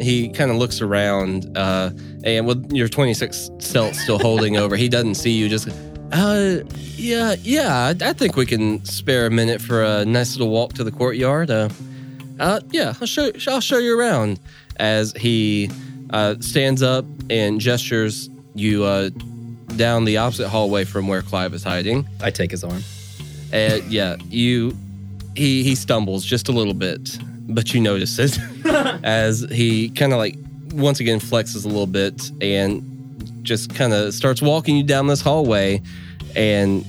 A: he kind of looks around, uh, and with your 26 stealth still holding over, he doesn't see you. Just, uh, yeah, yeah, I, I think we can spare a minute for a nice little walk to the courtyard. Uh, uh, yeah, I'll show, I'll show you around. As he uh, stands up and gestures you uh, down the opposite hallway from where Clive is hiding.
D: I take his arm.
A: Uh, yeah, you. He he stumbles just a little bit, but you notice it as he kind of like once again flexes a little bit and just kind of starts walking you down this hallway. And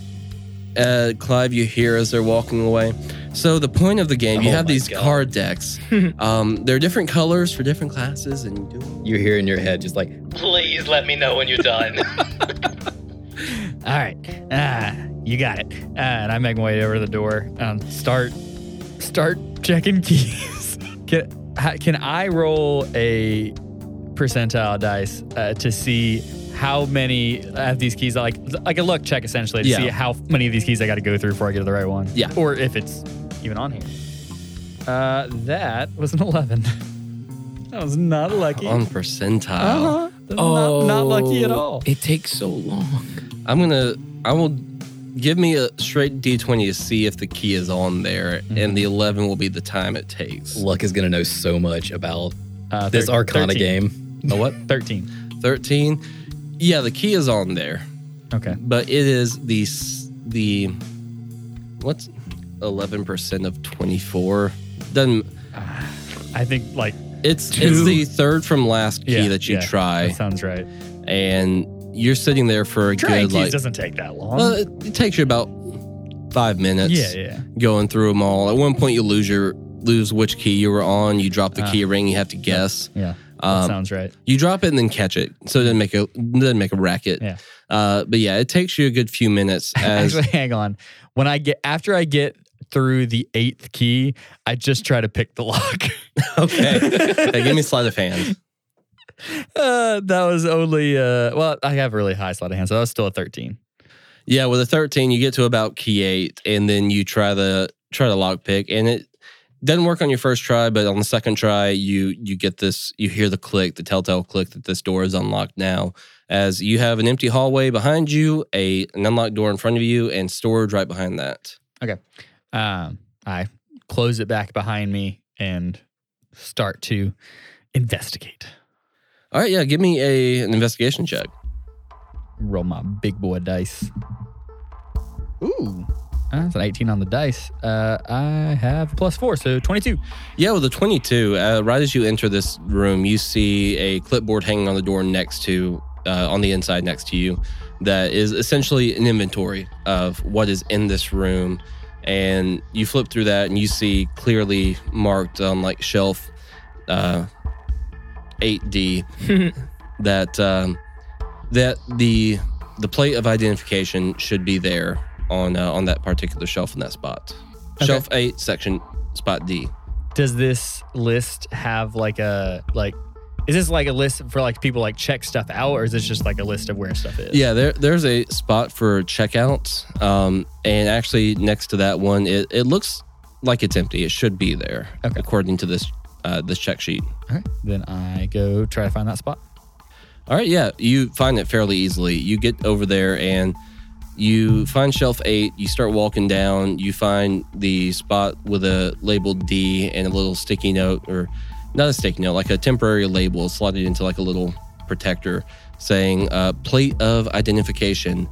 A: uh, Clive, you hear as they're walking away. So the point of the game, you
D: Oh
A: have
D: my
A: these
D: God.
A: card decks. um, they're different colors for different classes, and you do.
D: You hear in your head just like
P: Please let me know when you're done.
G: All right, ah, you got it. Uh, and I make my way over to the door. Um, start start checking keys. can ha, can I roll a percentile dice uh, to see? How many of these keys? Like, like a luck check essentially to
A: Yeah.
G: see how many of these keys I got to go through before I get to the right one.
A: Yeah.
G: or if it's even on here. Uh, that was an eleven. that was not lucky.
A: On percentile.
G: Uh-huh.
J: Oh,
G: Not, not lucky
B: oh.
G: at all.
J: It takes so long.
A: I'm gonna. I will give me a straight D20 to see if the key is on there,
G: Mm-hmm.
A: and the 11 will be the time it takes.
D: Luck is gonna know so much about
G: Uh,
D: this
G: thir-
D: Arcana
G: 13.
D: game.
A: Oh, what?
G: Thirteen.
A: 13. Yeah, the key is on there,
G: Okay.
A: but it is the s- the what's 11 percent of 24. Doesn't
G: I think like
A: it's it's
J: Two.
A: the third from last key
G: Yeah,
A: that you
G: yeah.
A: try,
G: that sounds right.
A: and you're sitting there for a
G: Trying
A: good
G: keys
A: like.
G: doesn't take that long.
A: Well, it, it takes you about five minutes.
G: yeah, yeah.
A: going through them all. At one point, you lose your lose which key you were on. You drop the
G: Ah.
A: key ring. You have to guess.
G: Yeah. That
A: Um,
G: sounds right.
A: you drop it and then catch it, so it doesn't make a it doesn't make a racket.
G: Yeah.
A: Uh, but yeah, it takes you a good few minutes. As
G: Actually, hang on. When I get after I get through the eighth key, I just try to pick the lock.
A: okay, Hey, give me a sleight of hand.
G: uh, that was only uh well, I have really high sleight of hand, so that was still a thirteen.
A: Yeah, with a thirteen, you get to about key eight, and then you try the try the lock pick, and it doesn't work on your first try. But on the second try, you you get this. You hear the click, the telltale click that this door is unlocked now. As you have an empty hallway behind you, a an unlocked door in front of you, and storage right behind that.
G: Um, I close it back behind me and start to investigate.
A: All right, yeah, give me a an investigation check.
G: roll my big boy dice. Ooh, that's an 18 on the dice. Uh, I have plus four, so 22.
A: Yeah, with a 22, uh, right as you enter this room, you see a clipboard hanging on the door next to, uh, on the inside next to you, that is essentially an inventory of what is in this room. And you flip through that and you see clearly marked on like shelf uh, 8D that um, that the the plate of identification should be there on uh, on that particular shelf in that spot. Shelf 8, section spot D.
G: Does this list have like a like? Is this like a list for like people like check stuff out, or is this just like a list of where stuff is?
A: Yeah, there, there's a spot for checkouts. Um, and actually, next to that one, it, it looks like it's empty. It should be there,
G: Okay.
A: according to this uh, this check sheet.
G: All right, then I go try to find that spot.
A: All right, yeah, you find it fairly easily. You get over there, and You find shelf eight, you start walking down, you find the spot with a label D and a little sticky note, or not a sticky note, like a temporary label slotted into like a little protector saying uh, plate of identification.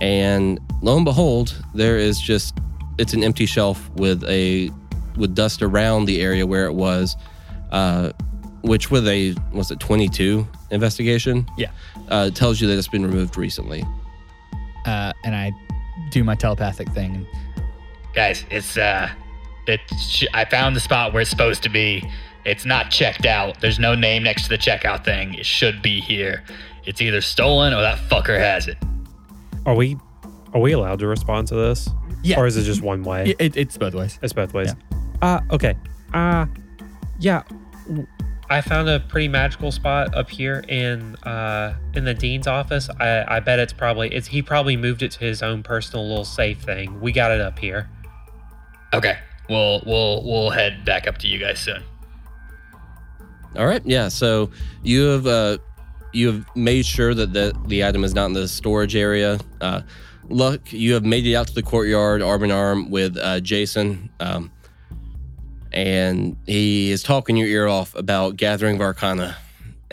A: And lo and behold, there is just it's an empty shelf with a with dust around the area where it was, uh, which with a was it 22 investigation?
G: Yeah.
A: uh, tells you that it's been removed recently.
G: Uh, and I do my telepathic thing. And
P: guys it's uh it's i found the spot where it's supposed to be it's not checked out there's no name next to the checkout thing it should be here it's either stolen or that fucker has it
C: Are we are we allowed to respond to this?
G: Yeah.
C: Or is it just one way?
G: Yeah, it, it's both ways.
C: It's both ways. Uh, okay. Uh, yeah. w- I found a pretty magical spot up here in uh, in the dean's office. I, I bet it's probably it's he probably moved it to his own personal little safe thing. We got it up here.
P: okay we'll we'll we'll head back up to you guys soon
A: All right. Yeah. So you have uh, you have made sure that the the item is not in the storage area. Uh, Luck, you have made it out to the courtyard arm in arm with uh, Jason, um, and he is talking your ear off about gathering of Arcana.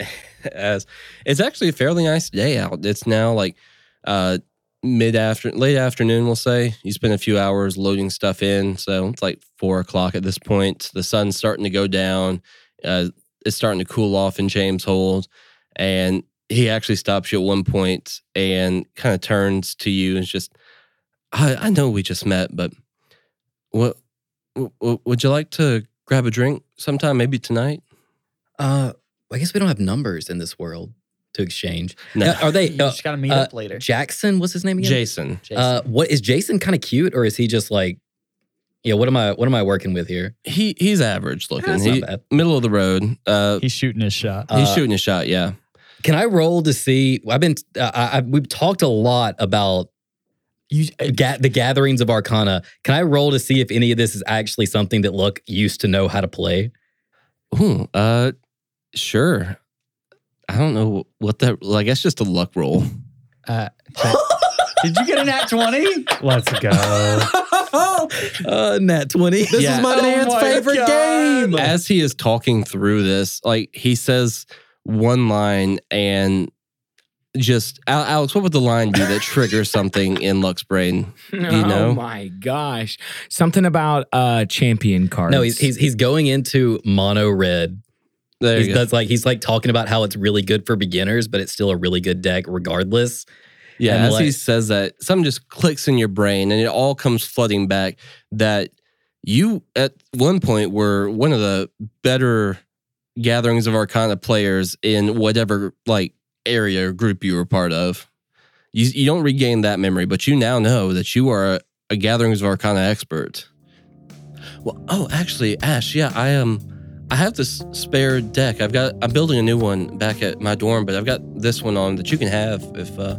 A: As it's actually a fairly nice day out. It's now like uh, mid after late afternoon. We'll say you spend a few hours loading stuff in, so it's like four o'clock at this point. The sun's starting to go down. Uh, it's starting to cool off in James Hold. And he actually stops you at one point and kind of turns to you and is just, I, I know we just met, but what, w- would you like to grab a drink sometime, maybe tonight?
D: Uh, I guess we don't have numbers in this world to exchange.
A: No.
D: Uh, are they?
G: you
D: Uh,
G: just gotta meet
D: uh,
G: up later.
D: Jackson, what's his name again?
A: Jason.
G: Jason.
D: Uh, what is Jason kind of cute or is he just like, yeah? What am I? What am I working with here?
A: He he's average looking.
D: That's
A: He,
D: not bad.
A: middle of the road. Uh,
G: He's shooting his shot.
A: he's
D: Uh,
A: shooting a shot. Yeah.
D: Can I roll to see? I've been. Uh, I, I, we've talked a lot about
G: You,
A: uh,
D: ga- the gatherings of Arcana. Can I roll to see if any of this is actually something that Luck used to know how to play?
A: Ooh, uh, sure. I don't know what that. Well, I guess just a luck roll.
G: uh, check- did you get an at twenty?
C: Let's go.
D: uh, nat twenty.
A: Oh! This
G: Yeah.
A: is my
G: Oh
A: man's
G: my
A: favorite
G: God.
A: game. As he is talking through this, like he says one line and just Al- Alex, what would the line be that triggers something in Luck's brain? know?
B: Oh my gosh. Something about uh champion cards.
D: No, he's, he's he's going into mono red.
A: There
D: He's,
A: you go.
D: that's like he's like talking about how it's really good for beginners, but it's still a really good deck regardless.
A: Yeah,
D: and
A: as he
D: like-
A: says that, something just clicks in your brain and it all comes flooding back that you at one point were one of the better gatherings of Arcana players in whatever like area or group you were part of. You you don't regain that memory, but you now know that you are a, a gatherings of Arcana expert. Well, oh, actually, Ash, yeah, I Um, I have this spare deck. I've got. I'm building a new one back at my dorm, but I've got this one on that you can have if uh,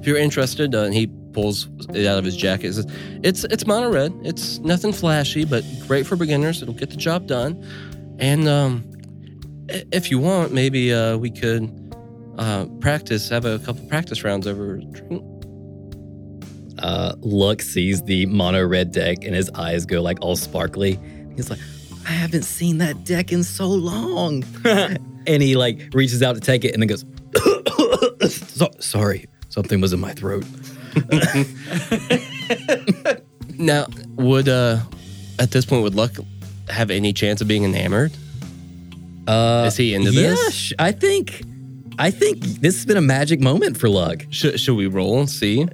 A: if you're interested, uh, and he pulls it out of his jacket. He Says, it's it's mono red. It's nothing flashy, but great for beginners. It'll get the job done. And um, i- if you want, maybe uh, we could uh, practice. Have a couple practice rounds over. a drink.
D: Uh, Luck sees the mono red deck and his eyes go like all sparkly. He's like, I haven't seen that deck in so long. and he like reaches out to take it and then goes, so, Sorry, something was in my throat.
A: Now, would uh, at this point, would luck have any chance of being enamored?
D: Uh,
A: Is he into
D: yeah,
A: this?
D: sh- I think, I think this has been a magic moment for Luck.
A: Should should we roll and see?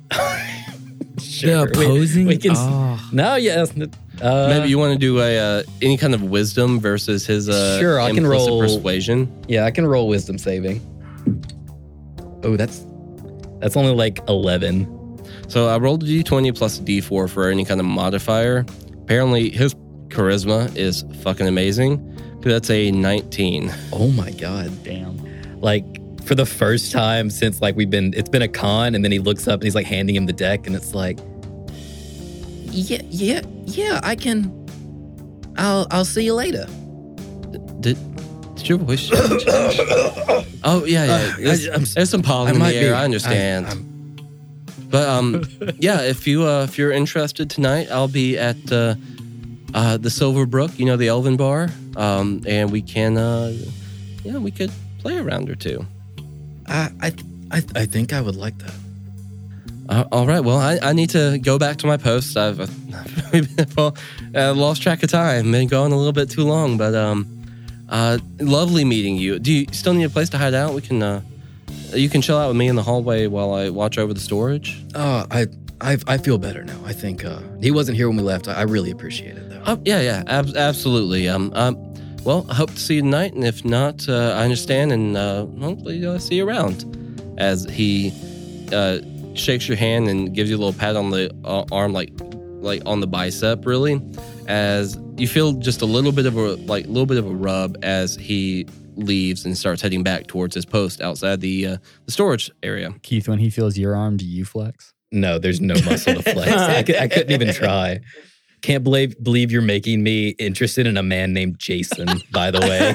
D: Sure.
B: the opposing.
D: we can s-
B: Oh.
D: No, yes. Uh,
A: Maybe you want to do a uh, any kind of wisdom versus his uh,
D: Sure, I can
A: implicit
D: roll-
A: persuasion.
D: Yeah, I can roll wisdom saving. Oh, that's that's only like eleven.
A: So I rolled a d20 plus a d4 for any kind of modifier. Apparently, his charisma is fucking amazing. 'cause That's a 19.
D: Oh my god, damn! Like for the first time since like we've been, it's been a con, and then he looks up and he's like handing him the deck, and it's like, yeah, yeah, yeah, I can. I'll I'll see you later.
A: Did, did your voice change? oh, yeah, yeah.
D: Uh, I-
A: There's,
D: I'm-
A: there's some pollen in the air. I
D: I-
A: understand.
D: I'm-
A: But um, yeah, if you uh, if you're interested tonight, I'll be at uh, uh, the Silver Brook, you know, the Elven Bar, um, and we can uh, yeah, we could play a round or two.
D: I, I, I, I think I would like that.
A: Uh, all right. Well, I, I need to go back to my post. I've, I've well, uh, lost track of time. Been gone a little bit too long, but um, uh, lovely meeting you. Do you still need a place to hide out? We can uh, you can chill out with me in the hallway while I watch over the storage.
D: Oh, I, I, I feel better now. I think uh, he wasn't here when we left. I, I really appreciate it though.
A: Oh yeah, yeah, ab- absolutely. Um, um, well, I hope to see you tonight, and if not, uh, I understand, and uh, hopefully uh, see you around. As he uh, shakes your hand and gives you a little pat on the uh, arm, like like on the bicep, really. As you feel just a little bit of a like little bit of a rub as he leaves and starts heading back towards his post outside the uh, the storage area.
G: Keith, when he feels your arm, do you flex?
D: No, there's no muscle to flex. I, cou- I couldn't even try. Can't believe believe you're making me interested in a man named Jason. by the way,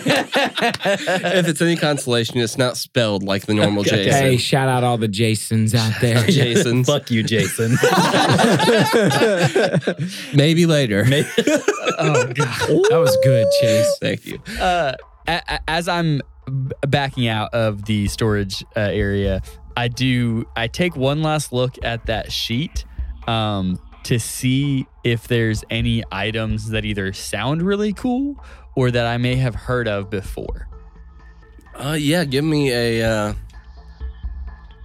A: if it's any consolation, it's not spelled like the normal
D: Okay.
A: Jason.
Q: Hey, shout out all the Jasons out there.
A: Jason's.
D: fuck you, Jason. Uh,
A: Maybe later.
Q: Oh, That was good, Chase.
A: Thank you.
G: uh, a- a- as I'm b- backing out of the storage uh, area, I do I take one last look at that sheet um, to see if there's any items that either sound really cool or that I may have heard of before.
A: Uh, yeah, give me a. Uh,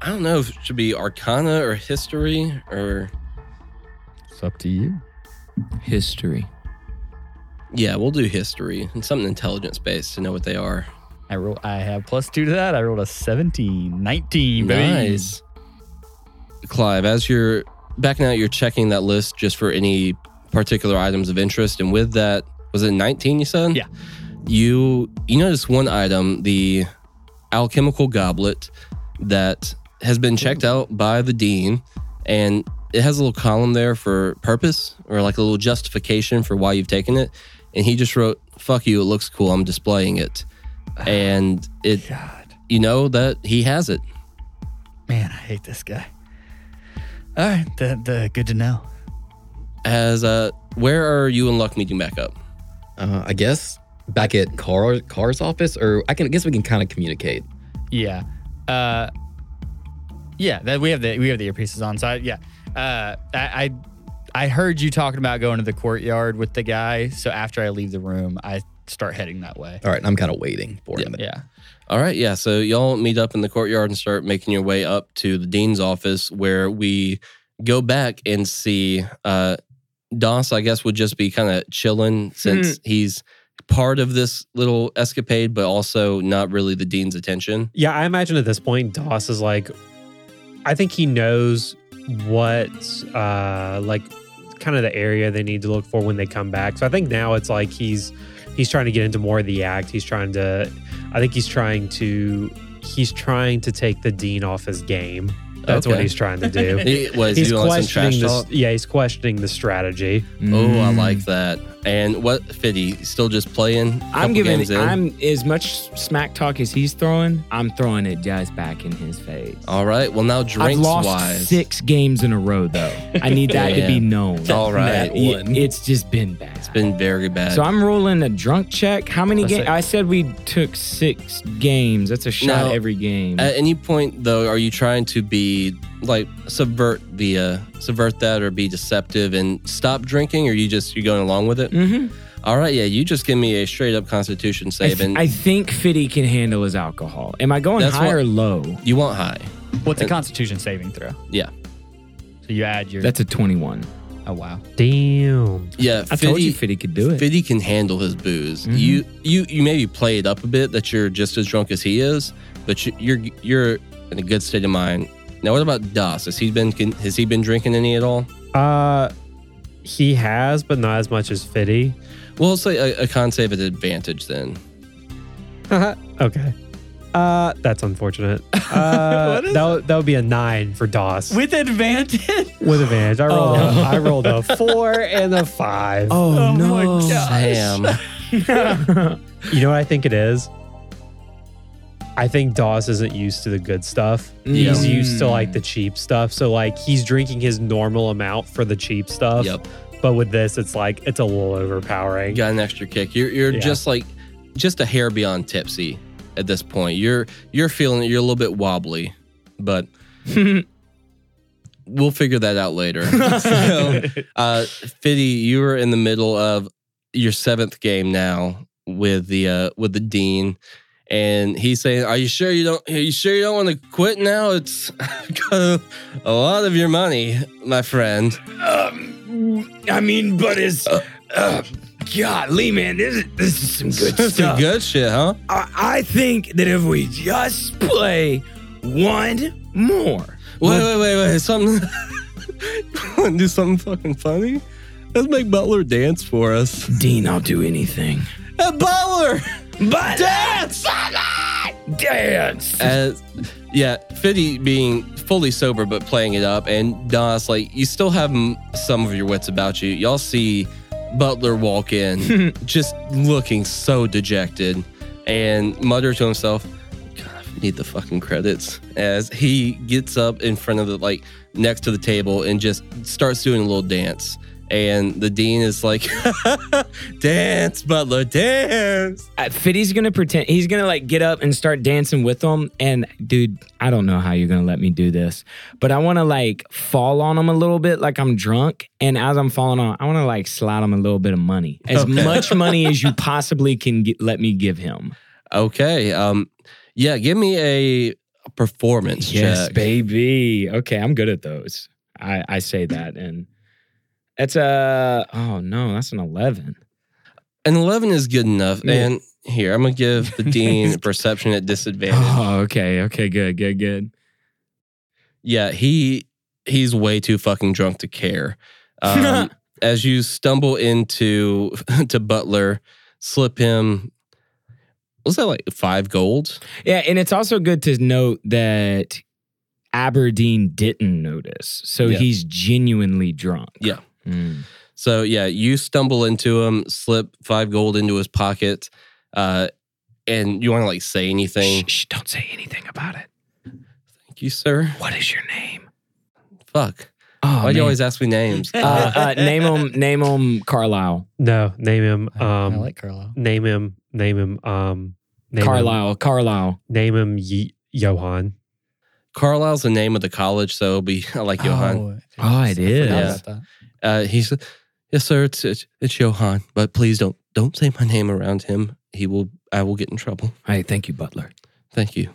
A: I don't know if it should be Arcana or History or.
G: It's up to you.
B: History.
A: Yeah, we'll do History and something intelligence based to know what they are.
G: I roll. I have plus two to that. I rolled a 17, 19, baby.
A: Nice. Clive, as you're backing out, you're checking that list just for any particular items of interest. And with that, was it 19 you said?
G: Yeah.
A: You you notice one item, the alchemical goblet that has been checked out by the dean and it has a little column there for purpose or like a little justification for why you've taken it. And he just wrote, "Fuck you, it looks cool. I'm displaying it." And it you know that he has it.
G: Man, I hate this guy. All right, the, the good to know.
A: As uh, where are you and Luck meeting back up?
D: uh, I guess back at Car Car's office, or I can I guess we can kind of communicate.
G: Yeah. Uh yeah, that we have the we have the earpieces on. So I, yeah. Uh I, I I heard you talking about going to the courtyard with the guy. So after I leave the room, I start heading that way.
D: All right, and I'm kind of waiting for him.
G: Yeah.
A: All right, yeah. So y'all meet up in the courtyard and start making your way up to the dean's office, where we go back and see uh, Dos. I guess would just be kind of chilling since he's part of this little escapade, but also not really the dean's attention.
C: Yeah, I imagine at this point, Doss is like, I think he knows what, uh, like, kind of the area they need to look for when they come back. So I think now it's like he's he's trying to get into more of the act. He's trying to, I think he's trying to he's trying to take the dean off his game. That's what
A: Okay.
C: he's trying to do.
A: He- what, is
C: he's
A: he on some
C: questioning
A: trash
C: the
A: talk?
C: yeah, he's questioning the strategy.
A: Oh, I
B: Mm.
A: like that. And what Fiddy still just playing?
B: I'm
A: Couple
B: giving.
A: games in?
B: I'm as much smack talk as he's throwing. I'm throwing it just back in his face.
A: All right. Well, now
B: I've
A: drinks
B: lost
A: wise.
B: six games in a row, though. I need that to be
A: Damn.
B: known.
A: All right.
B: Y- It's just been bad.
A: It's been very bad.
B: so I'm rolling a drunk check. How many
G: Let's
B: games?
G: see.
B: I said we took six games. That's a shot
A: Now,
B: every game.
A: At any point, though, are you trying to be like subvert the uh, subvert that or be deceptive and stop drinking, or you just you going along with it?
B: hmm
A: All right, yeah, you just give me a straight up Constitution
B: I,
A: save,
B: th-
A: and
B: I think Fiddy can handle his alcohol. Am I going
A: That's
B: high
A: what-
B: or low?
A: you want high.
G: What's
A: Uh,
G: a constitution saving throw?
A: Yeah.
G: So you add your
B: That's a 21.
G: oh wow.
C: Damn.
A: Yeah,
B: I told
A: Fiddy-
B: you Fiddy could do it.
A: Fiddy can handle his booze.
B: Mhm.
A: You you you maybe play it up a bit that you're just as drunk as he is, but you, you're you're in a good state of mind. Now, what about Das? Has he been can, has he been drinking any at all?
C: Uh, he has, but not as much as Fiddy.
A: Well, say a, a con save at advantage then.
C: Okay. Uh, that's unfortunate. Uh, that, would- that would be a nine for DOS with,
G: With advantage.
C: advantage. I rolled, a, I rolled a four and a five.
B: Oh, no.
A: Damn.
C: You know what I think it is? I think Dawes isn't used to the good stuff. He's used to like the cheap stuff. So like he's drinking his normal amount for the cheap stuff.
A: Yep.
C: But with this, it's like it's a little overpowering.
A: You got an extra kick. You're you're
C: Yeah.
A: just like just a hair beyond tipsy at this point. You're you're feeling it. You're a little bit wobbly, but we'll figure that out later. so, uh, Fiddy, you are in the middle of your seventh game now with the uh, with the dean. And he's saying, "Are you sure you don't? Are you sure you don't want to quit now? It's I've got a, a lot of your money, my friend."
B: Um, I mean, but it's. Uh, Golly, man, this is, this is some good
A: That's some
B: stuff.
A: good shit, huh?
B: I, I think that if we just play one more,
A: Wait, wait, wait, wait. Something. you want to do something fucking funny? Let's make Butler dance for us.
B: Dean, I'll do anything.
A: Hey, Butler!
B: But
A: Dance!
B: dance.
A: As, yeah, Fiddy being fully sober but playing it up, and Don's like, you still have m- some of your wits about you. Y'all see Butler walk in, just looking so dejected, and mutter to himself, God, I need the fucking credits. As he gets up in front of the, like, next to the table and just starts doing a little dance. And the dean is like, dance, Butler, dance.
B: Uh, Fiddy's gonna pretend he's gonna like get up and start dancing with them. And dude, I don't know how you're gonna let me do this, but I wanna like fall on him a little bit like I'm drunk. And as I'm falling on, I wanna like slide him a little bit of money. As much money as you possibly can get, let me give him.
A: Okay. Um, yeah, give me a performance
B: Yes,
A: check.
B: baby. Okay, I'm good at those. I, I say that. And that's a, oh no, that's an 11.
A: An 11 is good enough.
B: Yeah.
A: And here, I'm going to give the dean perception at disadvantage.
B: Oh, okay, okay, good, good, good.
A: yeah, he he's way too fucking drunk to care. Um, as you stumble into to Butler, slip him was that like 5 gold?
B: Yeah, and it's also good to note that Aberdeen didn't notice. So
A: Yeah.
B: he's genuinely drunk.
A: Yeah.
B: Mm.
A: So yeah, you stumble into him, slip 5 gold into his pocket. Uh and you want to like say anything?
B: Shh, shh, don't say anything about it.
A: Thank you, sir.
B: What is your name?
A: Fuck.
B: Oh,
A: Why do
B: man.
A: you always ask me names?
B: uh, uh, name him, name him Carlisle.
C: No, name him. Um,
D: I like Carlisle.
C: name him. Name him. Um, name him-
B: Carlisle, Carlisle.
C: name him Ye- Johan.
A: Carlisle's the name of the college, so it'll be I like Johan.
B: Oh, it is.
A: Yeah. Uh, he's yes, sir. It's, it's it's Johan, but please don't don't say my name around him. He will. I will get in trouble.
B: Hey, thank you, Butler.
A: Thank you.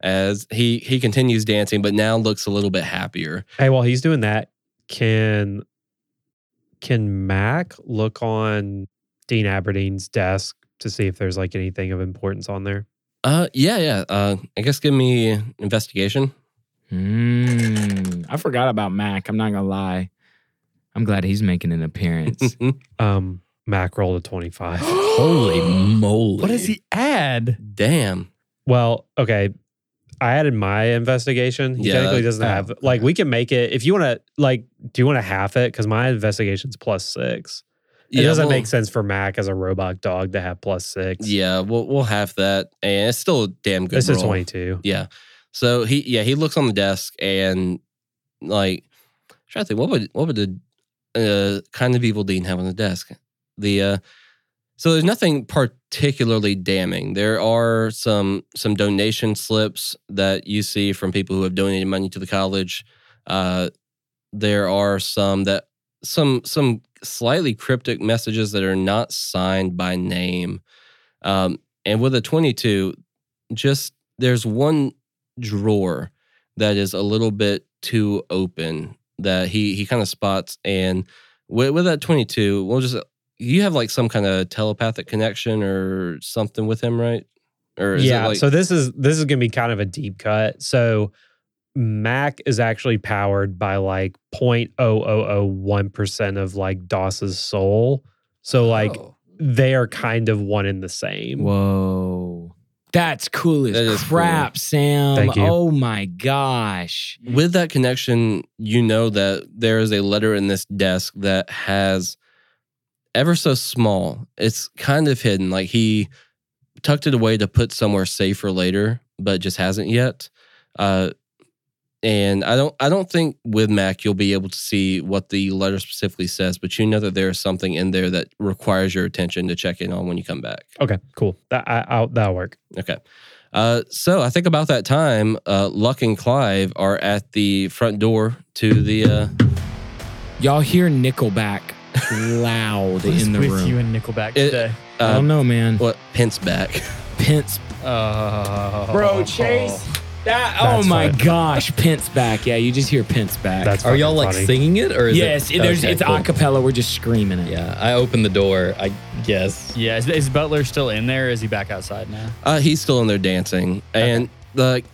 A: As he he continues dancing, but now looks a little bit happier.
C: Hey, while he's doing that, can can Mac look on Dean Aberdeen's desk to see if there's like anything of importance on there?
A: Uh, yeah, yeah. Uh, I guess give me investigation.
B: Mm, I forgot about Mac. I'm not gonna lie. I'm glad he's making an appearance.
A: Mm-hmm.
C: Um, Mac rolled a twenty-five.
R: Holy moly.
G: What does he add?
A: Damn.
C: Well, okay. I added my investigation. He
A: Yeah,
C: technically
A: that-
C: doesn't
D: oh,
C: have like we can make it if you want to like do you want to half it because my investigation's plus six. It
A: Yeah,
C: doesn't
A: we'll-
C: make sense for Mac as a robot dog to have plus six.
A: Yeah, we'll we'll have that, and it's still a damn good.
C: this is
A: roll.
C: twenty-two.
A: Yeah. So he yeah, he looks on the desk and like I'm trying to think what would what would the uh, kind of evil dean have on the desk? The uh so there's nothing particularly damning. There are some some donation slips that you see from people who have donated money to the college. Uh there are some that some some slightly cryptic messages that are not signed by name. Um and with a 22 just there's one drawer that is a little bit too open that he he kind of spots and with, with that 22 we'll just you have like some kind of telepathic connection or something with him right or is
C: yeah
A: it like
C: so this is this is gonna be kind of a deep cut so mac is actually powered by like 0.0001% of like dos's soul so like
B: Oh.
C: they are kind of one in the same
B: Whoa. That's cool as
A: That is cool.
B: crap, Sam.
C: Thank you.
B: Oh my gosh.
A: with that connection you know that there is a letter in this desk that has ever so small it's kind of hidden like he tucked it away to put somewhere safe for later, but just hasn't yet. Uh, and I don't I don't think with Mac you'll be able to see what the letter specifically says, but you know that there is something in there that requires your attention to check in on when you come back.
C: Okay, cool. That I, I'll, that'll work.
A: Okay. Uh, so I think about that time, uh, Luck and Clive are at the front door to the. Uh,
B: Y'all hear Nickelback loud in the
G: with
B: room.
G: you and Nickelback
A: It-
G: today.
B: I
A: uh,
B: don't know, man.
A: what Pence back?
B: Pence,
G: Oh,
B: bro, Chase. That, oh
C: That's
B: my
C: fine.
B: gosh, Pence back. Yeah, you just hear Pence back.
C: That's
D: Are y'all
C: fucking
D: like
C: funny.
D: singing it or is
B: yes,
D: it?
B: it- there's,
D: okay,
B: it's
D: cool.
B: a cappella. We're just screaming it.
D: Yeah, I opened the door. I guess.
G: Yeah, is, is Butler still in there? Or is he back outside now?
A: Uh, he's still in there dancing, and like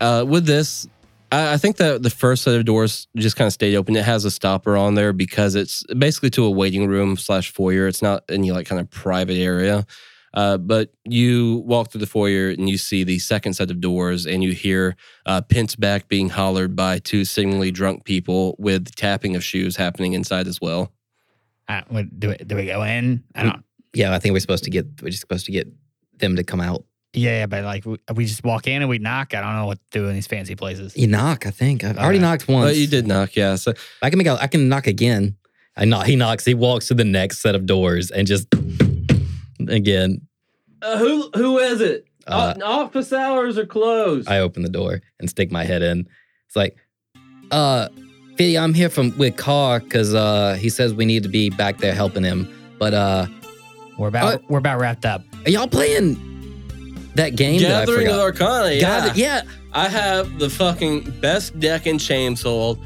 A: uh, with this, I, I think that the first set of doors just kind of stayed open. It has a stopper on there because it's basically to a waiting room slash foyer. It's not any like kind of private area. Uh, but you walk through the foyer and you see the second set of doors, and you hear uh, Pence back being hollered by two seemingly drunk people with tapping of shoes happening inside as well.
P: Uh, what- do, we, do we go in? I don't.
D: Yeah, I think we're supposed to get we're just supposed to get them to come out.
P: Yeah, but like we, we just walk in and we knock. I don't know what to do in these fancy places.
D: You knock. I think I have already
P: Alright.
D: knocked once.
A: But you did knock, yeah. So
D: I can make. A, I can knock again. I knock. He knocks. He walks to the next set of doors and just again.
S: Uh, who who is it?
D: Uh,
S: office hours are closed.
D: I open the door and stick my head in. It's like, uh, Fiddy, I'm here from with Carr because uh, he says we need to be back there helping him. But uh,
P: We're about
D: Uh,
P: we're about wrapped up.
D: are y'all playing that game? that I
A: Gathering of
D: forgot?
A: Arcana, yeah.
D: Gather- yeah.
A: I have the fucking best deck in Chainsaw.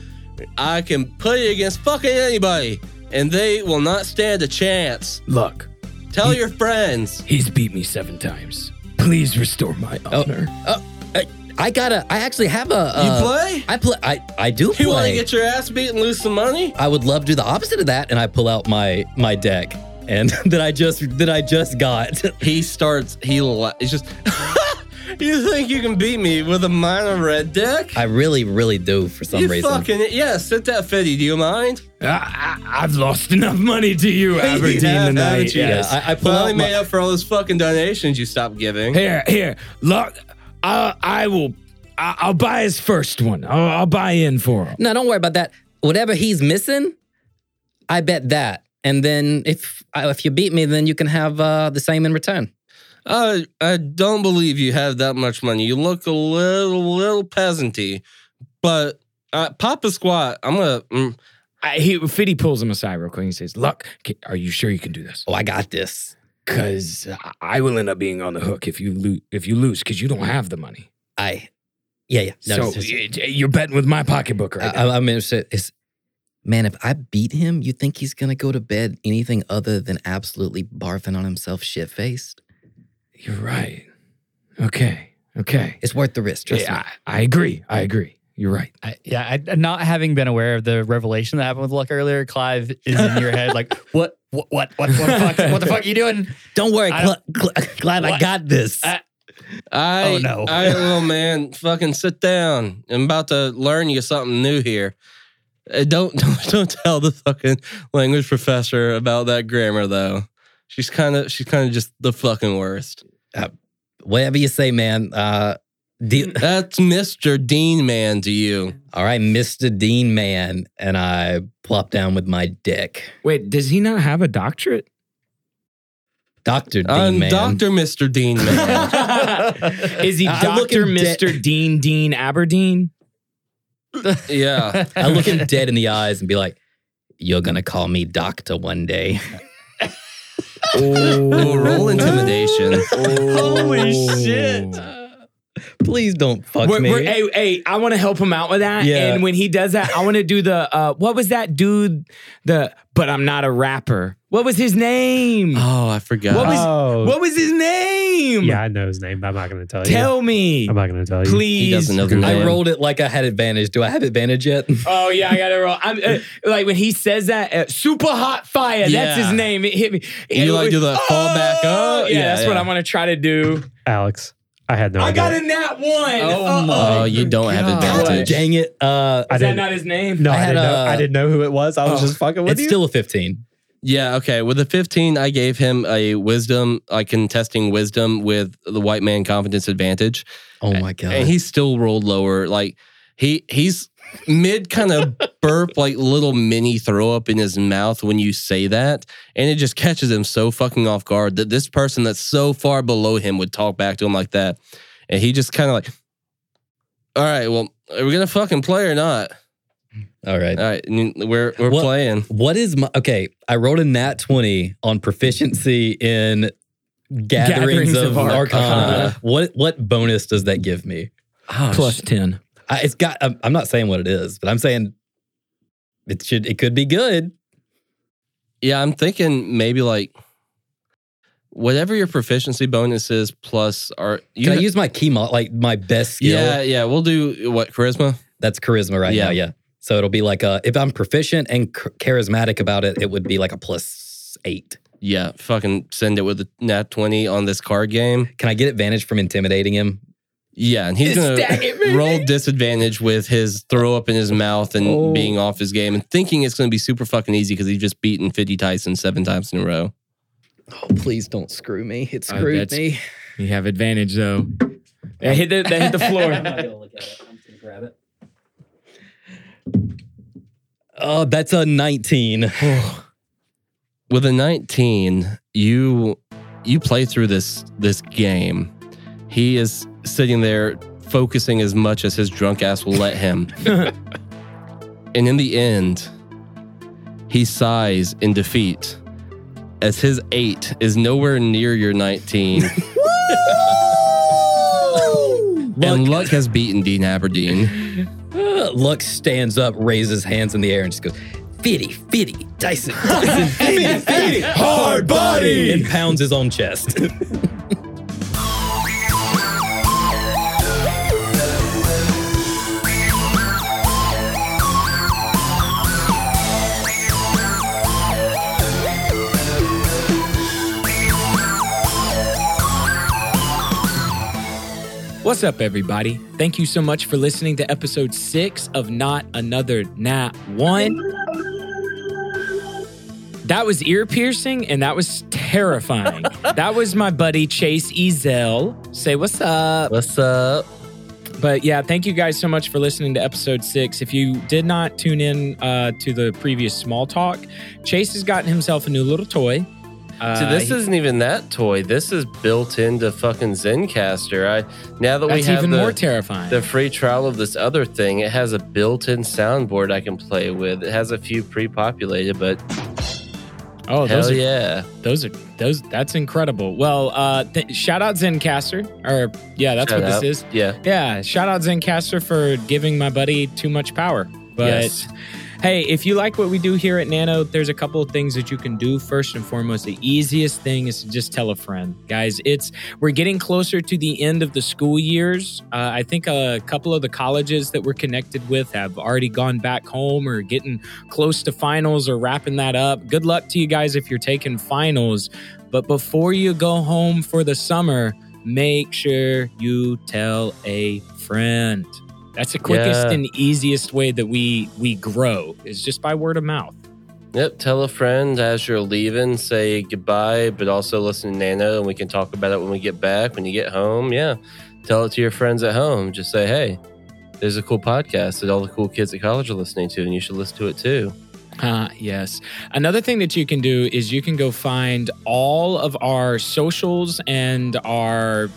A: I can put it against fucking anybody, and they will not stand a chance.
J: Look,
A: Tell your friends.
J: he's beat me seven times. Please restore my honor.
D: I gotta. I actually have a. Uh,
A: you play?
D: I play. I I do
A: You want to
D: play.
A: get your ass beat and lose some money?
D: I would love to do the opposite of that, and I pull out my my deck and that I just that I just got.
A: He starts. He la- it's just. you think you can beat me with a minor red deck?
D: I really, really do for some
A: you
D: reason.
A: fucking yeah. Sit that fifty. Do you mind?
J: I, I, I've lost enough money to you, Aberdeen,
A: Yeah,
J: tonight.
A: haven't you?
D: yeah,
A: Yes.
D: I, I pull
A: Finally
D: out my,
A: made up for all those fucking donations you stopped giving.
J: Here, here, look. I, I will. I, I'll buy his first one. I'll, I'll buy in for him.
D: No, don't worry about that. Whatever he's missing, I bet that. And then if uh, if you beat me, then you can have uh, the same in return.
A: Uh, I don't believe you have that much money. You look a little, little peasanty, but uh, Papa Squat, I'm gonna. Mm,
B: I, he Fiddy pulls him aside real quick and says, "Look, ca- are you sure you can do this?
D: Oh, I got this.
B: Because I will end up being on the hook if you lose. If you lose, because you don't have the money.
D: I, yeah, yeah. Mm. No,
B: so
D: it's just-
B: y- you're betting with my pocketbook right now.
D: I, I'm interested. It's, man, if I beat him, you think he's gonna go to bed anything other than absolutely barfing on himself, shit faced?
B: You're right. Okay. Okay.
D: It's worth the risk. Trust me.
B: Yeah, I, I agree. I agree. You're right.
G: I, yeah, I, not having been aware of the revelation that happened with Luck earlier, Clive is in your head like, what, what, what, what, what, the fuck, what the fuck are you doing?
D: Don't worry,
G: I
D: Cl- Cl- Clive. I
G: What?
D: got this.
G: I-
A: I,
G: Oh, no.
A: I little man, fucking sit down. I'm about to learn you something new here. Uh, don't, don't, don't tell the fucking language professor about that grammar though. She's kind of, she's kind of just the fucking worst.
D: Whatever you say, man. Uh,
B: Mm.
D: deal-
A: That's Mister Dean Man to you.
D: all right, Mister Dean, man. And I plop down with my dick.
B: Wait, does he not have a doctorate?
D: Doctor Dean,
A: I'm
D: man.
A: Doctor Mister Dean Man.
B: Is he
D: I look
B: Doctor
D: in debt.
B: Mister Dean Dean Aberdeen?
A: yeah.
D: I look him dead in the eyes and be like, "You're gonna call me doctor one day."
A: Well, roll intimidation.
G: Holy shit.
D: Please don't fuck
B: We're,
D: me.
B: we're, hey, hey, I want to help him out with that.
D: Yeah.
B: And when he does that, I want to do the uh, what was that dude? The but I'm not a rapper. What was his name?
A: Oh, I forgot.
B: What was-
C: oh,
B: what was his name?
C: yeah, I know his name, but I'm not going to tell, you.
B: Tell me,
C: I'm not going to tell you.
B: please.
A: he doesn't know the
D: I
A: name.
D: rolled it like I had advantage. Do I have advantage yet?
B: Oh yeah, I got it wrong. I'm uh, like when he says that, uh, super hot fire. That's
A: Yeah.
B: his name. It hit me.
A: You, like,
B: It
A: do
B: was-
A: the fall back
B: Oh!
A: up?
B: Yeah,
A: Yeah,
B: that's what
A: yeah.
B: I'm gonna try to do.
C: Alex, I had no
B: I
C: idea.
B: got in that one. Oh
A: Oh, you don't have advantage.
D: Dang it. Uh,
C: I
B: Is that
C: didn't,
B: not Oh, his name?
C: no,
D: I
C: I,
D: had
C: didn't know,
D: a-
C: I didn't know who it was. I was just fucking with
D: it's
C: you.
D: still a 15.
A: Yeah, okay. With the 15, I gave him a wisdom, like contesting wisdom with the white man confidence advantage.
D: Oh my god.
A: And he still rolled lower. Like he he's mid kind of burp, like little mini throw up in his mouth when you say that. And it just catches him so fucking off guard that this person that's so far below him would talk back to him like that. And he just kind of like, All right, well, are we gonna fucking play or not?
D: All right.
A: All right, n- we're we're
D: What-
A: playing.
D: What is my okay? I rolled a nat 20 on proficiency in gatherings,
J: Gatherings
D: of,
J: of
D: arcana.
J: Arcana.
D: What what bonus does that give me?
A: Oh,
B: Plus 10.
D: I, it's got I'm, I'm not saying what it is, but I'm saying it should it could be good.
A: Yeah, I'm thinking maybe like whatever your proficiency bonus is plus are you
D: Can I use my key mod like my best skill?
A: Yeah, yeah, we'll do what charisma?
D: That's charisma right
A: Yeah.
D: now, yeah. So it'll be like a, if I'm proficient and ch- charismatic about it, it would be like a plus 8.
A: Yeah, fucking send it with a nat 20 on this card game.
D: Can I get advantage from intimidating him?
A: Yeah, and he's going to roll disadvantage with his throw up in his mouth and
D: Oh.
A: being off his game and thinking it's going to be super fucking easy because he's just beaten 50 Tyson seven times in a row.
D: Oh, please don't screw me. It
A: Uh,
B: Oh, screwed that's- me. You have advantage though. That hit the, that hit the floor.
D: Oh, that's a 19.
A: with a 19 you you play through this this game he is sitting there focusing as much as his drunk ass will let him and in the end he sighs in defeat as his 8 is nowhere near your 19 and luck has beaten dean aberdeen
D: Uh, Lux stands up, raises hands in the air, and just goes, Fitty, Fitty, Dyson, Dyson, Fitty, Fitty, hard body, and pounds his own chest.
B: What's up, everybody? Thank you so much for listening to episode six of Not Another Nat One. That was ear piercing and that was terrifying. that was my buddy Chase Ezel. Say what's up.
D: What's up?
B: But yeah, thank you guys so much for listening to episode six. If you did not tune in uh, to the previous small talk, Chase has gotten himself a new little toy. Uh,
S: So this
B: he-
S: isn't even that toy. This is built into fucking ZenCaster. I now that we
B: that's
S: have
B: even
S: the,
B: more terrifying.
S: the free trial of this other thing, it has a built-in soundboard I can play with. It has a few pre-populated, but
B: oh,
S: hell
B: those are
S: yeah,
B: Those are those. That's incredible. Well, uh, th- shout out Zencaster, or yeah, that's
S: Shout
B: what
S: out.
B: this is.
S: yeah.
B: Yeah, shout out Zencaster for giving my buddy too much power. But
S: Yes.
B: hey, if you like what we do here at Nano, there's a couple of things that you can do. First and foremost, the easiest thing is to just tell a friend, guys. It's we're getting closer to the end of the school years. Uh, I think a couple of the colleges that we're connected with have already gone back home or getting close to finals or wrapping that up. Good luck to you guys if you're taking finals. But before you go home for the summer, make sure you tell a friend. That's the quickest
S: Yeah.
B: and easiest way that we we grow is just by word of mouth.
S: Yep, tell a friend as you're leaving, say goodbye, but also listen to Nano and we can talk about it when we get back, when you get home. Yeah. Tell it to your friends at home. Just say, hey, there's a cool podcast that all the cool kids at college are listening to, and you should listen to it too.
B: Ah, yes. Another thing that you can do is you can go find all of our socials and our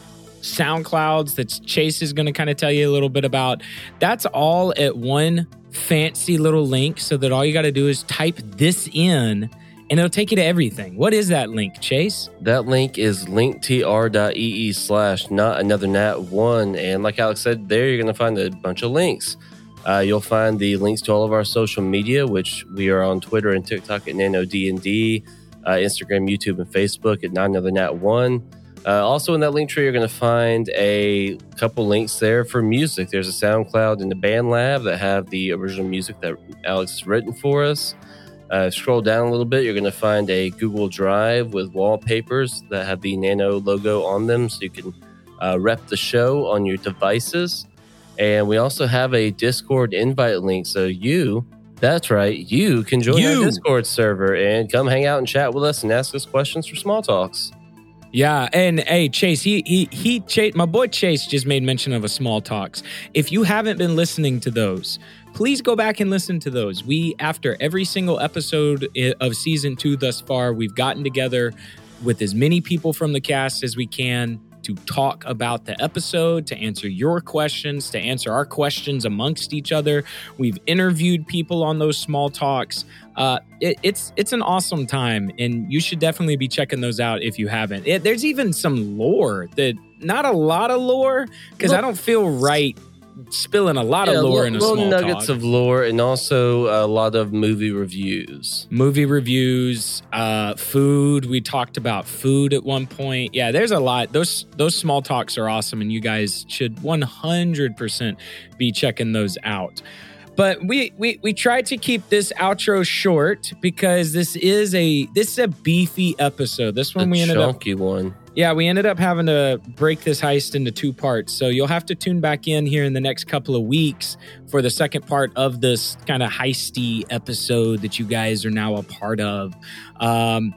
B: SoundClouds that Chase is going to kind of tell you a little bit about. That's all at one fancy little link so that all you got to do is type this in and it'll take you to everything. What is that link, Chase?
S: That link is linktr.ee slash not another nat one. And like Alex said, there you're going to find a bunch of links. Uh, you'll find the links to all of our social media, which we are on Twitter and TikTok at Nano D and D, uh, Instagram, YouTube, and Facebook at not another nat one. Uh, also, in that link tree, you're going to find a couple links there for music. There's a SoundCloud and a Band Lab that have the original music that Alex has written for us. Uh, scroll down a little bit, you're going to find a Google Drive with wallpapers that have the Nano logo on them so you can uh, rep the show on your devices. And we also have a Discord invite link so you That's right. You can join
B: You.
S: our Discord server and come hang out and chat with us and ask us questions for small talks.
B: Yeah, and hey, Chase, he he he Chase, my boy Chase just made mention of a small talks. If you haven't been listening to those, please go back and listen to those. We after every single episode i- of season 2 thus far, we've gotten together with as many people from the cast as we can to talk about the episode, to answer your questions, to answer our questions amongst each other. We've interviewed people on those small talks uh, it, it's it's an awesome time, and you should definitely be checking those out if you haven't. It, there's even some lore that not a lot of lore because I don't feel right spilling a lot
S: Yeah,
B: of lore
S: li-
B: in a
S: little
B: small
S: nuggets
B: talk.
S: of lore and also a lot of movie reviews.
B: movie reviews, uh, food. We talked about food at one point. Yeah, there's a lot. Those those small talks are awesome, and you guys should 100% be checking those out. But we we we tried to keep this outro short because this is a this is a beefy episode. This one
S: a
B: we ended up
S: chunky one.
B: yeah, we ended up having to break this heist into two parts. So you'll have to tune back in here in the next couple of weeks for the second part of this kind of heisty episode that you guys are now a part of. Um,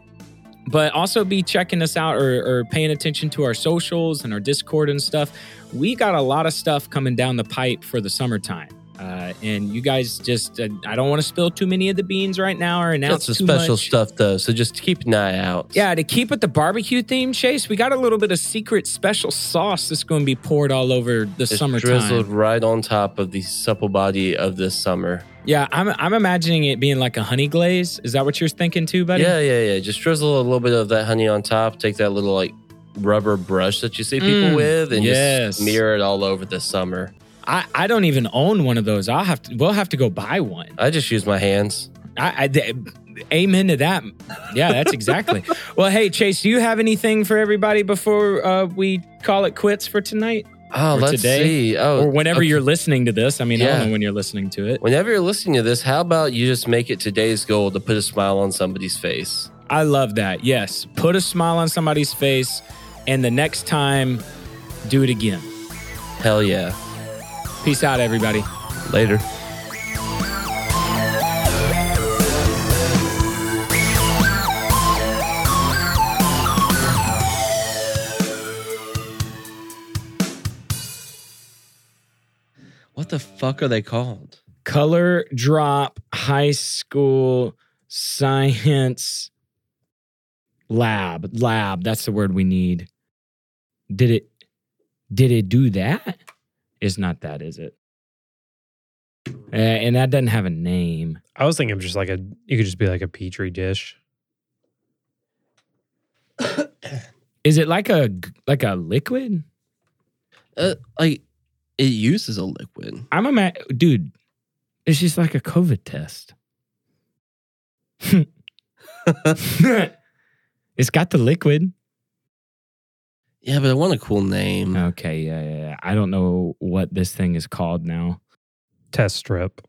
B: but also be checking us out or, or paying attention to our socials and our Discord and stuff. We got a lot of stuff coming down the pipe for the summertime. Uh, and you guys just, uh, I don't want to spill too many of the beans right now or announce
S: That's the
B: too
S: special
B: much.
S: stuff though, so just keep an eye out.
B: Yeah, to keep it the barbecue theme, Chase, we got a little bit of secret special sauce that's going to be poured all over the
S: It's
B: summertime.
S: drizzled right on top of the supple body of this summer.
B: Yeah, I'm, I'm imagining it being like a honey glaze. Is that what you're thinking too, buddy?
S: Yeah, yeah, yeah. Just drizzle a little bit of that honey on top. Take that little like rubber brush that you see people
B: Mm,
S: with, and
B: yes.
S: just smear it all over this summer.
B: I, I don't even own one of those. I'll have to. We'll have to go buy one.
S: I just use my hands.
B: I, I th- amen to that. Yeah, that's exactly. well, hey, Chase, do you have anything for everybody before uh, we call it quits for tonight
S: Oh,
B: Or
S: let's
B: today?
S: see. Oh,
B: or whenever
S: okay.
B: you're listening to this? I mean, I
S: Yeah.
B: don't know when you're listening to it.
S: Whenever you're listening to this, how about you just make it today's goal to put a smile on somebody's face?
B: I love that. Yes. Put a smile on somebody's face and the next time, do it again.
S: Hell yeah.
B: Peace out, everybody.
S: Later.
A: What the fuck are they called?
B: Color drop high school science lab. Lab. That's the word we need. Did it did it do that? It's not that, is it? Uh, and that doesn't have a name.
C: I was thinking of just like a, you could just be like a petri dish.
B: Is it like a like a liquid?
A: Uh, like it uses a liquid.
B: I'm a ma- dude. It's just like a COVID test. it's got the liquid.
A: Yeah, but I want a cool name.
B: Okay, yeah, yeah, yeah. I don't know what this thing is called now.
C: Test strip.